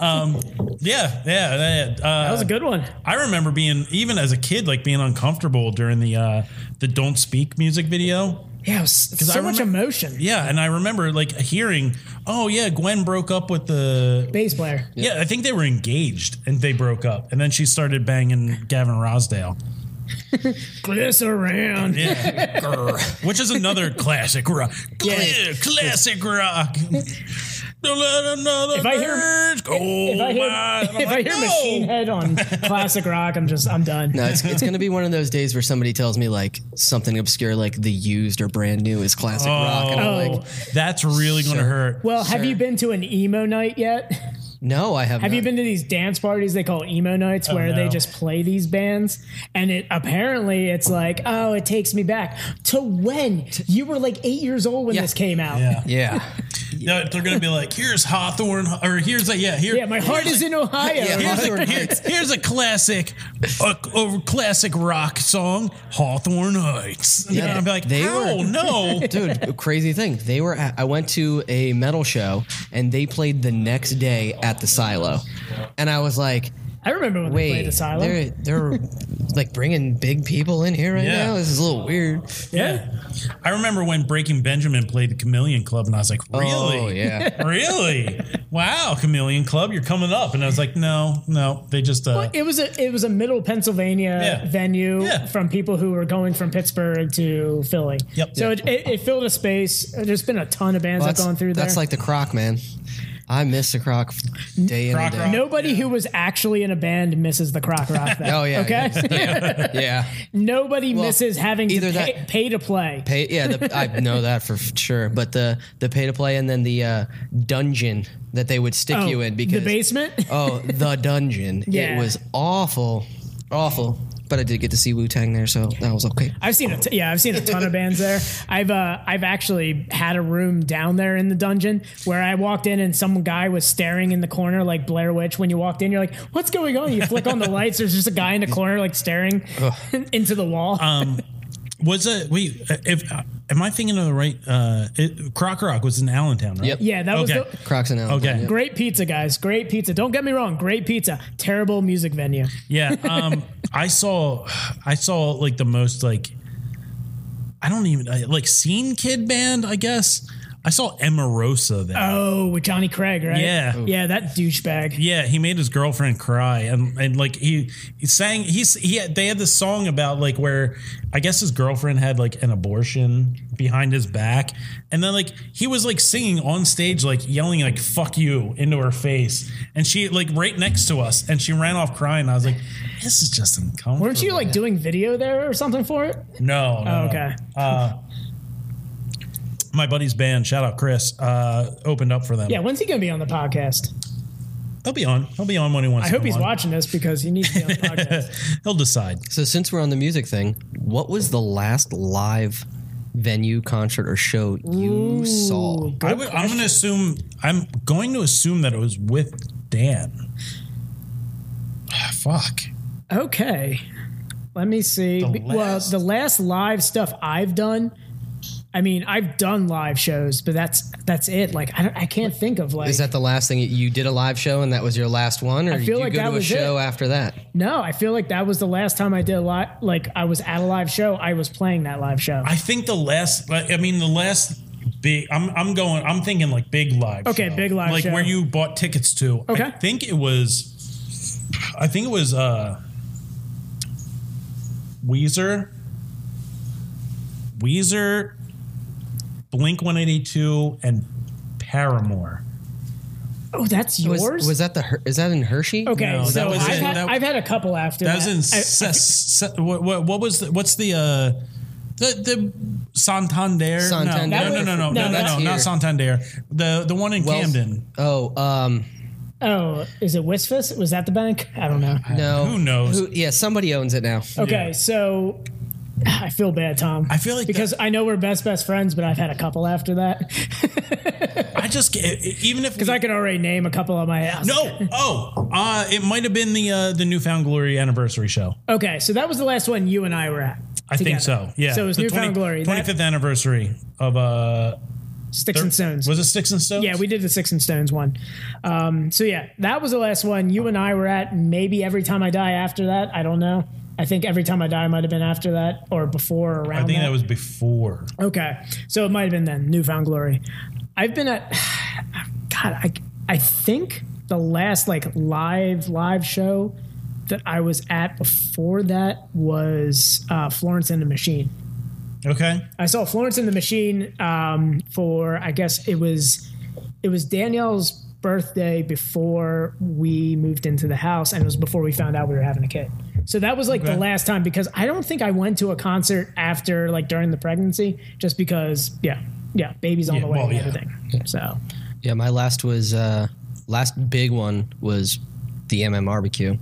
D: um, yeah, yeah, yeah.
E: That
D: Uh,
E: was a good one.
D: I remember being even as a kid, like being uncomfortable during the uh, the "Don't Speak" music video.
E: Yeah, it was so
D: I
E: much
D: remember-
E: emotion.
D: Yeah, and I remember like hearing, "Oh yeah, Gwen broke up with the."
E: Bass player.
D: Yeah, I think they were engaged and they broke up, and then she started banging Gavin Rosdale.
E: Glycerin.
D: Yeah, Grr. which is another classic rock.
E: Yeah.
D: Classic rock. Don't let another
E: If I hear-
D: bird go
E: If I hear,
D: by. And I'm
E: if I
D: like,
E: hear
D: "No."
E: Machine Head on classic rock, I'm just I'm done.
F: No, Uh, it's, it's going to be one of those days where somebody tells me like something obscure, like the used or brand new is classic rock, and I'm
E: Oh.
F: like,
D: that's really going to hurt.
E: Well, have you been to an emo night yet?
F: no, I have.
E: Have you
F: not.
E: been to these dance parties they call emo nights where they
D: Oh, no.
E: just play these bands? And it apparently it's like, oh, it takes me back to when you were like eight years old when
F: Yeah.
E: this came out.
D: Yeah.
F: Yeah,
D: No, they're going to be like, "Here's Hawthorne," or "Here's a yeah, here."
E: Yeah, my heart is in Ohio.
F: yeah.
D: Here's a,
F: Hawthorne
D: here-
F: Heights.
D: here's a classic, a, a classic rock song, Hawthorne Heights. And
F: Yeah,
D: I'm like,
F: they
D: oh
F: were-
D: no,
F: dude, crazy thing. They were. At, I went to a metal show, and they played the next day at the Silo, and I was like,
E: I remember when they
F: wait,
E: played Asylum.
F: they're they're like bringing big people in here right
D: Yeah.
F: now. This is a little weird.
D: yeah. I remember when Breaking Benjamin played the Chameleon Club, and I was like, really?
F: Oh yeah.
D: really? Wow, Chameleon Club, you're coming up. And I was like, no, no, they just uh,
E: It was a it was a middle Pennsylvania
D: Yeah.
E: venue
D: Yeah.
E: from people who were going from Pittsburgh to Philly.
D: Yep.
E: So it, it, it filled a space. There's been a ton of bands
F: Well,
E: that have gone through there.
F: that's like the croc, man. I miss the croc day in
D: Croc
F: and day.
D: rock.
E: nobody who was actually in a band misses the crock rock. Though,
F: Oh, yeah,
E: Okay.
F: Yeah.
E: nobody
F: Well,
E: misses having to
F: either
E: pay,
F: that-
E: pay to play.
F: Pay, yeah, the, I know that for f- sure. But the the pay to play and then the uh, dungeon that they would stick
E: Oh,
F: you in because
E: the basement.
F: oh the dungeon
E: Yeah.
F: it was awful, awful. But I did get to see Wu Tang there, so that was okay.
E: I've seen a t- yeah, I've seen a ton of bands there. I've uh, I've actually had a room down there in the dungeon where I walked in and some guy was staring in the corner like Blair Witch. When you walked in, you're like, "What's going on?" You flick on the lights. There's just a guy in the corner like staring into the wall.
D: Um, was a wait. If uh, am I thinking of the right? Uh, it, Croc Rock was in Allentown, right?
F: Yep.
E: yeah, that was
D: okay.
E: the,
F: Crocs and Allen.
D: Okay.
E: great pizza, guys. Great pizza. Don't get me wrong, great pizza. Terrible music venue.
D: Yeah. Um, I saw, I saw like the most like, I don't even I- like scene kid band. I guess I saw Emerosa there.
E: Oh, with Johnny Craig, right?
D: Yeah. Oof.
E: yeah, that douchebag.
D: Yeah, he made his girlfriend cry, and and like he, he sang he's he had, they had this song about like where I guess his girlfriend had like an abortion behind his back, and then like he was like singing on stage like yelling like "fuck you" into her face, and she like right next to us, and she ran off crying. I was like, this is just uncomfortable.
E: Weren't you like doing video there or something for it?
D: No. no,
E: Oh,
D: no.
E: okay.
D: Uh, My buddy's band, shout out Chris, uh, opened up for them.
E: Yeah, when's he gonna be on the podcast?
D: he'll be on. He'll be on when he wants.
E: I
D: to
E: hope
D: come
E: he's
D: on.
E: watching this because he needs to be on the podcast.
D: He'll decide.
F: So since we're on the music thing, what was the last live venue concert or show you saw?
D: I would, I'm going to assume. I'm going to assume that it was with Dan. Ah, fuck.
E: Okay. Let me see.
D: The
E: Be- well,
D: last-
E: the last live stuff I've done, I mean, I've done live shows, but that's that's it. Like, I, don't, I can't think of like.
F: Is that the last thing you did a live show and that was your last one, or
E: feel
F: did you
E: like
F: go
E: that
F: to a
E: was it.
F: show after that?
E: no, I feel like that was the last time I did a live. Like, I was at a live show. I was playing that live show.
D: I think the last. I mean, the last big. I'm. I'm going. I'm thinking like big live.
E: Okay,
D: show.
E: big live
D: Like
E: show.
D: where you bought tickets to. I
E: Okay.
D: think it was. I think it was. uh Weezer. Weezer. Blink 182 and Paramore.
E: oh, that's yours.
F: Was, was that the Her- is that in Hershey?
E: okay,
D: No, that
E: so
D: was
E: I've,
D: in-
E: had,
D: that-
E: I've had a couple after
D: That was
E: that.
D: in
E: I-
D: Ses- Se- what, what, what was the, what's the uh the the Santander?
F: Santander.
D: No,
E: That
D: no, no, no, no,
E: was-
D: no,
E: no,
D: no,
E: that's
D: no, not
F: here.
D: Santander. The the one in
F: Wells-
D: Camden.
F: Oh, um,
E: oh, is it Wisfus? Was that the bank? I don't know.
F: no.
D: Who knows?
F: yeah, somebody owns it now.
E: Okay,
D: Yeah.
E: so I feel bad, Tom.
D: I feel like
E: because I know we're best best friends, but I've had a couple after that.
D: I just get- e, even if
E: Because I could already name a couple of my. I was like,
D: no oh uh it might have been the uh the Newfound Glory anniversary show.
E: Okay, so that was the last one you and I were at.
D: I think
E: together.
D: so. Yeah.
E: So it was
D: The
E: Newfound Glory.
D: Twenty
E: That-
D: fifth anniversary of uh
E: Sticks and Stones.
D: was it Sticks and Stones?
E: yeah, we did the Six and Stones one. Um, so yeah, that was the last one you and I were at. Maybe every time I die after that, I don't know. I think every time I die might have been after that or before or around.
H: I think that was before.
E: Okay. So it might have been then, Newfound Glory. I've been at God, I I think the last like live live show that I was at before that was uh, Florence and the Machine.
H: Okay.
E: I saw Florence and the Machine um, for I guess it was it was Danielle's birthday before we moved into the house and it was before we found out we were having a kid. So that was like the last time because I don't think I went to a concert after like during the pregnancy just because yeah yeah baby's on
H: Yeah,
E: the way
H: well,
E: and
H: yeah.
E: everything. So
F: Yeah, my last was uh last big one was the MM barbecue.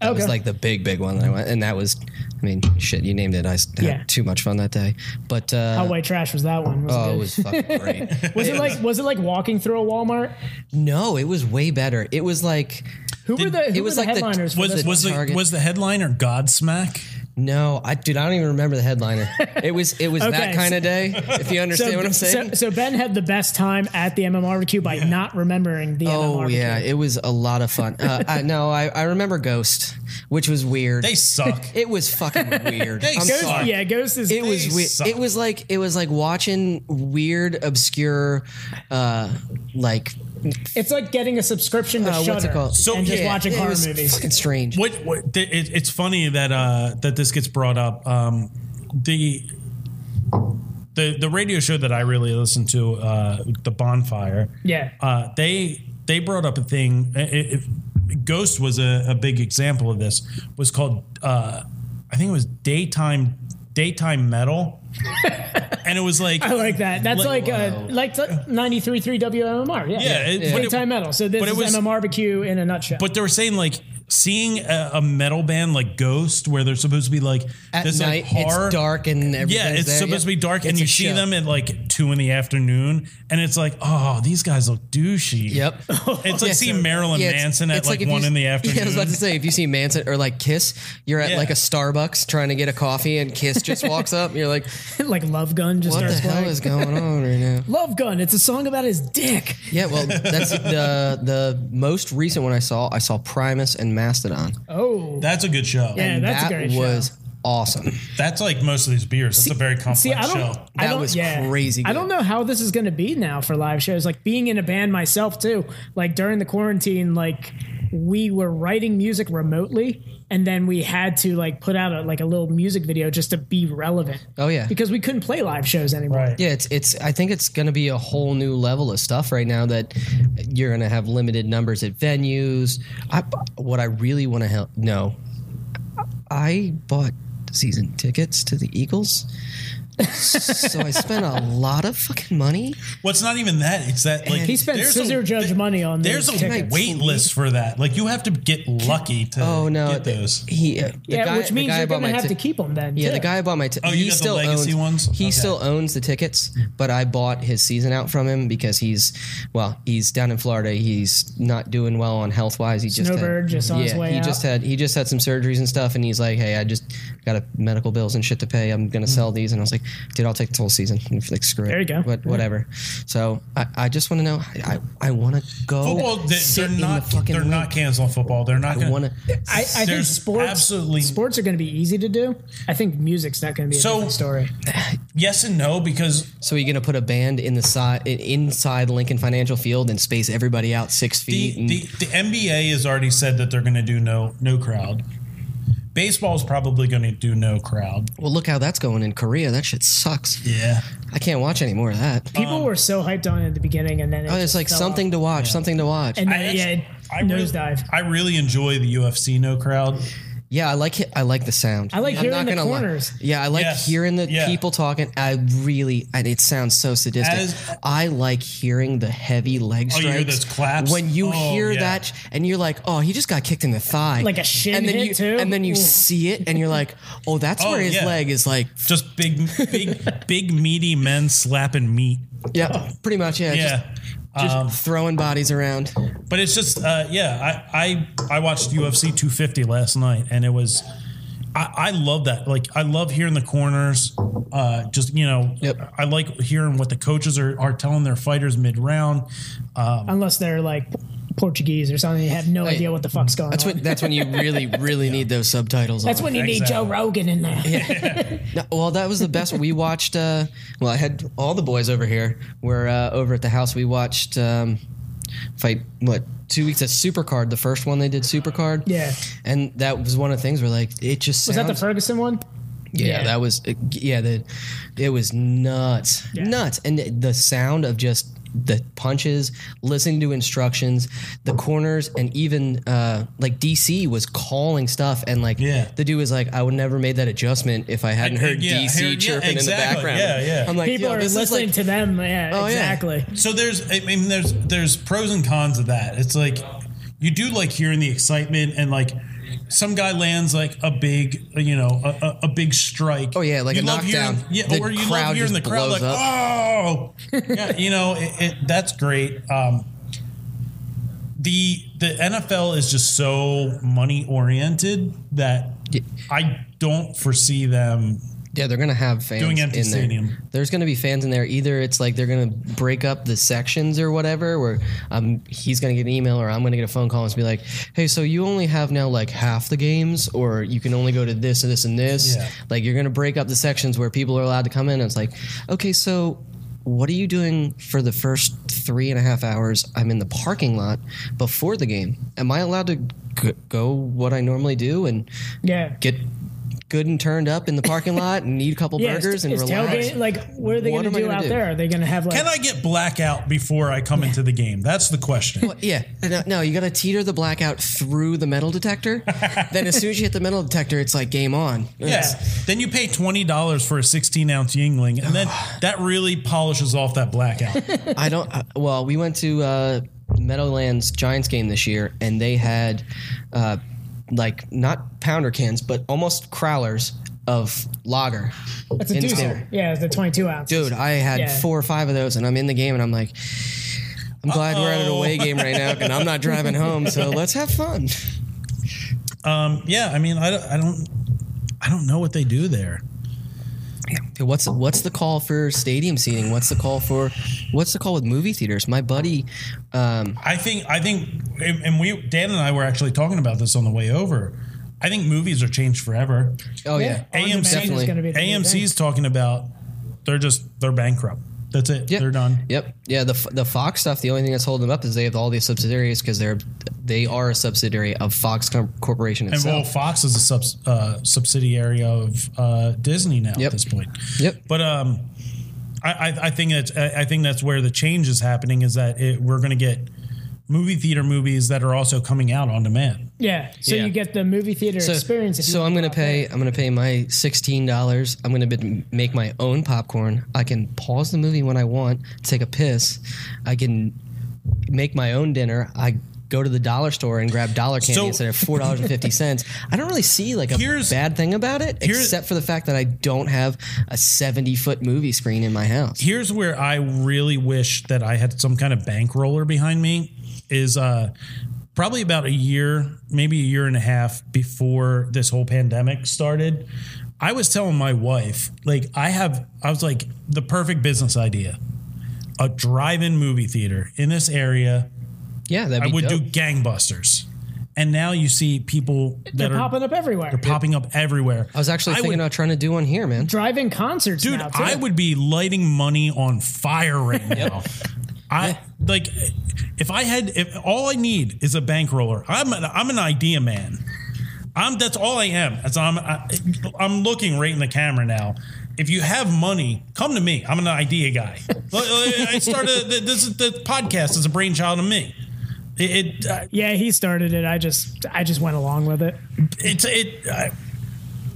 F: That was
E: Okay.
F: like the big big one that I went, and that was, I mean, shit, you named it. I s- had
E: Yeah.
F: too much fun that day, but uh,
E: how white trash was that one? Was,
F: oh,
E: it,
F: it
E: good?
F: was fucking great.
E: was it like was it like walking through a Walmart?
F: No, it was way better. It was like
E: Who were
H: Did-
E: the who
F: it
E: were
F: was
E: the
F: like the-
E: headliners? for
D: Was
E: this
D: was the,
F: Target.
D: was the headliner Godsmack?
F: no, I dude, I don't even remember the headliner. It was it was
E: Okay,
F: that kind
E: so-
F: of day. If you understand what I'm saying.
E: So, so Ben had the best time at the MMRBQ by not remembering the
F: Oh
E: MMRBQ.
F: yeah, it was a lot of fun. Uh, I, no, I, I remember Ghost, which was weird.
D: They suck.
F: it was fucking weird.
D: They
F: I'm
D: suck.
F: sorry.
E: Yeah, Ghost is.
F: it was
D: suck.
F: we- it was like it was like watching weird obscure uh like
E: it's like getting a subscription to
F: uh, what's it
E: Shudder
F: called
E: and just
F: Yeah,
E: watching
F: it
E: horror
F: was
E: movies.
F: fucking strange
D: What, what th- it, it's funny that uh, that this gets brought up. Um, the the the radio show that I really listen to, uh, the Bonfire.
E: Yeah.
D: Uh, they they brought up a thing. i- i- if Ghost was a, a big example of this. Was called uh, I think it was daytime daytime metal, and it was like
E: I like that. That's like
D: Like,
E: uh, like ninety three three WMMR. Yeah,
D: Yeah, it- Yeah. but it-
E: daytime metal. So this
D: but it
E: is
D: was-
E: MMRBQ in a nutshell.
D: But they were saying like seeing a, a metal band like Ghost, where they're supposed to be like
F: at
D: this like
F: night
D: horror.
F: it's dark and everything
D: Yeah, it's supposed to be dark, and you see them at like two in the afternoon, and it's like, oh, these guys look douchey.
F: Yep.
D: It's like
F: Yeah.
D: seeing Marilyn
F: Yeah, it's-
D: Manson at
F: it's
D: like,
F: if you-
D: one in the afternoon.
F: Yeah, I was about to say if you see Manson or like Kiss, you're at
D: Yeah.
F: like a Starbucks trying to get a coffee, and Kiss just walks up. And you're like,
E: like Love Gun just
F: what the
E: starts
F: hell
E: playing.
F: is going on right now?
E: Love Gun. It's a song about his dick.
F: Yeah, well, that's the the most recent one I saw. I saw Primus and Mastodon.
E: Oh,
D: That's a good show.
E: yeah,
F: and
E: that's
F: that
E: a great
F: was
E: show.
F: awesome.
D: That's like most of these beers. That's a very complex
E: See, I don't.
D: show.
E: I
F: That
E: don't,
F: was
E: yeah.
F: crazy
E: I
F: good.
E: don't know how this is going to be now for live shows. Like being in a band myself too. Like during the quarantine, like we were writing music remotely, and then we had to like put out a, like a little music video just to be relevant.
F: Oh yeah,
E: Because we couldn't play live shows anymore.
D: Right.
F: yeah. It's it's. I think it's going to be a whole new level of stuff right now that you're going to have limited numbers at venues. I what I really want to help know. I bought season tickets to the Eagles. so I spent a lot of fucking money.
D: Well, it's not even that. It's that like
E: He spent
D: there's
E: Scissor
D: a-
E: Judge
D: there-
E: money on
D: There's
E: those
D: a
E: tickets.
D: wait list for that. Like you have to get lucky to
F: Oh no!
D: get those.
F: He, uh, the
E: Yeah,
F: guy-
E: which
F: the
E: means
F: guy I
E: you're
F: bought
E: going to
F: my
E: have to
F: tic-
E: keep them then.
F: Yeah,
E: too.
F: the guy I bought my. T-
D: Oh, you
F: he
D: got the
F: still
D: legacy
F: owns,
D: ones?
F: He
D: Okay.
F: still owns the tickets, but I bought his season out from him because he's well, he's down in Florida. He's not doing well on health wise. He just had-
E: Snowbird just on
F: yeah,
E: his way
F: he
E: out.
F: just had he just had some surgeries and stuff, and he's like, hey, I just got a medical bills and shit to pay. I'm gonna sell these, and I was like, dude, I'll take the whole season. And he's like, screw it.
E: There you go.
F: But whatever. So I, I just want to know. I I, I want to go.
D: Football, they,
F: sit
D: they're
F: in the
D: not.
F: fucking
D: they're not
F: rink.
D: canceling football. They're not
F: I
D: going
F: want to.
E: I, I think
D: There's
E: sports
D: absolutely-
E: sports are going to be easy to do. I think music's not going to be a
D: So-
E: different story.
D: Yes and no because
F: So you're gonna put a band in the side inside Lincoln Financial Field and space everybody out six feet.
D: the,
F: and,
D: the, the NBA has already said that they're going to do no no crowd. Baseball is probably going to do no crowd.
F: well, look how that's going in Korea. That shit sucks.
D: Yeah,
F: I can't watch any more of that.
D: Oh,
E: People
D: um,
E: were so hyped on it at the beginning, and then it
F: Oh,
E: just
F: it's like
E: fell
F: something
E: off.
F: to watch. Something to watch.
E: And then,
D: I
E: yeah, it
D: actually- I really-
E: nosedive.
D: I really enjoy the UFC no crowd.
F: yeah, I like it. I like the sound.
E: I like
F: I'm
E: hearing
F: not
E: the
F: gonna lie.
E: corners.
F: Yeah, I like
D: Yes.
F: hearing the
D: Yeah.
F: people talking. I really. And it sounds so sadistic.
D: As-
F: I like hearing the heavy leg
D: Oh, you
F: strikes.
D: hear those claps?
F: When you
D: Oh,
F: hear
D: yeah.
F: that, sh- and you're like, oh, he just got kicked in the thigh,
E: Like a shin
F: and then
E: hit,
F: you,
E: too?
F: and then you
E: Ooh.
F: see it, and you're like, oh, that's
D: Oh,
F: where his
D: yeah.
F: leg is like
D: Just big, big, big, meaty men slapping meat.
F: Yeah, pretty much. Yeah, just,
D: Yeah,
F: just throwing bodies around.
D: but it's just uh, yeah. I, I I watched UFC 250 last night, and it was. I, I love that. Like, I love hearing the corners. Uh, just you know,
F: Yep.
D: I like hearing what the coaches are, are telling their fighters mid round.
E: unless they're like Portuguese or something. You have no
F: Hey,
E: idea what the fuck's going
F: That's
E: on.
F: when that's when you really really need those subtitles.
E: That's
F: on.
E: when you need Joe Rogan in there.
F: No, well, that was the best. we watched. Uh, well, I had all the boys over here. We're uh, over at the house. We watched um, fight what two weeks of Supercard. The first one they did Supercard.
E: Yeah.
F: and that was one of the things where like it just
E: Was
F: sounds,
E: that the Ferguson one?
F: yeah, that was yeah the it was nuts
E: Yeah.
F: nuts and the- the sound of just the punches listening to instructions the corners and even uh like dc was calling stuff and like
D: Yeah.
F: the dude was like i would never made that adjustment if i hadn't
D: And-
F: heard
D: and yeah,
F: dc
D: heard- yeah,
F: chirping in
D: exactly.
F: the background
D: Yeah, yeah.
F: i'm like
E: People
F: yo,
E: are
F: this is
E: listening
F: like,
E: to them. Yeah,
F: Oh, yeah.
E: exactly.
D: So there's, I mean, there's there's pros and cons of that. It's like you do like hearing the excitement and like some guy lands like a big, you know, a, a, a big strike.
F: Oh, yeah, like
D: you
F: a
D: love
F: knockdown.
D: Hearing, yeah,
F: The
D: or you love
F: crowd
D: hearing the
F: just
D: crowd
F: blows
D: like,
F: up.
D: oh, yeah, you know, it, it, that's great. Um, the the NFL is just so money oriented that I don't foresee them.
F: yeah they're gonna have fans
D: Doing empty
F: in there
D: stadium.
F: there's gonna be fans in there either it's like they're gonna break up the sections or whatever where um he's gonna get an email or i'm gonna get a phone call and be like hey so you only have now like half the games or you can only go to this and this and this
D: Yeah.
F: like you're gonna break up the sections where people are allowed to come in and it's like okay so what are you doing for the first three and a half hours i'm in the parking lot before the game am i allowed to g- go what i normally do and
E: Yeah.
F: get good and turned up in the parking lot and eat a couple
E: Yeah,
F: burgers
E: is,
F: and
E: is
F: relax.
E: tailgate like what are they going
F: What
E: to
F: am I
E: do
F: gonna
E: out
F: do?
E: there? Are they going to have like
D: Can I get blackout before I come into the game? That's the question.
F: Yeah, no, no, you got to teeter the blackout through the metal detector. then as soon as you hit the metal detector, it's like game on.
D: Yes. Then you pay twenty dollars for a sixteen ounce Yingling, and then that really polishes off that blackout.
F: I don't. Uh, well, we went to uh, Meadowlands Giants game this year, and they had uh, like not pounder cans, but almost crowlers of lager.
E: that's a
F: in the
E: deucer?
F: stadium.
E: Yeah, it's the 22 ounce.
F: Dude, I had
E: Yeah.
F: four or five of those, and I'm in the game, and I'm like. I'm glad we're at an
D: Uh-oh.
F: away game right now, and I'm not driving home, so let's have fun.
D: Um, yeah, I mean, I, don't- I don't, I don't know what they do there.
F: Okay, What's what's the call for stadium seating? What's the call for what's the call with movie theaters? My buddy, um,
D: I think, I think, and and we, Dan and I were actually talking about this on the way over. I think movies are changed forever.
F: oh yeah,
D: AMC
F: definitely.
E: going to be the new thing.
D: AMC's talking about they're just they're bankrupt. That's it.
F: Yep.
D: They're done.
F: Yep, yeah. The the Fox stuff. The only thing that's holding them up is they have all these subsidiaries because they're they are a subsidiary of Fox Com- Corporation
D: And well,
F: itself.
D: Fox is a subs, uh, subsidiary of uh, Disney now
F: Yep.
D: at this point.
F: Yep.
D: But um, I, I, I think that's I I think that's where the change is happening. Is that it, we're going to get movie theater movies that are also coming out on demand.
E: Yeah, so
F: Yeah.
E: you get the movie theater experience. if you
F: so I'm gonna
E: out there.
F: pay. I'm gonna pay my sixteen dollars. I'm gonna be, make my own popcorn. I can pause the movie when I want. Take a piss. I can make my own dinner. I go to the dollar store and grab dollar candy
D: So-
F: instead of four dollars and fifty cents. I don't really see like a
D: Here's-
F: bad thing about it,
D: here's-
F: except for the fact that I don't have a seventy foot movie screen in my house.
D: Here's where I really wish that I had some kind of bankroller behind me. Is uh, probably about a year, maybe a year and a half before this whole pandemic started. I was telling my wife, like, I have, I was like, the perfect business idea a drive in movie theater in this area
F: Yeah, that
D: I would
F: dope.
D: do gangbusters. And now you see people that
E: They're
D: are
E: popping up everywhere.
D: popping up everywhere.
F: I was actually thinking
D: would-
F: about trying to do one here, man.
E: Driving concerts,
D: dude,
E: now, too.
D: I would be lighting money on fire right now. I like if I had if all I need is a bankroller. I'm an, I'm an idea man. I'm that's all I am. As I'm I, I'm looking right in the camera now. If you have money, come to me. I'm an idea guy. Look, I started this is the podcast is a brainchild of me. It, it
E: Yeah, he started it. I just, I just went along with it.
D: it's it uh,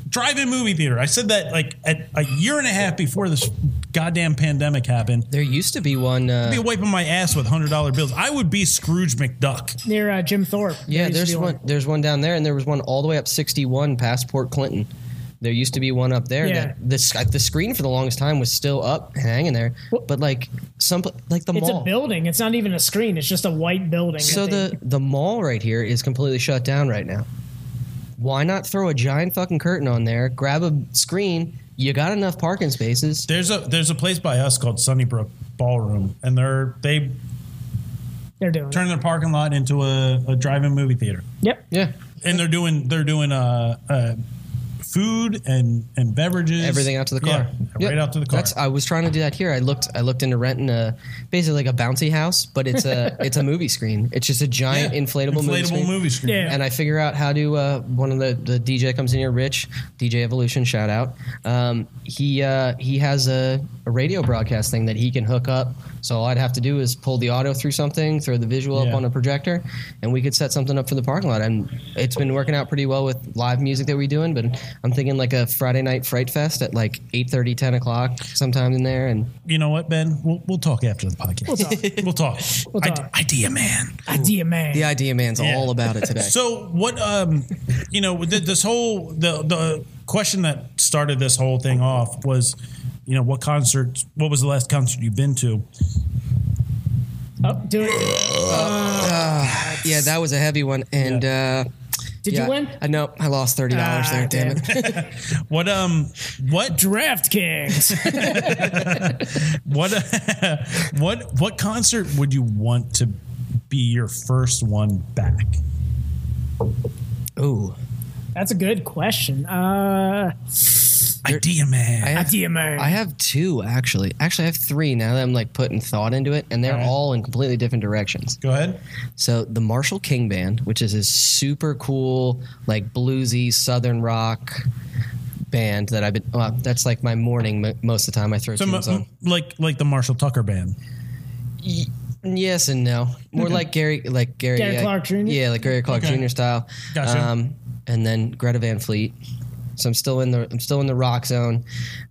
D: drive-in movie theater. I said that like at a year and a half before this goddamn pandemic happened.
F: There used to be one. Uh,
D: I'd be wiping my ass with hundred dollar bills. I would be Scrooge McDuck.
E: Near uh, Jim Thorpe.
F: Yeah,
E: used to
F: there's
E: be
F: one. There's one down there, and there was one all the way up 61 past Port Clinton. There used to be one up there.
E: Yeah.
F: That the sc- the screen for the longest time was still up, hanging there. But like some, pl- like the
E: It's
F: mall.
E: a building. It's not even a screen. It's just a white building.
F: so
E: that they-
F: the the mall right here is completely shut down right now. Why not throw a giant fucking curtain on there? Grab a screen. You got enough parking spaces.
D: There's a there's a place by us called Sunnybrook Ballroom, and they're they
E: They're doing. it.
D: turning their parking lot into a, a drive-in movie theater,
E: Yep.
F: Yeah.
D: and they're doing they're doing uh, uh, food and and beverages,
F: Everything out to the car.
D: Yeah,
F: Yep.
D: right out to the car.
F: That's, I was trying to do that here. I looked. I looked into renting a basically like a bouncy house, but it's a it's a movie screen. It's just a giant
D: Yeah.
F: inflatable, movie screen.
D: movie screen.
E: Yeah.
F: and I figure out how to. Uh, one of the, the DJ comes in here, Rich DJ Evolution, shout out. Um, he uh, he has a, a radio broadcast thing that he can hook up. So all I'd have to do is pull the audio through something, throw the visual
D: Yeah.
F: up on a projector, and we could set something up for the parking lot. And it's been working out pretty well with live music that we're doing. But I'm thinking like a Friday night Fright Fest at like 8:30, 10 o'clock, sometime in there. And
D: You know what, Ben? We'll, we'll talk after the podcast. We'll
E: talk.
D: we'll talk. I-
E: talk.
D: idea man.
E: Idea man.
F: the idea man's all about it today.
D: So what? Um, you know, with th- this whole the the question that started this whole thing off was, you know, what concert? What was the last concert you've been to?
E: Oh, do it.
F: yeah, that was a heavy one. And uh,
E: Did
F: yeah,
E: you win?
F: I know I lost thirty dollars
E: Ah,
F: there. Damn it.
D: What um what
E: DraftKings.
D: what what what concert would you want to be your first one back?
F: Ooh,
E: That's a good question. Uh,
D: Idea man.
F: I have,
E: idea man.
F: I have two actually. Actually, I have three now that I'm like putting thought into it, and they're
D: All right.
F: all in completely different directions.
D: Go ahead.
F: So the Marshall King Band, which is this super cool, like bluesy southern rock band that I've been. Well, that's like my morning mo- most of the time. I throw
D: So,
F: tunes on.
D: m- like like the Marshall Tucker band.
F: Y- Yes and no. More like Gary, like Gary, uh,
E: Gary Clark Jr.?
F: Yeah, like Gary Clark
D: Okay.
F: Jr. style. Um,
D: Gotcha.
F: and then Greta Van Fleet. So I'm still in the I'm still in the rock zone.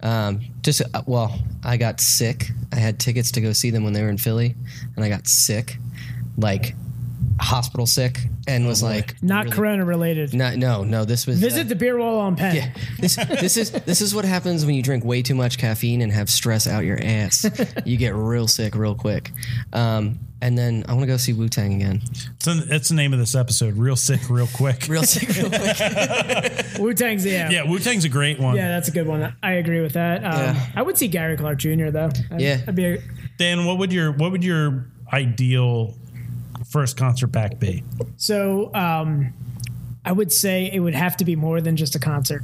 F: Um, just uh, well, I got sick. I had tickets to go see them when they were in Philly, and I got sick, like hospital sick, and was like
E: Oh, Not
F: really-
E: Corona related.
F: No, no, no. This was uh,
E: Visit the beer wall on Penn.
F: yeah, this this is this is what happens when you drink way too much caffeine and have stress out your ass. You get real sick real quick. Um, and then I want to go see Wu Tang again.
D: So that's the name of this episode. Real sick, real quick.
F: Real sick real quick.
E: Wu Tang's yeah.
D: yeah, Wu Tang's a great one.
E: Yeah, that's a good one. I agree with that. Um,
F: Yeah.
E: I would see Gary Clark Jr. though. I'd,
F: Yeah.
E: I'd be a,
D: Dan, what would your what would your ideal first concert back be?
E: so. Um, I would say it would have to be more than just a concert.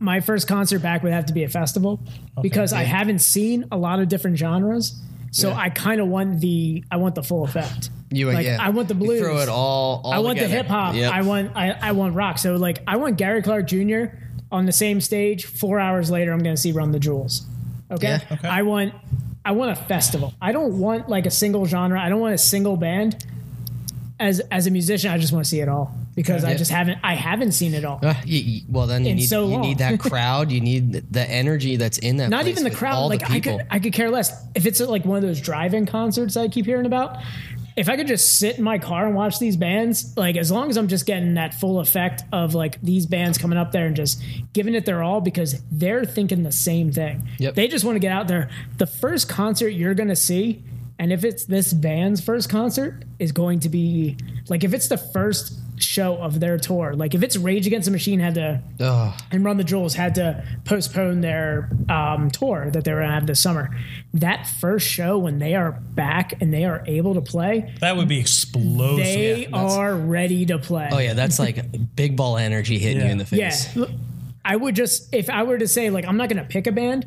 E: My first concert back would have to be a festival because I haven't seen a lot of different genres. So I kind of want the I want the full effect.
F: You
E: like
F: yeah.
E: I want the
F: You
E: blues.
F: throw it all. all
E: I want the
F: together.
E: hip hop.
F: Yep.
E: I want I, I want rock. So like I want Gary Clark Jr. on the same stage. Four hours later, I'm going to see Run the Jewels. Okay?
F: Yeah.
E: I want I want a festival. I don't want like a single genre. I don't want a single band. As as a musician, I just want to see it all because I
F: Yeah.
E: just haven't I haven't seen it all.
F: Uh, you- you- well, then you
E: In
F: need
E: so
F: you
E: long.
F: need that crowd. You need th- the energy that's in that.
E: Not
F: place
E: even the
F: with
E: crowd.
F: All
E: Like
F: the
E: I
F: people.
E: could I could care less if it's like one of those drive-in concerts I keep hearing about. If I could just sit in my car and watch these bands, like as long as I'm just getting that full effect of like these bands coming up there and just giving it their all because they're thinking the same thing.
F: Yep.
E: They just want to get out there. The first concert you're going to see, and if it's this band's first concert, is going to be like if it's the first show of their tour, like if it's Rage Against the Machine had to
F: Ugh.
E: and Run the Jewels had to postpone their um, tour that they were going to have this summer. That first show, when they are back and they are able to play,
D: That would be explosive.
E: they are ready to play.
F: oh yeah, that's like big ball energy hitting you
D: Yeah.
F: in the
E: Yeah.
F: face.
E: Look, I would just, if I were to say, like, I'm not going to pick a band,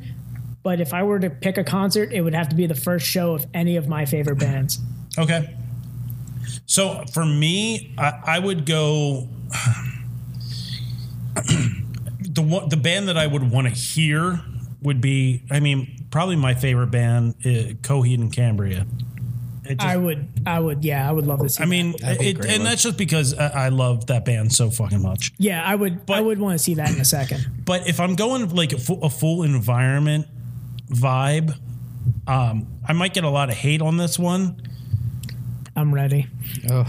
E: but if I were to pick a concert, it would have to be the first show of any of my favorite bands.
D: Okay. So for me, I, I would go. the one, the band that I would want to hear would be, I mean, probably my favorite band, uh, Coheed and Cambria. It just-
E: I would, I would, yeah, I would love this.
D: I mean, it, and that's just because I, I love that band so fucking much.
E: yeah, I would, I
D: but-
E: would want to see that in a second.
D: But if I'm going like a full, a full environment vibe, um, I might get a lot of hate on this one.
E: I'm ready.
F: Oh.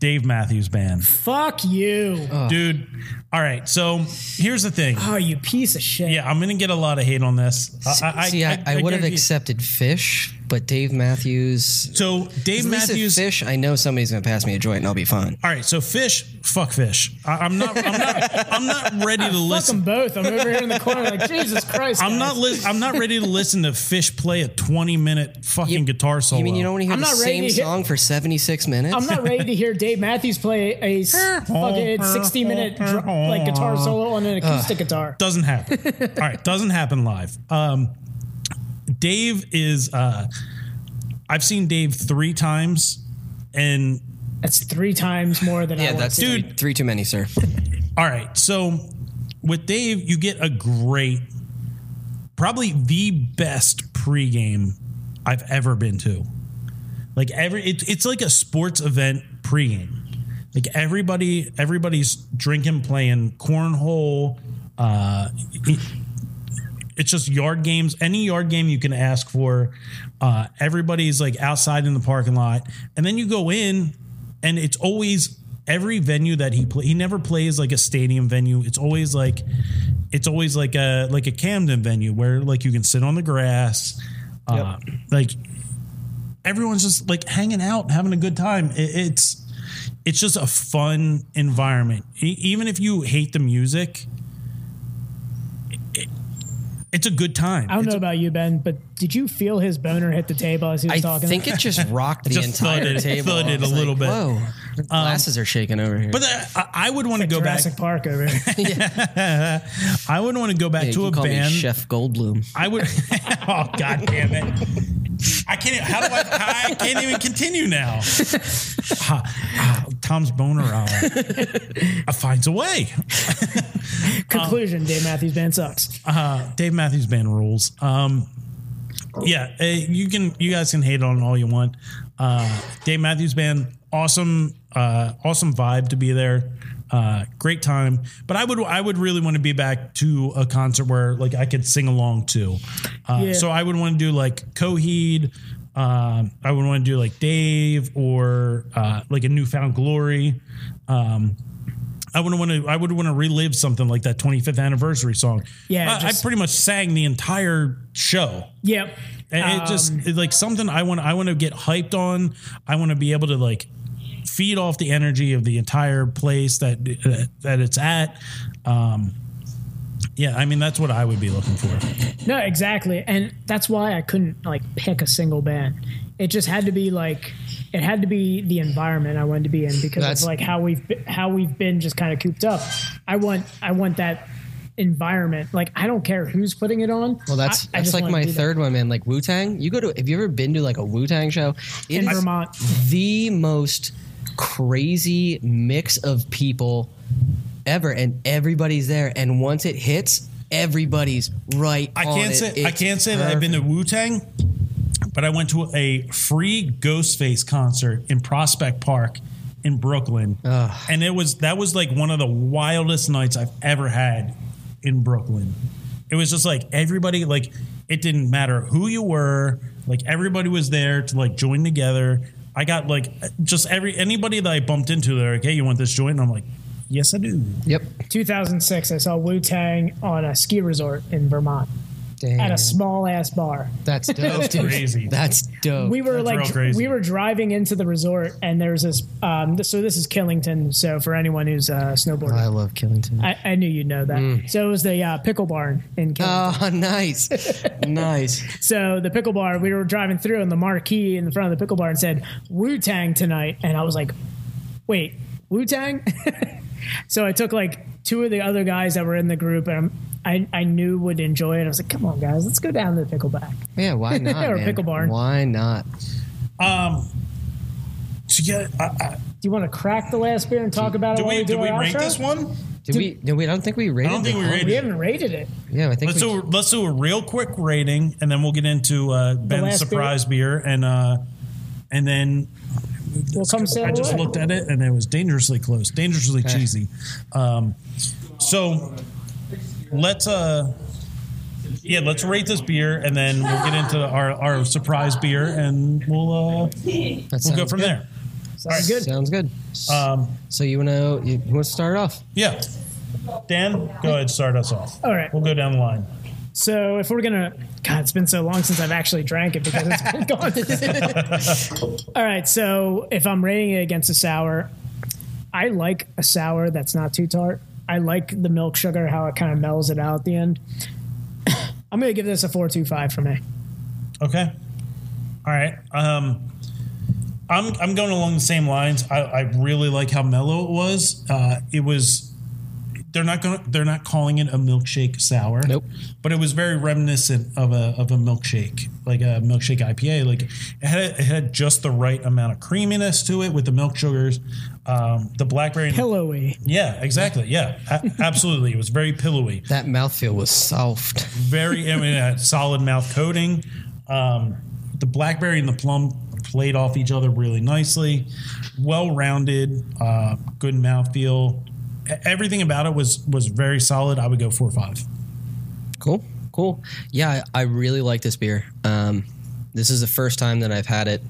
D: Dave Matthews Band,
E: Fuck you.
D: dude. All right, so here's the thing.
E: Oh, you piece of shit.
D: Yeah, I'm gonna get a lot of hate on this. I, I,
F: See, I, I, would have
D: guarantee-
F: accepted Fish But Dave Matthews,
D: So Dave
F: Lisa
D: Matthews.
F: Fish. I know somebody's gonna pass me a joint and I'll be fine.
D: All right, so fish, fuck fish. I, I'm not. I'm not. I'm not ready to
E: Fuck them
D: listen.
E: both. I'm over here in the corner like, Jesus Christ.
D: I'm
E: guys.
D: not. Li- I'm not ready to listen to fish play a 20 minute fucking guitar solo.
F: You mean you don't want to hear
E: I'm
F: the
E: not ready
F: same
E: to hear-
F: song for seventy six minutes?
E: I'm not ready to hear Dave Matthews play a s- fucking 60 minute dr- like guitar solo on an acoustic guitar.
D: doesn't happen. All right, doesn't happen live. Um, Dave is. Uh, I've seen Dave three times, and
E: That's three times more than I
F: yeah,
E: want
F: that's
E: to
F: three-
D: Dude.
F: three too many, sir.
D: all right, so with Dave, you get a great, probably the best pregame I've ever been to. Like every, it, it's like a sports event pregame. Like everybody, everybody's drinking, playing cornhole. Uh, it's just yard games. Any yard game you can ask for. Uh, everybody's like outside in the parking lot, and then you go in, and it's always every venue that he play. He never plays like a stadium venue. It's always like, it's always like a like a Camden venue where like you can sit on the grass, uh, like everyone's just like hanging out, having a good time. It, it's it's just a fun environment. E- even if you hate the music. it- It's a good time.
E: I don't
D: It's
E: know about you, Ben, but did you feel his boner hit the table as he was
F: I
E: talking?
F: think it just rocked the
D: just
F: entire
D: thudded-
F: table. I
D: thudded
F: was
D: a little bit.
F: Whoa, glasses are shaking over here.
D: But that, I, I would want to go
E: Jurassic
D: back.
E: Park over
D: Um,
E: here.
D: I would want to go back
F: Hey,
D: to
F: you
D: a
F: call
D: band.
F: me Chef Goldblum.
D: I would. oh God damn it! I can't. e, How do I? I can't even continue now. Ah, ah, Tom's boner hour I finds a way.
E: Conclusion: Dave Matthews Band sucks.
D: Dave Matthews Band rules. Um, yeah, eh, you can. You guys can hate on all you want. Uh, Dave Matthews Band, awesome, uh, awesome vibe to be there. Uh, great time. But I would, I would really want to be back to a concert where like I could sing along to. Uh,
E: Yeah.
D: So I would want to do like Coheed. Um, I would want to do like Dave or uh, like a Newfound Glory. Um, I would want to. I would want to relive something like that 25th anniversary song.
E: Yeah,
D: I, I
E: just-
D: pretty much sang the entire show.
E: Yep.
D: And
E: Um,
D: it just it's like something I want. I want to get hyped on. I want to be able to like feed off the energy of the entire place that that, that it's at. Um, yeah, I mean that's what I would be looking for.
E: No, exactly. And that's why I couldn't like pick a single band. It just had to be like it had to be the environment I wanted to be in because
F: That's-
E: of like how we've be- how we've been just kind of cooped up. I want I want that environment. Like I don't care who's putting it on.
F: Well, that's
E: I- I
F: that's
E: just
F: like
E: wanna
F: my
E: be there.
F: third one, man. Like Wu Tang. You go to? Have you ever been to like a Wu Tang show? It
E: in
F: is
E: Vermont.
F: the most crazy mix of people ever, and everybody's there. And once it hits, everybody's right.
D: I can't say I can't say that I've been to Wu Tang, but I went to a free Ghostface concert in Prospect Park in Brooklyn, and it was that was like one of the wildest nights I've ever had in Brooklyn. It was just like everybody like it didn't matter who you were, like everybody was there to like join together. I got like just every anybody that I bumped into, they're like, "Hey, you want this joint?" And I'm like, "Yes, I do."
F: Yep.
E: 2006, I saw Wu Tang on a ski resort in Vermont at
F: Damn.
E: a
D: Mm.
E: small ass bar.
F: That's dope, dude.
D: crazy.
F: That's dope.
E: we were
D: That's real
E: like
D: crazy.
E: we were driving into the resort and there's this um th- so this is killington so for anyone who's uh snowboarding
F: I love Killington.
E: I, I knew you'd know that. So it was the uh, pickle barn in Killington.
F: Oh, nice, nice.
E: so the pickle bar, we were driving through, and the marquee in front of the pickle barn said Wu Tang tonight, and I was like, "Wait, Wu Tang?" so I took like two of the other guys that were in the group, and i I I knew would enjoy it. I was like, "Come on, guys, let's go down to the pickle back."
F: Yeah, why not?
E: Or
F: man?
E: Pickle Barn.
F: Why not?
D: Um, so yeah, I, I,
E: Do you want to crack the last beer and talk about
D: do
E: it? while
D: we
E: we
D: do we
E: our
D: rank
E: outro?
D: this one?
F: Did we? No, we I don't think we rated.
D: I don't think
F: the
D: we
F: whole-
D: rated.
E: We
D: it.
E: haven't rated it.
F: Yeah, I think
D: Let's
F: we
D: do let's do a real quick rating, and then we'll get into uh, Ben's
E: last
D: surprise beer, and uh, and then
E: We'll come sail
D: I just
E: away.
D: looked at it, and it was dangerously close, dangerously cheesy. Um, so let's uh, yeah, let's rate this beer, and then we'll get into our, our surprise beer, and we'll uh,
F: That
D: we'll go
F: sounds
D: from
F: good.
D: there.
E: Sounds good.
F: Sounds good.
D: Um,
F: So you want to you want to start off?
D: yeah, Dan, go ahead, start us off.
E: All right.
D: we'll go down the line.
E: So if we're gonna, God, it's been so long since I've actually drank it because it's been gone. All right, so if I'm rating it against a sour, I like a sour that's not too tart. I like the milk sugar how it kind of mellows it out at the end. I'm gonna give this a four two five for me.
D: Okay. All right. Um, I'm I'm going along the same lines. I, I really like how mellow it was. Uh, it was. They're not going. They're not calling it a milkshake sour.
F: Nope.
D: But it was very reminiscent of a of a milkshake, like a milkshake IPA. Like it had it had just the right amount of creaminess to it with the milk sugars, um, the blackberry.
E: Pillowy.
D: yeah, exactly. Yeah, A- absolutely. It was very pillowy
F: That mouthfeel was soft.
D: very I mean, uh, solid mouth coating. Um, the blackberry and the plum played off each other really nicely. Well rounded, uh, good mouthfeel. E- Everything about it was was very solid. I would go four or five.
F: Cool, cool. Yeah, I I really like this beer. Um, this is the first time that I've had it,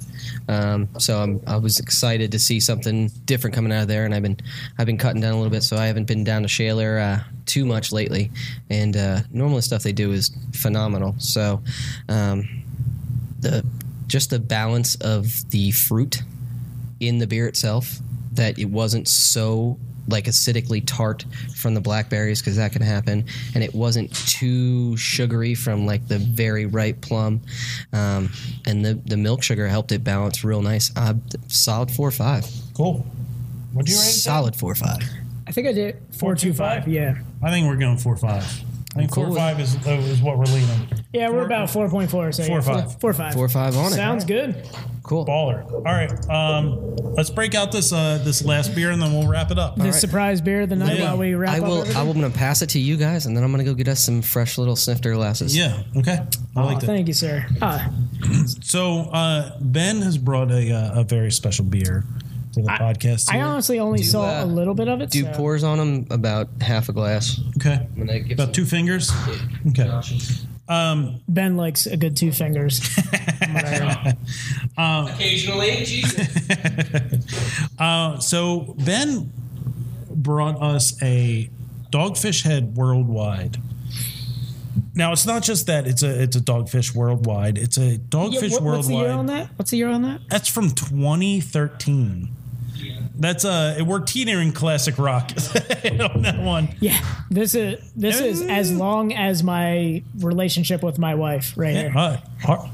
F: um, so I'm, I was excited to see something different coming out of there. And I've been I've been cutting down a little bit, so I haven't been down to Shaler uh, too much lately. And uh, normally, the stuff they do is phenomenal. So um, the just the balance of the fruit in the beer itself that it wasn't so like acidically tart from the blackberries because that can happen and it wasn't too sugary from like the very ripe plum um, and the, the milk sugar helped it balance real nice uh, solid four or five
D: Cool. What do you rate? it?
F: solid four or five
E: I think I did four two five. Yeah.
D: I think we're going four or five. I think four
F: Cool.
D: or five is, is what we're leaning.
E: Yeah, we're about four point four. So
D: Four
E: yeah,
D: five.
E: Four five.
F: four or five on it
E: Sounds good.
F: cool
D: Baller. All right. Um, let's break out this uh, this last beer and then we'll wrap it up.
E: This surprise beer of the night
D: Yeah.
E: while we wrap
F: I
E: up.
F: will
E: everything.
F: I will, I'm gonna pass it to you guys and then I'm gonna go get us some fresh little snifter glasses
D: Yeah. Okay. I
E: Oh,
D: like that.
E: thank you, sir. Ah,
D: So uh, Ben has brought a, uh, a very special beer to the podcast.
E: I
D: here.
E: honestly only saw
F: uh,
E: a little bit of it.
F: do
E: so-
F: pours on them about half a glass
D: Okay.
F: I'm gonna give
D: About two fingers. Okay.
E: Ben likes a good two fingers.
G: Occasionally, Jesus.
D: So Ben brought us a Dogfish Head Worldwide. Now it's not just that it's a it's a Dogfish Worldwide. It's a
E: Yeah,
D: Dogfish
E: what- what's the year on
D: Worldwide.
E: that? What's the year on that?
D: That's from 2013. That's uh, it- we're teetering classic rock on that one.
E: Yeah, this is this is
D: Uh.
E: as long as my relationship with my wife right here.
D: Uh, hard,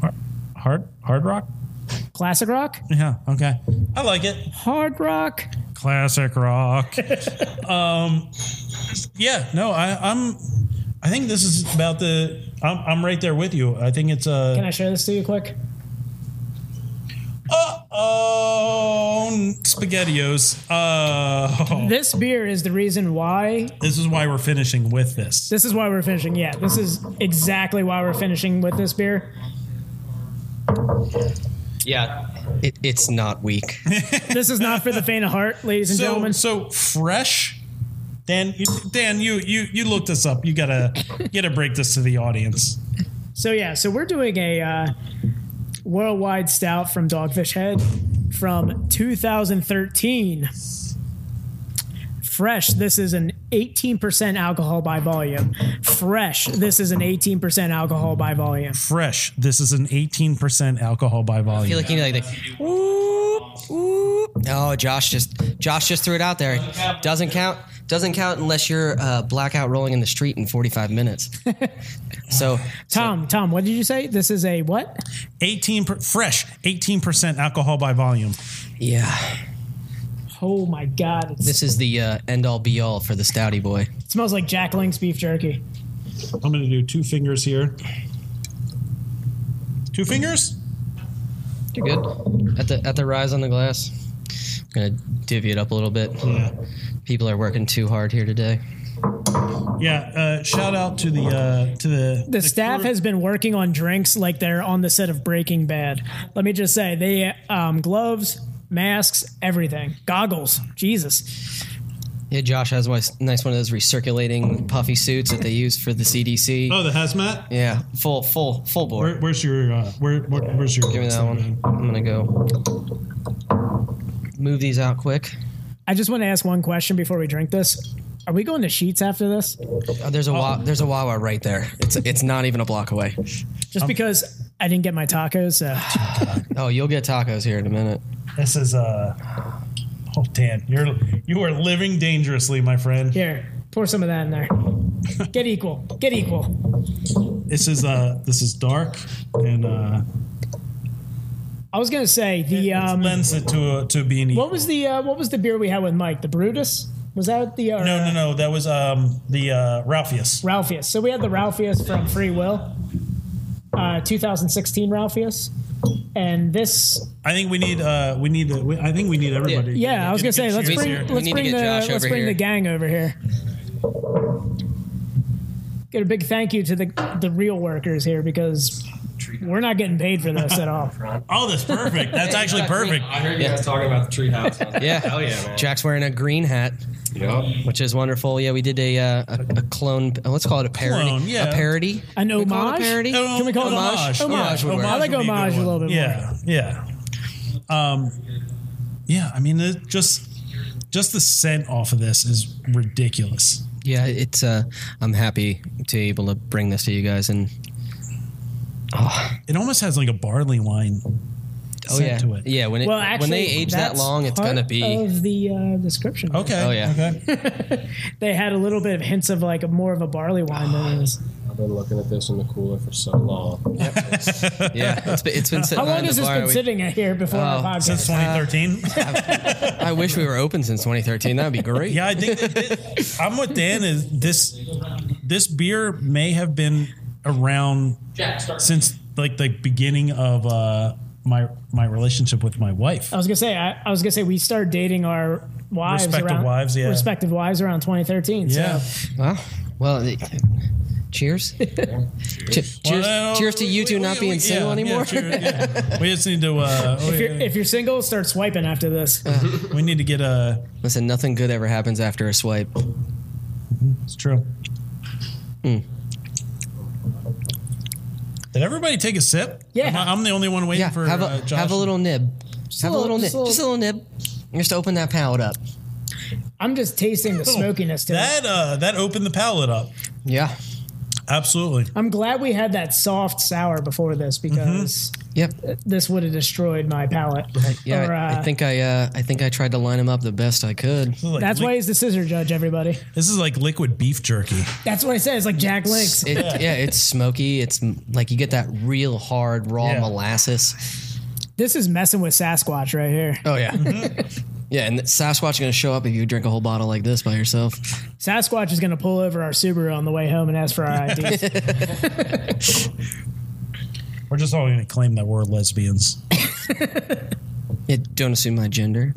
D: hard, hard, hard rock.
E: Classic rock,
D: Yeah. Okay. I like it.
E: hard rock.
D: classic rock. um, yeah, no, I, I'm. I think this is about the. I'm, I'm right there with you. I think it's uh,
E: Can
D: a.
E: I show this to you quick?
D: Uh oh, spaghettios. Uh,
E: This beer is the reason why.
D: this is why we're finishing with this.
E: This is why we're finishing. Yeah, this is exactly why we're finishing with this beer.
F: yeah it, it's not weak
E: This is not for the faint of heart, ladies and
D: So
E: gentlemen.
D: so fresh. Dan, you, Dan, you you you look this up. You gotta you gotta break this to the audience.
E: So yeah, so we're doing a uh, worldwide stout from Dogfish Head from 2013. Fresh, this is an 18% alcohol by volume. Fresh, this is an 18% alcohol by volume.
D: Fresh. This is an 18% alcohol by
F: I feel
D: volume.
F: like you know, like, like whoop, whoop. No, Josh just Josh just threw it out there. Doesn't count. Doesn't count unless you're uh, blackout rolling in the street in 45 minutes. so
E: Tom, Tom, what did you say? This is a what?
D: 18 per, fresh. 18% alcohol by volume.
F: yeah,
E: Oh my god, it's,
F: this is the uh, end all be all for the stouty boy.
E: it smells like Jack Link's beef jerky.
D: I'm gonna do two fingers here. Two fingers?
F: You're good at the at the rise on the glass. Gonna divvy it up a little bit.
D: Yeah.
F: People are working too hard here today.
D: Yeah. Uh, shout out to the uh, to the
E: The staff has been working on drinks like they're on the set of Breaking Bad. Let me just say, they um, gloves, masks, everything, goggles. Jesus,
F: Yeah, Josh has a nice- nice one of those recirculating puffy suits that they use for the CDC.
D: Oh, the hazmat.
F: Yeah, full full full board.
D: Where, where's your uh, where, where where's your
F: Give me that one. I'm gonna go move these out quick.
E: I just want to ask one question before we drink this. Are we going to Sheets after this?
F: Oh, there's a wa- there's a Wawa right there. It's it's not even a block away.
E: Just because I didn't get my tacos. So.
F: Oh, you'll get tacos here in a minute.
D: This is uh oh Dan, you're you are living dangerously, my friend.
E: Here, pour some of that in there. Get equal. Get equal.
D: This is uh this is dark and uh
E: I was gonna say the um,
D: lends it to a, to being
E: what was the uh, what was the beer we had with Mike? The Brutus? Was that the uh,
D: no no no that was um the uh Ralpheus.
E: Ralpheus? So we had the Ralpheus from Free Will, uh, 2016 Ralpheus, and this.
D: I think we need uh we need we, I think we need everybody.
E: Yeah, I was gonna say let's
F: We-
E: bring
F: we
E: let's
F: need to
E: bring
F: get
E: the
F: Josh
E: let's
F: over
E: bring the
F: here.
E: gang over here. Get a big thank you to the the real workers here because we're not getting paid for this at all.
D: Oh, that's perfect. That's actually perfect.
K: I heard you guys talking about the treehouse.
F: Yeah.
K: Hell yeah, man.
F: Jack's wearing a green hat,
K: Yep.
F: which is wonderful. Yeah, we did a uh, a, a clone. uh, Let's call it a parody.
D: Clone, yeah.
F: A parody.
E: An
F: We call it
E: homage?
F: a parody.
D: Oh,
E: Can we call it homage?
F: Homage would work.
E: I like
D: would be
E: homage a
D: good
E: little
D: one.
E: bit more.
D: Yeah, yeah. Um, yeah. I mean, it just just the scent off of this is ridiculous.
F: Yeah, it's. Uh, I'm happy to be able to bring this to you guys, and
D: It almost has like a barley wine
F: oh
D: scent
F: yeah,
D: to it.
F: yeah. When it
E: Well, actually,
F: when they age that
E: that's
F: long, it's
E: part
F: gonna be.
E: of the uh, description.
D: Okay.
F: Oh, yeah.
D: Okay.
E: They had a little bit of hints of like more of a barley wine than this.
K: I've been looking at this in the cooler for so long.
F: Yeah, it's been, it's been sitting.
E: How long
F: behind
E: has
F: the
E: this
F: bar.
E: been
F: We- Oh,
E: sitting here before our podcast?
D: Since 2013.
F: I wish we were open since 2013. That'd be great.
D: yeah, I think that thi- I'm with Dan. Is this this beer may have been around since like the beginning of uh, my my relationship with my wife.
E: I was gonna say I, I was gonna say we started dating our wives
D: Respective
E: around
D: wives, yeah.
E: respective wives around 2013.
D: yeah.
E: So
F: Wow. Well, it- cheers. cheers. Cheers,
D: Well,
F: cheers to you
D: we-
F: two
D: we-
F: not
D: we-
F: being
D: yeah,
F: single
D: yeah,
F: anymore.
D: cheers, yeah. We just need to. Uh,
E: if
D: we,
E: you're if you're single, start swiping after this.
F: Uh,
D: we need to get a.
F: Listen, nothing good ever happens after a swipe.
D: It's true.
F: Hmm.
D: Did everybody take a sip?
E: Yeah.
D: Am I- I'm, the only one waiting
F: Yeah,
D: for
F: have a
D: uh, Josh.
F: have a little nib. have
E: a
F: a
E: little-
F: little nib.
E: just a little-
F: Just a little nib. Just open that palate up.
E: I'm just tasting the smokiness to it.
D: That uh, that opened the palate up.
F: Yeah.
D: Absolutely.
E: I'm glad we had that soft sour before this because
F: Yep.
E: this would have destroyed my palate.
F: Yeah.
E: Or,
F: I, I
E: uh,
F: think I uh, I think I tried to line them up the best I could.
D: This is like
E: That's
D: li-
E: why he's the scissor judge, everybody.
D: this is like liquid beef jerky.
E: That's what I said. It's like Jack Links.
F: It, yeah. it's smoky. It's m- like you get that real hard raw
D: Yeah.
F: molasses.
E: This is messing with Sasquatch right here.
F: Oh yeah.
D: Mm-hmm.
F: yeah, and Sasquatch is gonna show up if you drink a whole bottle like this by yourself.
E: Sasquatch is going to pull over our Subaru on the way home and ask for our IDs.
D: We're just all going to claim that we're lesbians.
F: Yeah, don't assume my gender.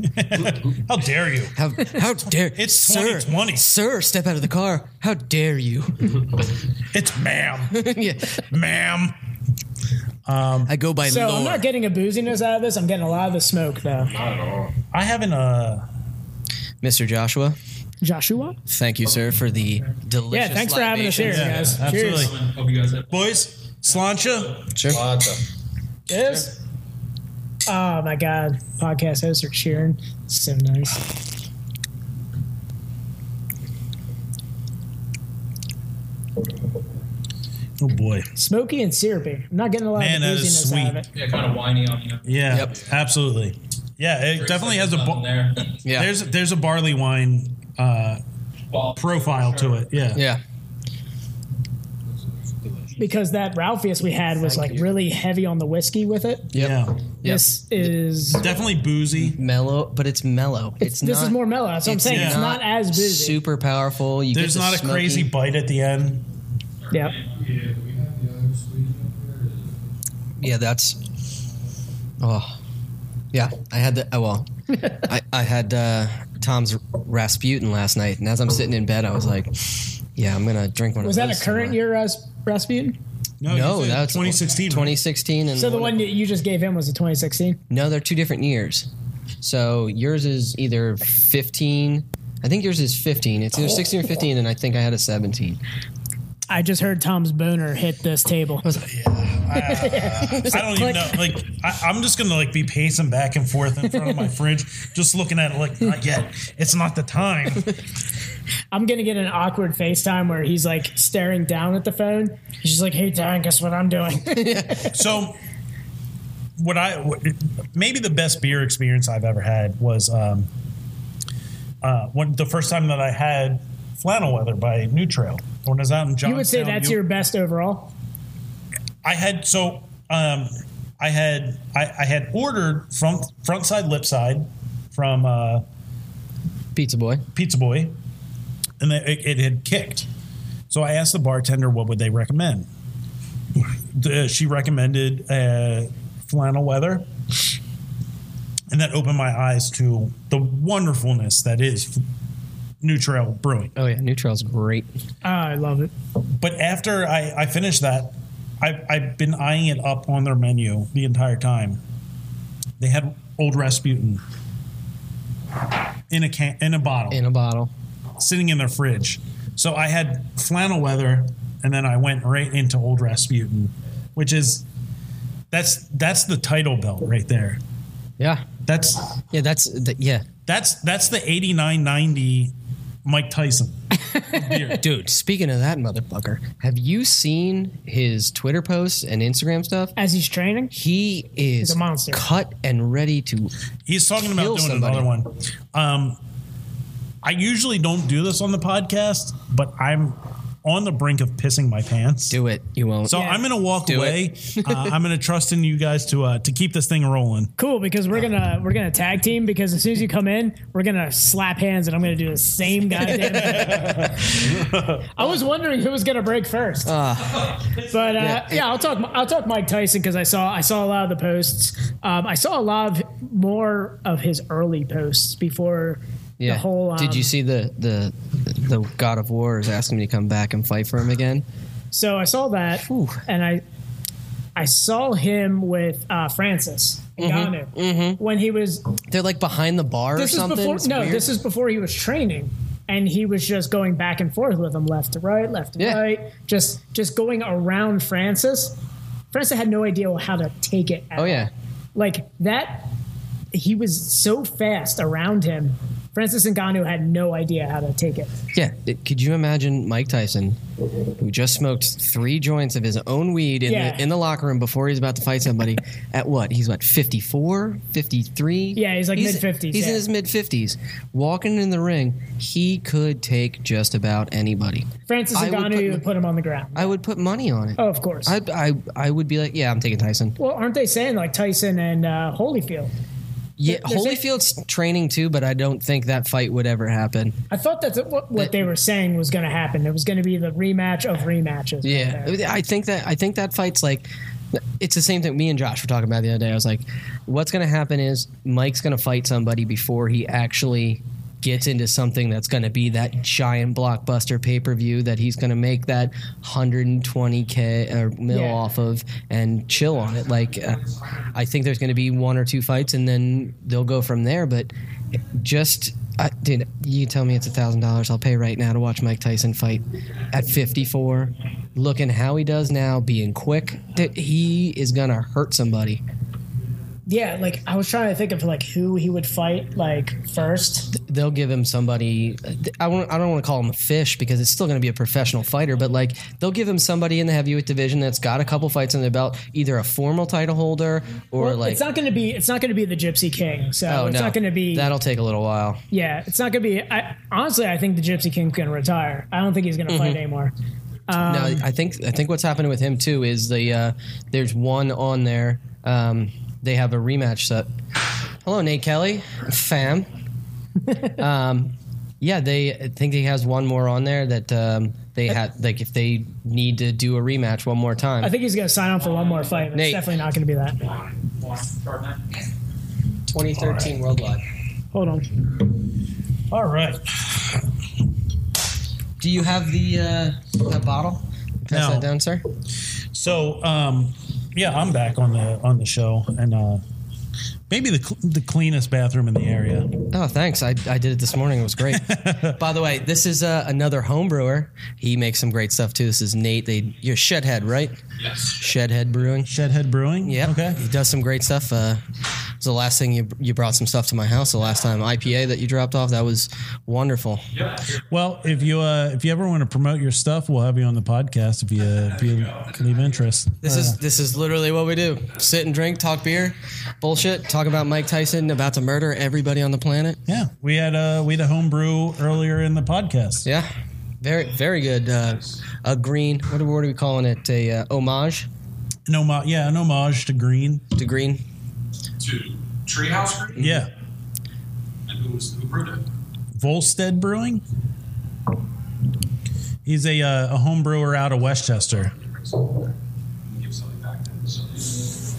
D: How dare you?
F: How, how dare
D: It's
F: sir,
D: 2020.
F: sir? Step out of the car. How dare you?
D: It's ma'am,
F: yeah,
D: ma'am.
F: I go by
E: so I'm
F: Lord.
E: not getting a booziness out of this. I'm getting a lot of the smoke, though.
D: I haven't. Uh,
F: Mr. Joshua,
E: Joshua?
F: thank you, sir, for the delicious.
E: Yeah, thanks for having us here,
F: libations.
E: guys.
D: absolutely.
E: Cheers.
G: Hope you guys have
D: Boys, slancha.
E: Cheers. Oh, my God. Podcast hosts are cheering. So nice.
D: Oh boy.
E: Smoky and syrupy. I'm not getting a lot
D: Man, that
E: of the
D: is
E: booziness out of it.
G: yeah, kind of whiny on you.
D: Yeah.
F: Yep.
D: Absolutely. Yeah. It definitely has a. Bo-
G: there.
F: Yeah,
D: There's there's a barley wine uh, profile to it. Yeah.
F: yeah,
E: Because that Ralpheus we had was like really heavy on the whiskey with it.
D: Yeah.
F: yeah.
E: This is.
D: Definitely boozy.
F: mellow, but it's mellow. It's,
E: this
F: not,
E: is more mellow. That's what I'm saying. It's not as boozy.
F: Super powerful. You
D: There's
F: get the
D: not a
F: smoky-
D: crazy bite at the end.
E: Yep.
F: Yeah, that's. Oh, yeah. I had the. Oh well, I I had uh, Tom's Rasputin last night, and as I'm sitting in bed, I was like, "Yeah, I'm gonna drink one
E: Was
F: of
E: that
F: those."
E: a current
F: tonight."
E: year Ras- Rasputin?
F: No,
D: you said
F: that's
D: 2016.
F: 2016, and
E: So the one that you just gave him was a 2016.
F: No, they're two different years. So yours is either 15. I think yours is 15. It's either 16 or 15, and I think I had a 17.
E: I just heard Tom's boner hit this table.
D: I don't even know. Like, I, I'm just gonna like be pacing back and forth in front of my fridge, just looking at it like, not yet. It's not the time.
E: I'm gonna get an awkward FaceTime where he's like staring down at the phone. He's just like, "Hey, Darren, guess what I'm doing?"
D: So, what I what- maybe the best beer experience I've ever had was um, uh, when the first time that I had flannel weather by New Trail when I was out in Johnstown.
E: Um, you would say that's
D: New-
E: your best overall.
D: I had so um, I had I, I had ordered from front side lip side from uh,
F: Pizza boy.
D: Pizza Boy, and they, it, it had kicked. So I asked the bartender what would they recommend. The- she recommended uh, flannel weather, and that opened my eyes to the wonderfulness that is New Trail Brewing.
F: Oh yeah, neutral's great.
E: Ah, I love it.
D: But after I, I finished that, I, I've been eyeing it up on their menu the entire time. They had Old Rasputin in a can, in a bottle
F: In a bottle.
D: sitting in their fridge. So I had flannel weather, and then I went right into Old Rasputin, which is that's that's the title belt right there.
F: Yeah.
D: That's
F: Yeah, that's the, yeah.
D: that's that's the eighty nine ninety Mike Tyson. beer.
F: Dude, speaking of that motherfucker, have you seen his Twitter posts and Instagram stuff?
E: As he's training,
F: He is
E: He's a monster.
F: cut and ready to
D: He's talking about
F: Kill
D: doing
F: somebody.
D: another one. Um, I usually don't do this on the podcast, but I'm on the brink of pissing my pants.
F: do it. You won't.
D: So I'm gonna walk
F: Do
D: away. uh, I'm gonna trust in you guys to uh, to keep this thing rolling.
E: cool because we're gonna we're gonna tag team because as soon as you come in, we're gonna slap hands and I'm gonna do the same goddamn. thing. I was wondering who was gonna break first, but uh, yeah. I'll talk I'll talk Mike Tyson because I saw I saw a lot of the posts. Um, I saw a lot of more of his early posts before
F: yeah.
E: the whole. Um,
F: Did you see the the the God of War is asking me to come back and fight for him again?
E: So I saw that,
F: Whew.
E: and I I saw him with uh, Francis
F: Mm-hmm.
E: Ngannou when he was.
F: They're like behind the bar
E: This
F: or
E: is
F: something.
E: before.
F: It's
E: No,
F: weird.
E: this is before he was training, and he was just going back and forth with him, left to right, left to
F: Yeah.
E: right, just just going around Francis. Francis had no idea how to take it. At
F: Oh
E: all.
F: yeah.
E: like that. He was so fast around him. Francis Ngannou had no idea how to take it.
F: Yeah, it- could you imagine Mike Tyson, who just smoked three joints of his own weed in,
E: Yeah.
F: the, in the locker room before he's about to fight somebody, at what? He's what, 54, 53?
E: Yeah, he's like mid-fifties,
F: He's in
E: yeah.
F: his mid 50s. Walking in the ring, he could take just about anybody.
E: Francis
F: I would
E: Ngannou
F: put-
E: would put, him on the ground.
F: I would put money on it.
E: oh, of course.
F: I'd, I, I would be like, yeah, I'm taking Tyson.
E: Well, aren't they saying like Tyson and uh, Holyfield?
F: Yeah,
E: they're saying-
F: Holyfield's training too, but I don't think that fight would ever happen.
E: I thought that's what, what they were saying was going to happen. It was going to be the rematch of rematches.
F: Yeah, I think that I think that fight's like it's the same thing me and Josh were talking about the other day. I was like, what's going to happen is Mike's going to fight somebody before he actually gets into something that's going to be that giant blockbuster pay-per-view that he's going to make that 120k or mil
E: Yeah.
F: off of and chill on it. Like uh, I think there's going to be one or two fights and then they'll go from there, but just I, dude, you tell me it's a thousand dollars. I'll pay right now to watch Mike Tyson fight at 54. Looking how he does now, being quick, that he is gonna hurt somebody.
E: yeah. Like I was trying to think of like who he would fight like first.
F: They'll give him somebody. I won't, I don't want to call him a fish because it's still gonna be a professional fighter, but like they'll give him somebody in the heavyweight division that's got a couple fights on their belt, either a formal title holder or like.
E: it's not going to be. It's not going to be the Gypsy King. So
F: Oh,
E: it's
F: no.
E: not going to be.
F: That'll take a little while.
E: yeah, it's not going to be. I, honestly, I think the Gypsy King's going to retire. I don't think he's going to
F: Mm-hmm.
E: fight anymore.
F: No,
E: Um,
F: I think I think what's happening with him too is the uh, there's one on there. Um, they have a rematch set. Hello, Nate Kelly, fam. um, yeah, they I think he has one more on there that um, they had like if they need to do a rematch one more time.
E: I think he's going to sign on for one more fight. It's
F: Nate.
E: definitely not going to be that.
F: 2013 World Live.
E: Hold on.
D: All right.
F: Do you have the uh, that bottle? Pass
D: No.
F: that down, sir.
D: So, um, yeah, I'm back on the on the show, and uh, maybe the cl- the cleanest bathroom in the area.
F: Oh, thanks. I, I did it this morning. It was great. By the way, this is uh, another home brewer. He makes some great stuff too. This is Nate. They you're Shedhead, right? Yes. Shedhead Brewing.
D: Shedhead Brewing.
F: Yeah.
D: Okay.
F: He does some great stuff. Uh, It's the last thing you you brought some stuff to my house the last time IPA that you dropped off. That was wonderful.
D: Well, if you uh, if you ever want to promote your stuff, we'll have you on the podcast if you, uh, if you leave interest.
F: This is this is literally what we do: sit and drink, talk beer, bullshit, talk about Mike Tyson about to murder everybody on the planet.
D: Yeah, we had a we had a homebrew earlier in the podcast.
F: Yeah, very very good. Uh, a green. What are, what are we calling it? A uh, homage
D: An homo- yeah, an homage to Green.
F: to green.
L: To Treehouse Green?
D: Yeah,
L: And who was who brewed it?
D: Volstead Brewing. He's a uh, a home brewer out of Westchester.
L: Give something back to this.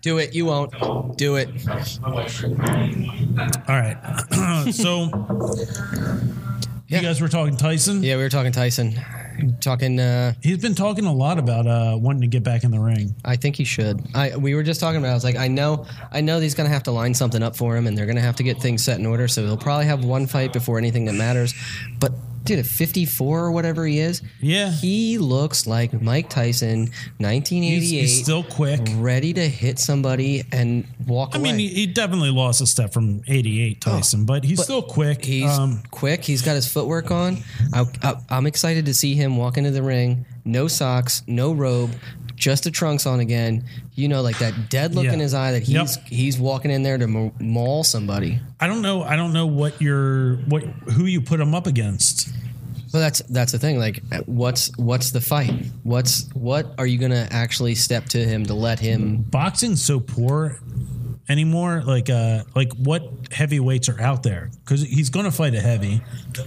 F: Do it. You won't. Do it.
L: My wife's drink.
D: All right, so
F: Yeah.
D: you guys were talking Tyson.
F: Yeah, we were talking Tyson. Talking. Uh,
D: He's been talking a lot about uh, wanting to get back in the ring.
F: I think he should. I we were just talking about. it. I was like, I know, I know he's gonna have to line something up for him, and they're gonna have to get things set in order. So he'll probably have one fight before anything that matters. But dude, at 54 or whatever he is,
D: Yeah.
F: he looks like Mike Tyson, 1988,
D: He's, he's still quick.
F: ready to hit somebody and walk
D: I
F: away.
D: mean, he, he definitely lost a step from 88 Tyson, but he's still quick.
F: Oh, He's
D: Um,
F: quick. He's got his footwork on. I, I, I'm excited to see him walk into the ring. No socks, no robe, just the trunks on again. You know, like that dead look
D: Yeah.
F: in his eye that
D: Yep.
F: he's he's walking in there to ma- maul somebody.
D: I don't know. I don't know what your what who you put him up against.
F: But that's that's the thing. Like, uh, what's what's the fight? What's what are you gonna actually step to him to let him?
D: Boxing's so poor anymore. Like uh, like what heavyweights are out there? Because he's going to fight a heavy.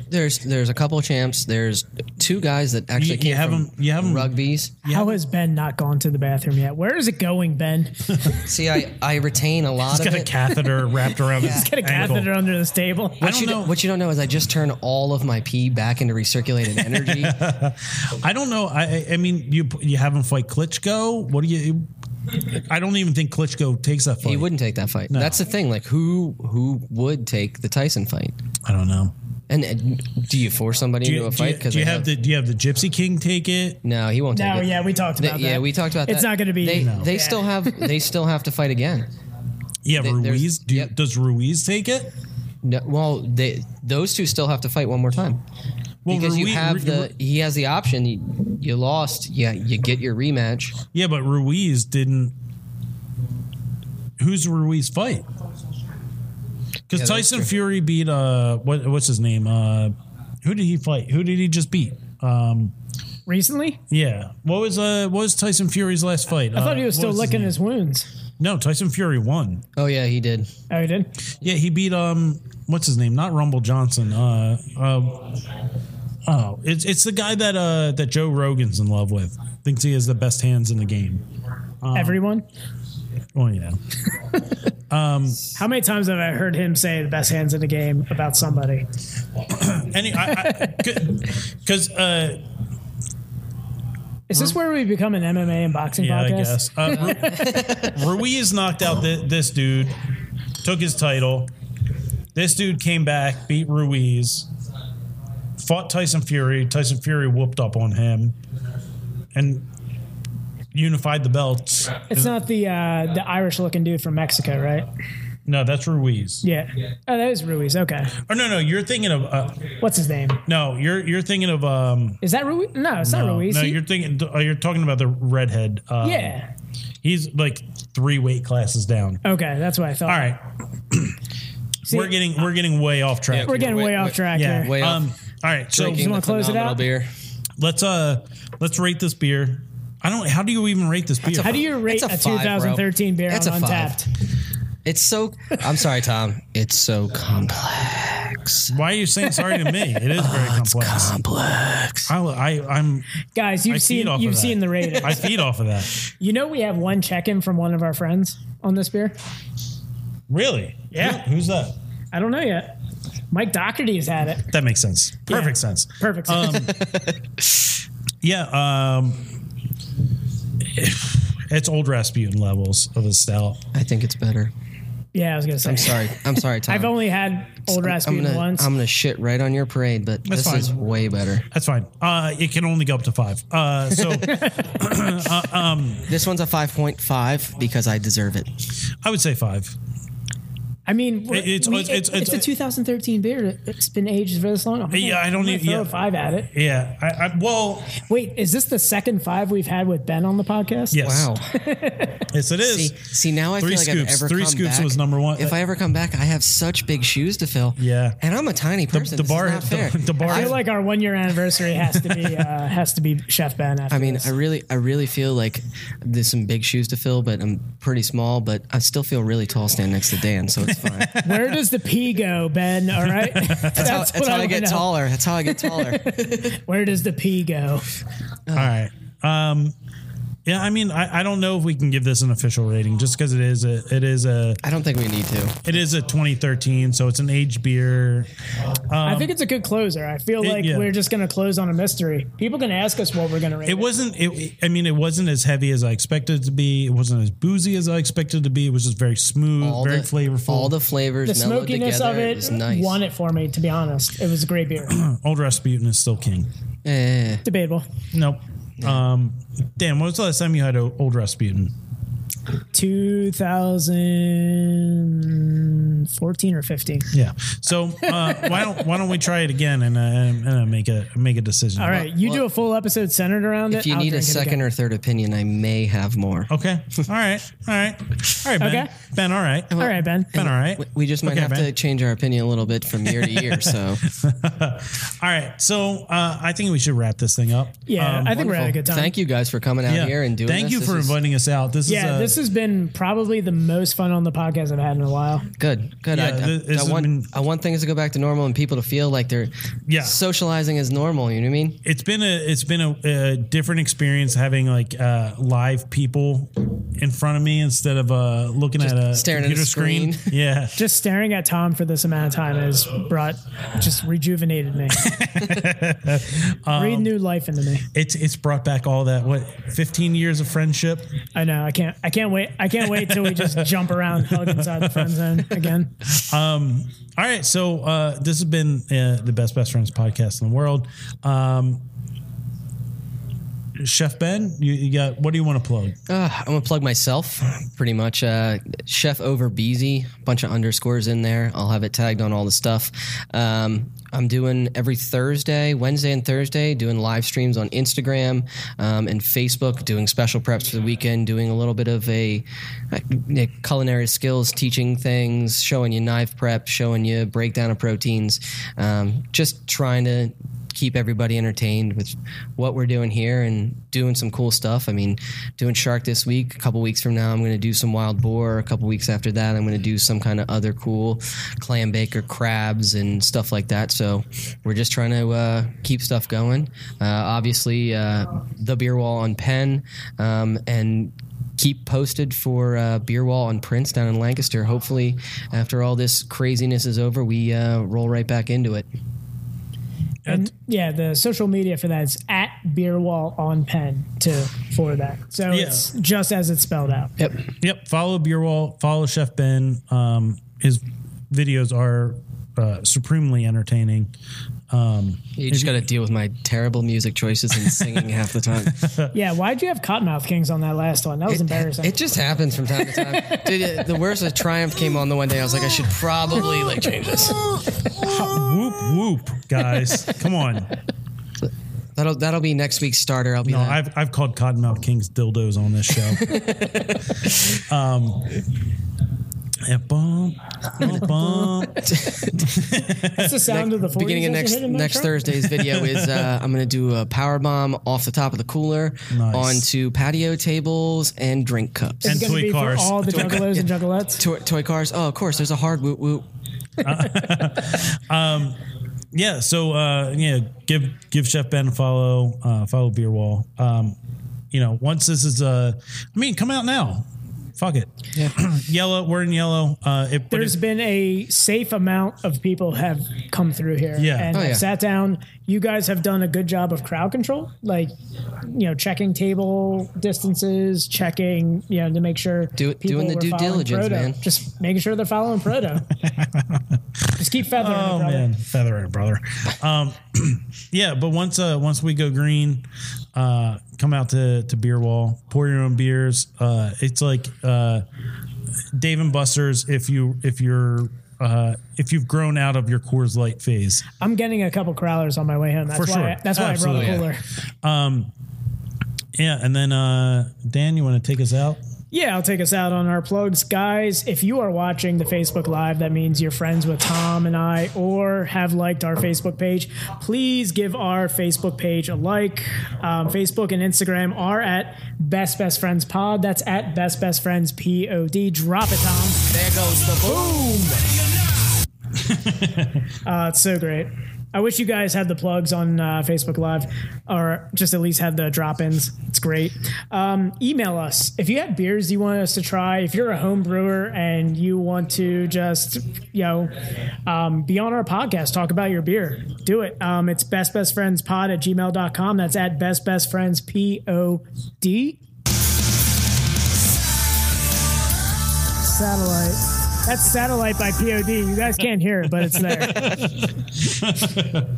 F: There's there's a couple of champs. There's two guys that actually
D: you
F: came
D: have
F: from
D: 'em- you have 'em-
F: rugby's.
E: How has Ben not gone to the bathroom yet? Where is it going, Ben?
F: See, I I retain a lot
D: He's
F: of
D: got a
F: it.
D: catheter wrapped around his
E: Get a
D: ankle.
E: catheter under this table.
D: I
F: What
D: don't
F: you,
D: know.
F: what you don't know is I just turn all of my pee back into recirculated energy.
D: I don't know. I I- I mean, you you have him fight Klitschko. What do you? I don't even think Klitschko takes that fight.
F: he wouldn't take that fight. That's the thing. Like who who would take the Tyson fight?
D: I don't know.
F: And, and do you force somebody
D: Do you,
F: into a
D: do
F: fight?
D: you- do you
F: they
D: have the do you have the Gypsy King take it?
F: no, he won't take
E: No,
F: it.
E: yeah, we talked
F: They-
E: about that.
F: yeah, we talked about that.
E: It's not going to be.
F: They, they
E: Yeah.
F: still have. They still have to fight again.
D: Yeah,
F: Th- there's-
D: Ruiz. Do, you-
F: yep.
D: Does Ruiz take it?
F: No, well, they, those two still have to fight one more time
D: Well,
F: because you
D: Ruiz-
F: have
D: Ru-
F: the. He has the option. You, you lost. Yeah, you get your rematch.
D: Yeah, but Ruiz didn't. Who's Ruiz fight? Because
F: Yeah, that's
D: Tyson
F: true.
D: Fury beat uh what what's his name uh who did he fight who did he just beat um
E: recently.
D: yeah what was uh what was Tyson Fury's last fight
F: Uh,
D: Uh,
E: I thought he was still licking his wounds.
D: no Tyson Fury won
F: Oh yeah, he did.
E: Oh, he did.
D: yeah he beat um what's his name not Rumble Johnson uh uh oh it's it's the guy that uh that Joe Rogan's in love with thinks he has the best hands in the game
F: Um,
E: Everyone.
D: oh yeah
E: How many times have I heard him say the best hands in the game about somebody?
D: any I because uh.
E: Is this where we become an MMA and boxing
D: Yeah,
E: podcast?
D: I guess. Uh, Ru- Ruiz knocked out thi- this dude, took his title. This dude came back, beat Ruiz, fought Tyson Fury. Tyson Fury whooped up on him and unified the belts.
E: It's not the uh, the Irish looking dude from Mexico, right?
D: No, that's Ruiz.
E: Yeah. Oh, that is Ruiz. Okay.
D: Oh no, no, you're thinking of uh,
E: What's his name?
D: no, you're you're thinking of um.
E: Is that Ruiz? No, it's not
D: No,
E: Ruiz.
D: no,
E: He-
D: you're thinking. uh, You're talking about the redhead. Uh,
E: yeah.
D: he's like three weight classes down.
E: Okay, that's what I thought.
D: All right,
E: See,
D: we're getting we're getting way off track.
E: we're getting
F: Wait,
E: way
F: wait,
E: off track
D: Yeah.
E: here.
F: Way off.
D: um, all right. So
F: Drinking
E: wanna
F: the
E: close it
F: phenomenal
E: out?
F: Beer.
D: let's uh let's rate this beer. I don't. How do you even rate this beer?
E: How do you rate
F: That's a
E: a,
F: five, bro.
E: 2013 beer
F: That's
E: on
F: a five.
E: Untapped?
F: It's so. I'm sorry, Tom. It's so complex.
D: Why are you saying sorry to me? It is very complex.
F: Complex.
D: I, I I'm
E: Guys,
D: I
E: you've
D: feed
E: seen
D: off of
E: you've
D: that.
E: seen the rating.
D: I feed off of that.
E: you know we have one check-in from one of our friends on this beer.
D: Really?
E: Yeah.
D: Who- who's that?
E: I don't know yet. Mike Doherty's had it.
D: That makes sense. Perfect sense.
E: Perfect.
F: Um,
D: Yeah. Um. It's old Rasputin levels of a stout.
F: I think it's better.
E: Yeah, I was gonna say.
F: I'm sorry. I'm sorry, Tom.
E: I've only had old
F: I'm
E: Rasputin
F: gonna,
E: once.
F: I'm gonna shit right on your parade, but
D: That's
F: this
D: fine.
F: is way better.
D: That's fine. Uh, it can only go up to five. Uh, so
F: This one's a 5.5 because I deserve it.
D: I would say five.
E: I mean, we're-
D: It- it's-
E: we-
D: it's- it's-
E: it's a
D: it's-
E: 2013 beer. It's been aged for this long. I'm
D: Yeah, I don't
E: I'm gonna
D: need-
E: throw
D: yeah.
E: a five at it.
D: Yeah. I, I, well,
E: Wait, is this the second five we've had with Ben on the podcast?
D: yes.
F: Wow.
D: Yes, it is.
F: See, see now I
D: Three
F: feel like
D: scoops.
F: I've ever
D: Three
F: come
D: scoops
F: back.
D: was number one.
F: If I ever come back, I have such big shoes to fill.
D: Yeah.
F: and I'm a tiny person.
D: the
F: This is
D: bar,
F: not fair.
D: the, the bar.
E: I feel like our one year anniversary has to be uh, has to be Chef Ben. After
F: I mean,
E: this.
F: I really, I really feel like there's some big shoes to fill, but I'm pretty small. But I still feel really tall standing next to Dan, so it's fine. that's
E: where does the P go, Ben? All right, that's,
F: how, that's how I,
E: wanna
F: get
E: know.
F: taller. That's how I get taller.
E: Where does the P go?
D: All right. Um, yeah, I mean, I, I don't know if we can give this an official rating just because it is a it is a
F: I don't think we need to.
D: it is a 2013, so it's an aged beer.
E: I think it's a good closer. I feel
D: Um, it-
E: like
D: yeah.
E: we're just gonna close on a mystery. People can ask us what we're gonna rate.
D: It wasn't. It, I mean, it wasn't as heavy as I expected it to be. It wasn't as boozy as I expected it to be. It was just very smooth, very
F: the,
D: flavorful.
F: All the flavors.
E: the
F: mellowed
E: smokiness
F: together.
E: of
F: It
E: it,
F: was nice.
E: won it for me. To be honest, it was a great beer.
D: Old Rasputin is still king.
F: Eh.
E: Debatable.
D: Nope. Um, Dan, when was the last time you had a Old Rasputin?
E: 2014 or 15.
D: Yeah. So uh, why don't why don't we try it again and, uh, and uh, make a make a decision?
E: All right, you
F: well,
E: do a full episode centered around it.
F: If you
E: I'll
F: need a
E: drink it
F: second
E: again.
F: or third opinion, I may have more.
D: Okay. All right. All right. All right, Ben.
E: Okay.
D: Ben, all right.
E: All right, Ben.
D: Ben, all right.
F: We- We just might
D: Okay,
F: have
D: Ben.
F: to change our opinion a little bit from year to year. So
D: All right. So uh, I think we should wrap this thing up.
E: Yeah, I
D: Um,
E: think we're at a
F: Wonderful.
E: good time.
F: Thank you guys for coming out
D: Yeah.
F: here and doing.
D: Thank
F: this.
D: you
F: This
D: for
F: is
D: inviting us out. This
E: Yeah,
D: is uh, a,
E: this has been probably the most fun on the podcast I've had in a while.
F: Good, good.
D: Yeah,
F: I-
D: this
F: I, I,
D: has
F: want
D: been-
F: I want things to go back to normal and people to feel like they're
D: Yeah.
F: socializing is normal. You know what I mean?
D: it's been a it's been a, a different experience having like uh, live people in front of me instead of uh, looking at a
F: staring at a
D: computer screen.
F: screen.
D: Yeah.
E: Just staring at Tom for this amount of time has brought just rejuvenated me.
D: Um,
E: Breathe new life into me.
D: It's it's brought back all that what 15 years of friendship.
E: I know. I can't. I can't wait. I can't wait till we just jump around, hug inside the friend zone again.
D: All right, so uh, this has been uh, the best best friends podcast in the world. Um, Chef Ben, you, you got what do you want to plug?
F: Uh, I'm gonna plug myself, pretty much. Uh, Chef over Beezy, bunch of underscores in there. I'll have it tagged on all the stuff. Um, I'm doing every Thursday, Wednesday, and Thursday, doing live streams on Instagram um, and Facebook, doing special preps for the weekend, doing a little bit of a uh, culinary skills teaching things, showing you knife prep, showing you breakdown of proteins, um, just trying to keep everybody entertained with what we're doing here and doing some cool stuff. I mean, doing shark this week. A couple weeks from now, I'm going to do some wild boar. A couple weeks after that, I'm going to do some kind of other cool clam baker crabs and stuff like that. So we're just trying to uh, keep stuff going. Uh, obviously, uh, the beer wall on Penn um, and keep posted for uh, Beer Wall and Prince down in Lancaster. Hopefully, after all this craziness is over, we uh, roll right back into it.
E: And yeah, the social media for that is at Beerwall on Pen too for that. So
D: Yeah.
E: it's just as it's spelled out.
F: Yep.
D: Yep, follow Beer Wall, follow Chef Ben. Um, his videos are uh, supremely entertaining. Um,
F: You just got to deal with my terrible music choices and singing half the time.
E: Yeah, why'd you have Cottonmouth Kings on that last one? That was embarrassing.
F: It just happens from time to time. Dude, uh, the worst of Triumph came on the one day. I was like, I should probably like change this.
D: whoop whoop, guys, come on!
F: That'll that'll be next week's starter. I'll be
D: No,
F: like,
D: I've I've called Cottonmouth Kings dildos on this show. um, yeah, bum, bum, bum.
E: That's the sound of the 40s
F: beginning of
E: as you
F: next
E: hit in that
F: next
E: truck?
F: Thursday's video is uh, I'm gonna do a power bomb off the top of the cooler
D: Nice.
F: onto patio tables and drink
E: It's
F: cups.
D: And
E: gonna
D: toy
E: be
D: cars.
E: For all the juggalos and juggalettes.
F: toy, toy cars. Oh, of course. There's a hard woot woot.
D: yeah so uh yeah give give chef ben a follow uh follow beer wall um you know once this is uh i mean come out now Fuck it. yellow. We're in yellow. Uh, it, but
E: There's
D: it-
E: been a safe amount of people have come through here
D: Yeah.
E: and
D: Oh,
E: have
F: yeah.
E: sat down. You guys have done a good job of crowd control, like you know, checking table distances, checking you know to make sure
F: Do-
E: people
F: doing the
E: were
F: due
E: following
F: diligence,
E: proto.
F: man.
E: Just making sure they're following proto. Just keep feathering. it,
D: Oh
E: brother.
D: man, feather in a brother. Um, yeah, but once uh, once we go green, uh, come out to to beer wall, pour your own beers. Uh, it's like uh, Dave and Buster's. If you if you're uh, if you've grown out of your Coors Light phase,
E: I'm getting a couple crowlers on my way home. That's
D: For
E: why.
D: sure.
E: I, that's why I
D: Absolutely.
E: brought a cooler.
D: yeah. And then uh, Dan, you want to take us out?
E: Yeah, I'll take us out on our plugs. Guys, if you are watching the Facebook Live, that means you're friends with Tom and I or have liked our Facebook page. Please give our Facebook page a like. Um, Facebook and Instagram are at Best Best Friends Pod. That's at Best Best Friends POD. Drop it, Tom.
F: There goes the boom.
E: Uh, it's so great. I wish you guys had the plugs on uh, Facebook Live or just at least had the drop ins. It's great. Um, email us. If you have beers you want us to try, if you're a home brewer and you want to just, you know, um, be on our podcast, talk about your beer, do it. Um, it's bestbestfriendspod at gmail.com. That's at bestbestfriendspod. Satellite. That's Satellite by POD. You guys can't hear it, but it's there. uh,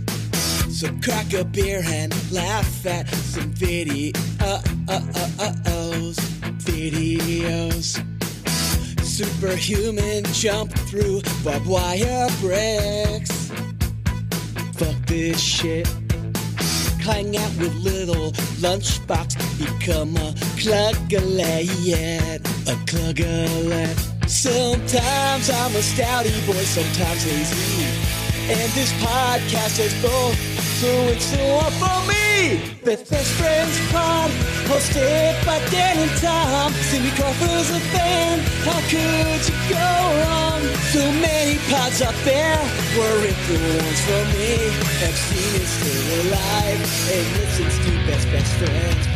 K: So crack a beer and laugh at some videos, videos. Superhuman jump through barbed wire bricks. Fuck this shit. Clang out with little lunchbox, become a cluggalet, a cluggalet. Sometimes I'm a stouty boy, sometimes lazy. And this podcast is both, so it's all for me. Best Best Friends Pod, hosted by Dan and Tom. Cindy Crawford's a fan, how could you go wrong? So many pods out there were influenced for me. Epstein is still alive and listens to Best Best Friends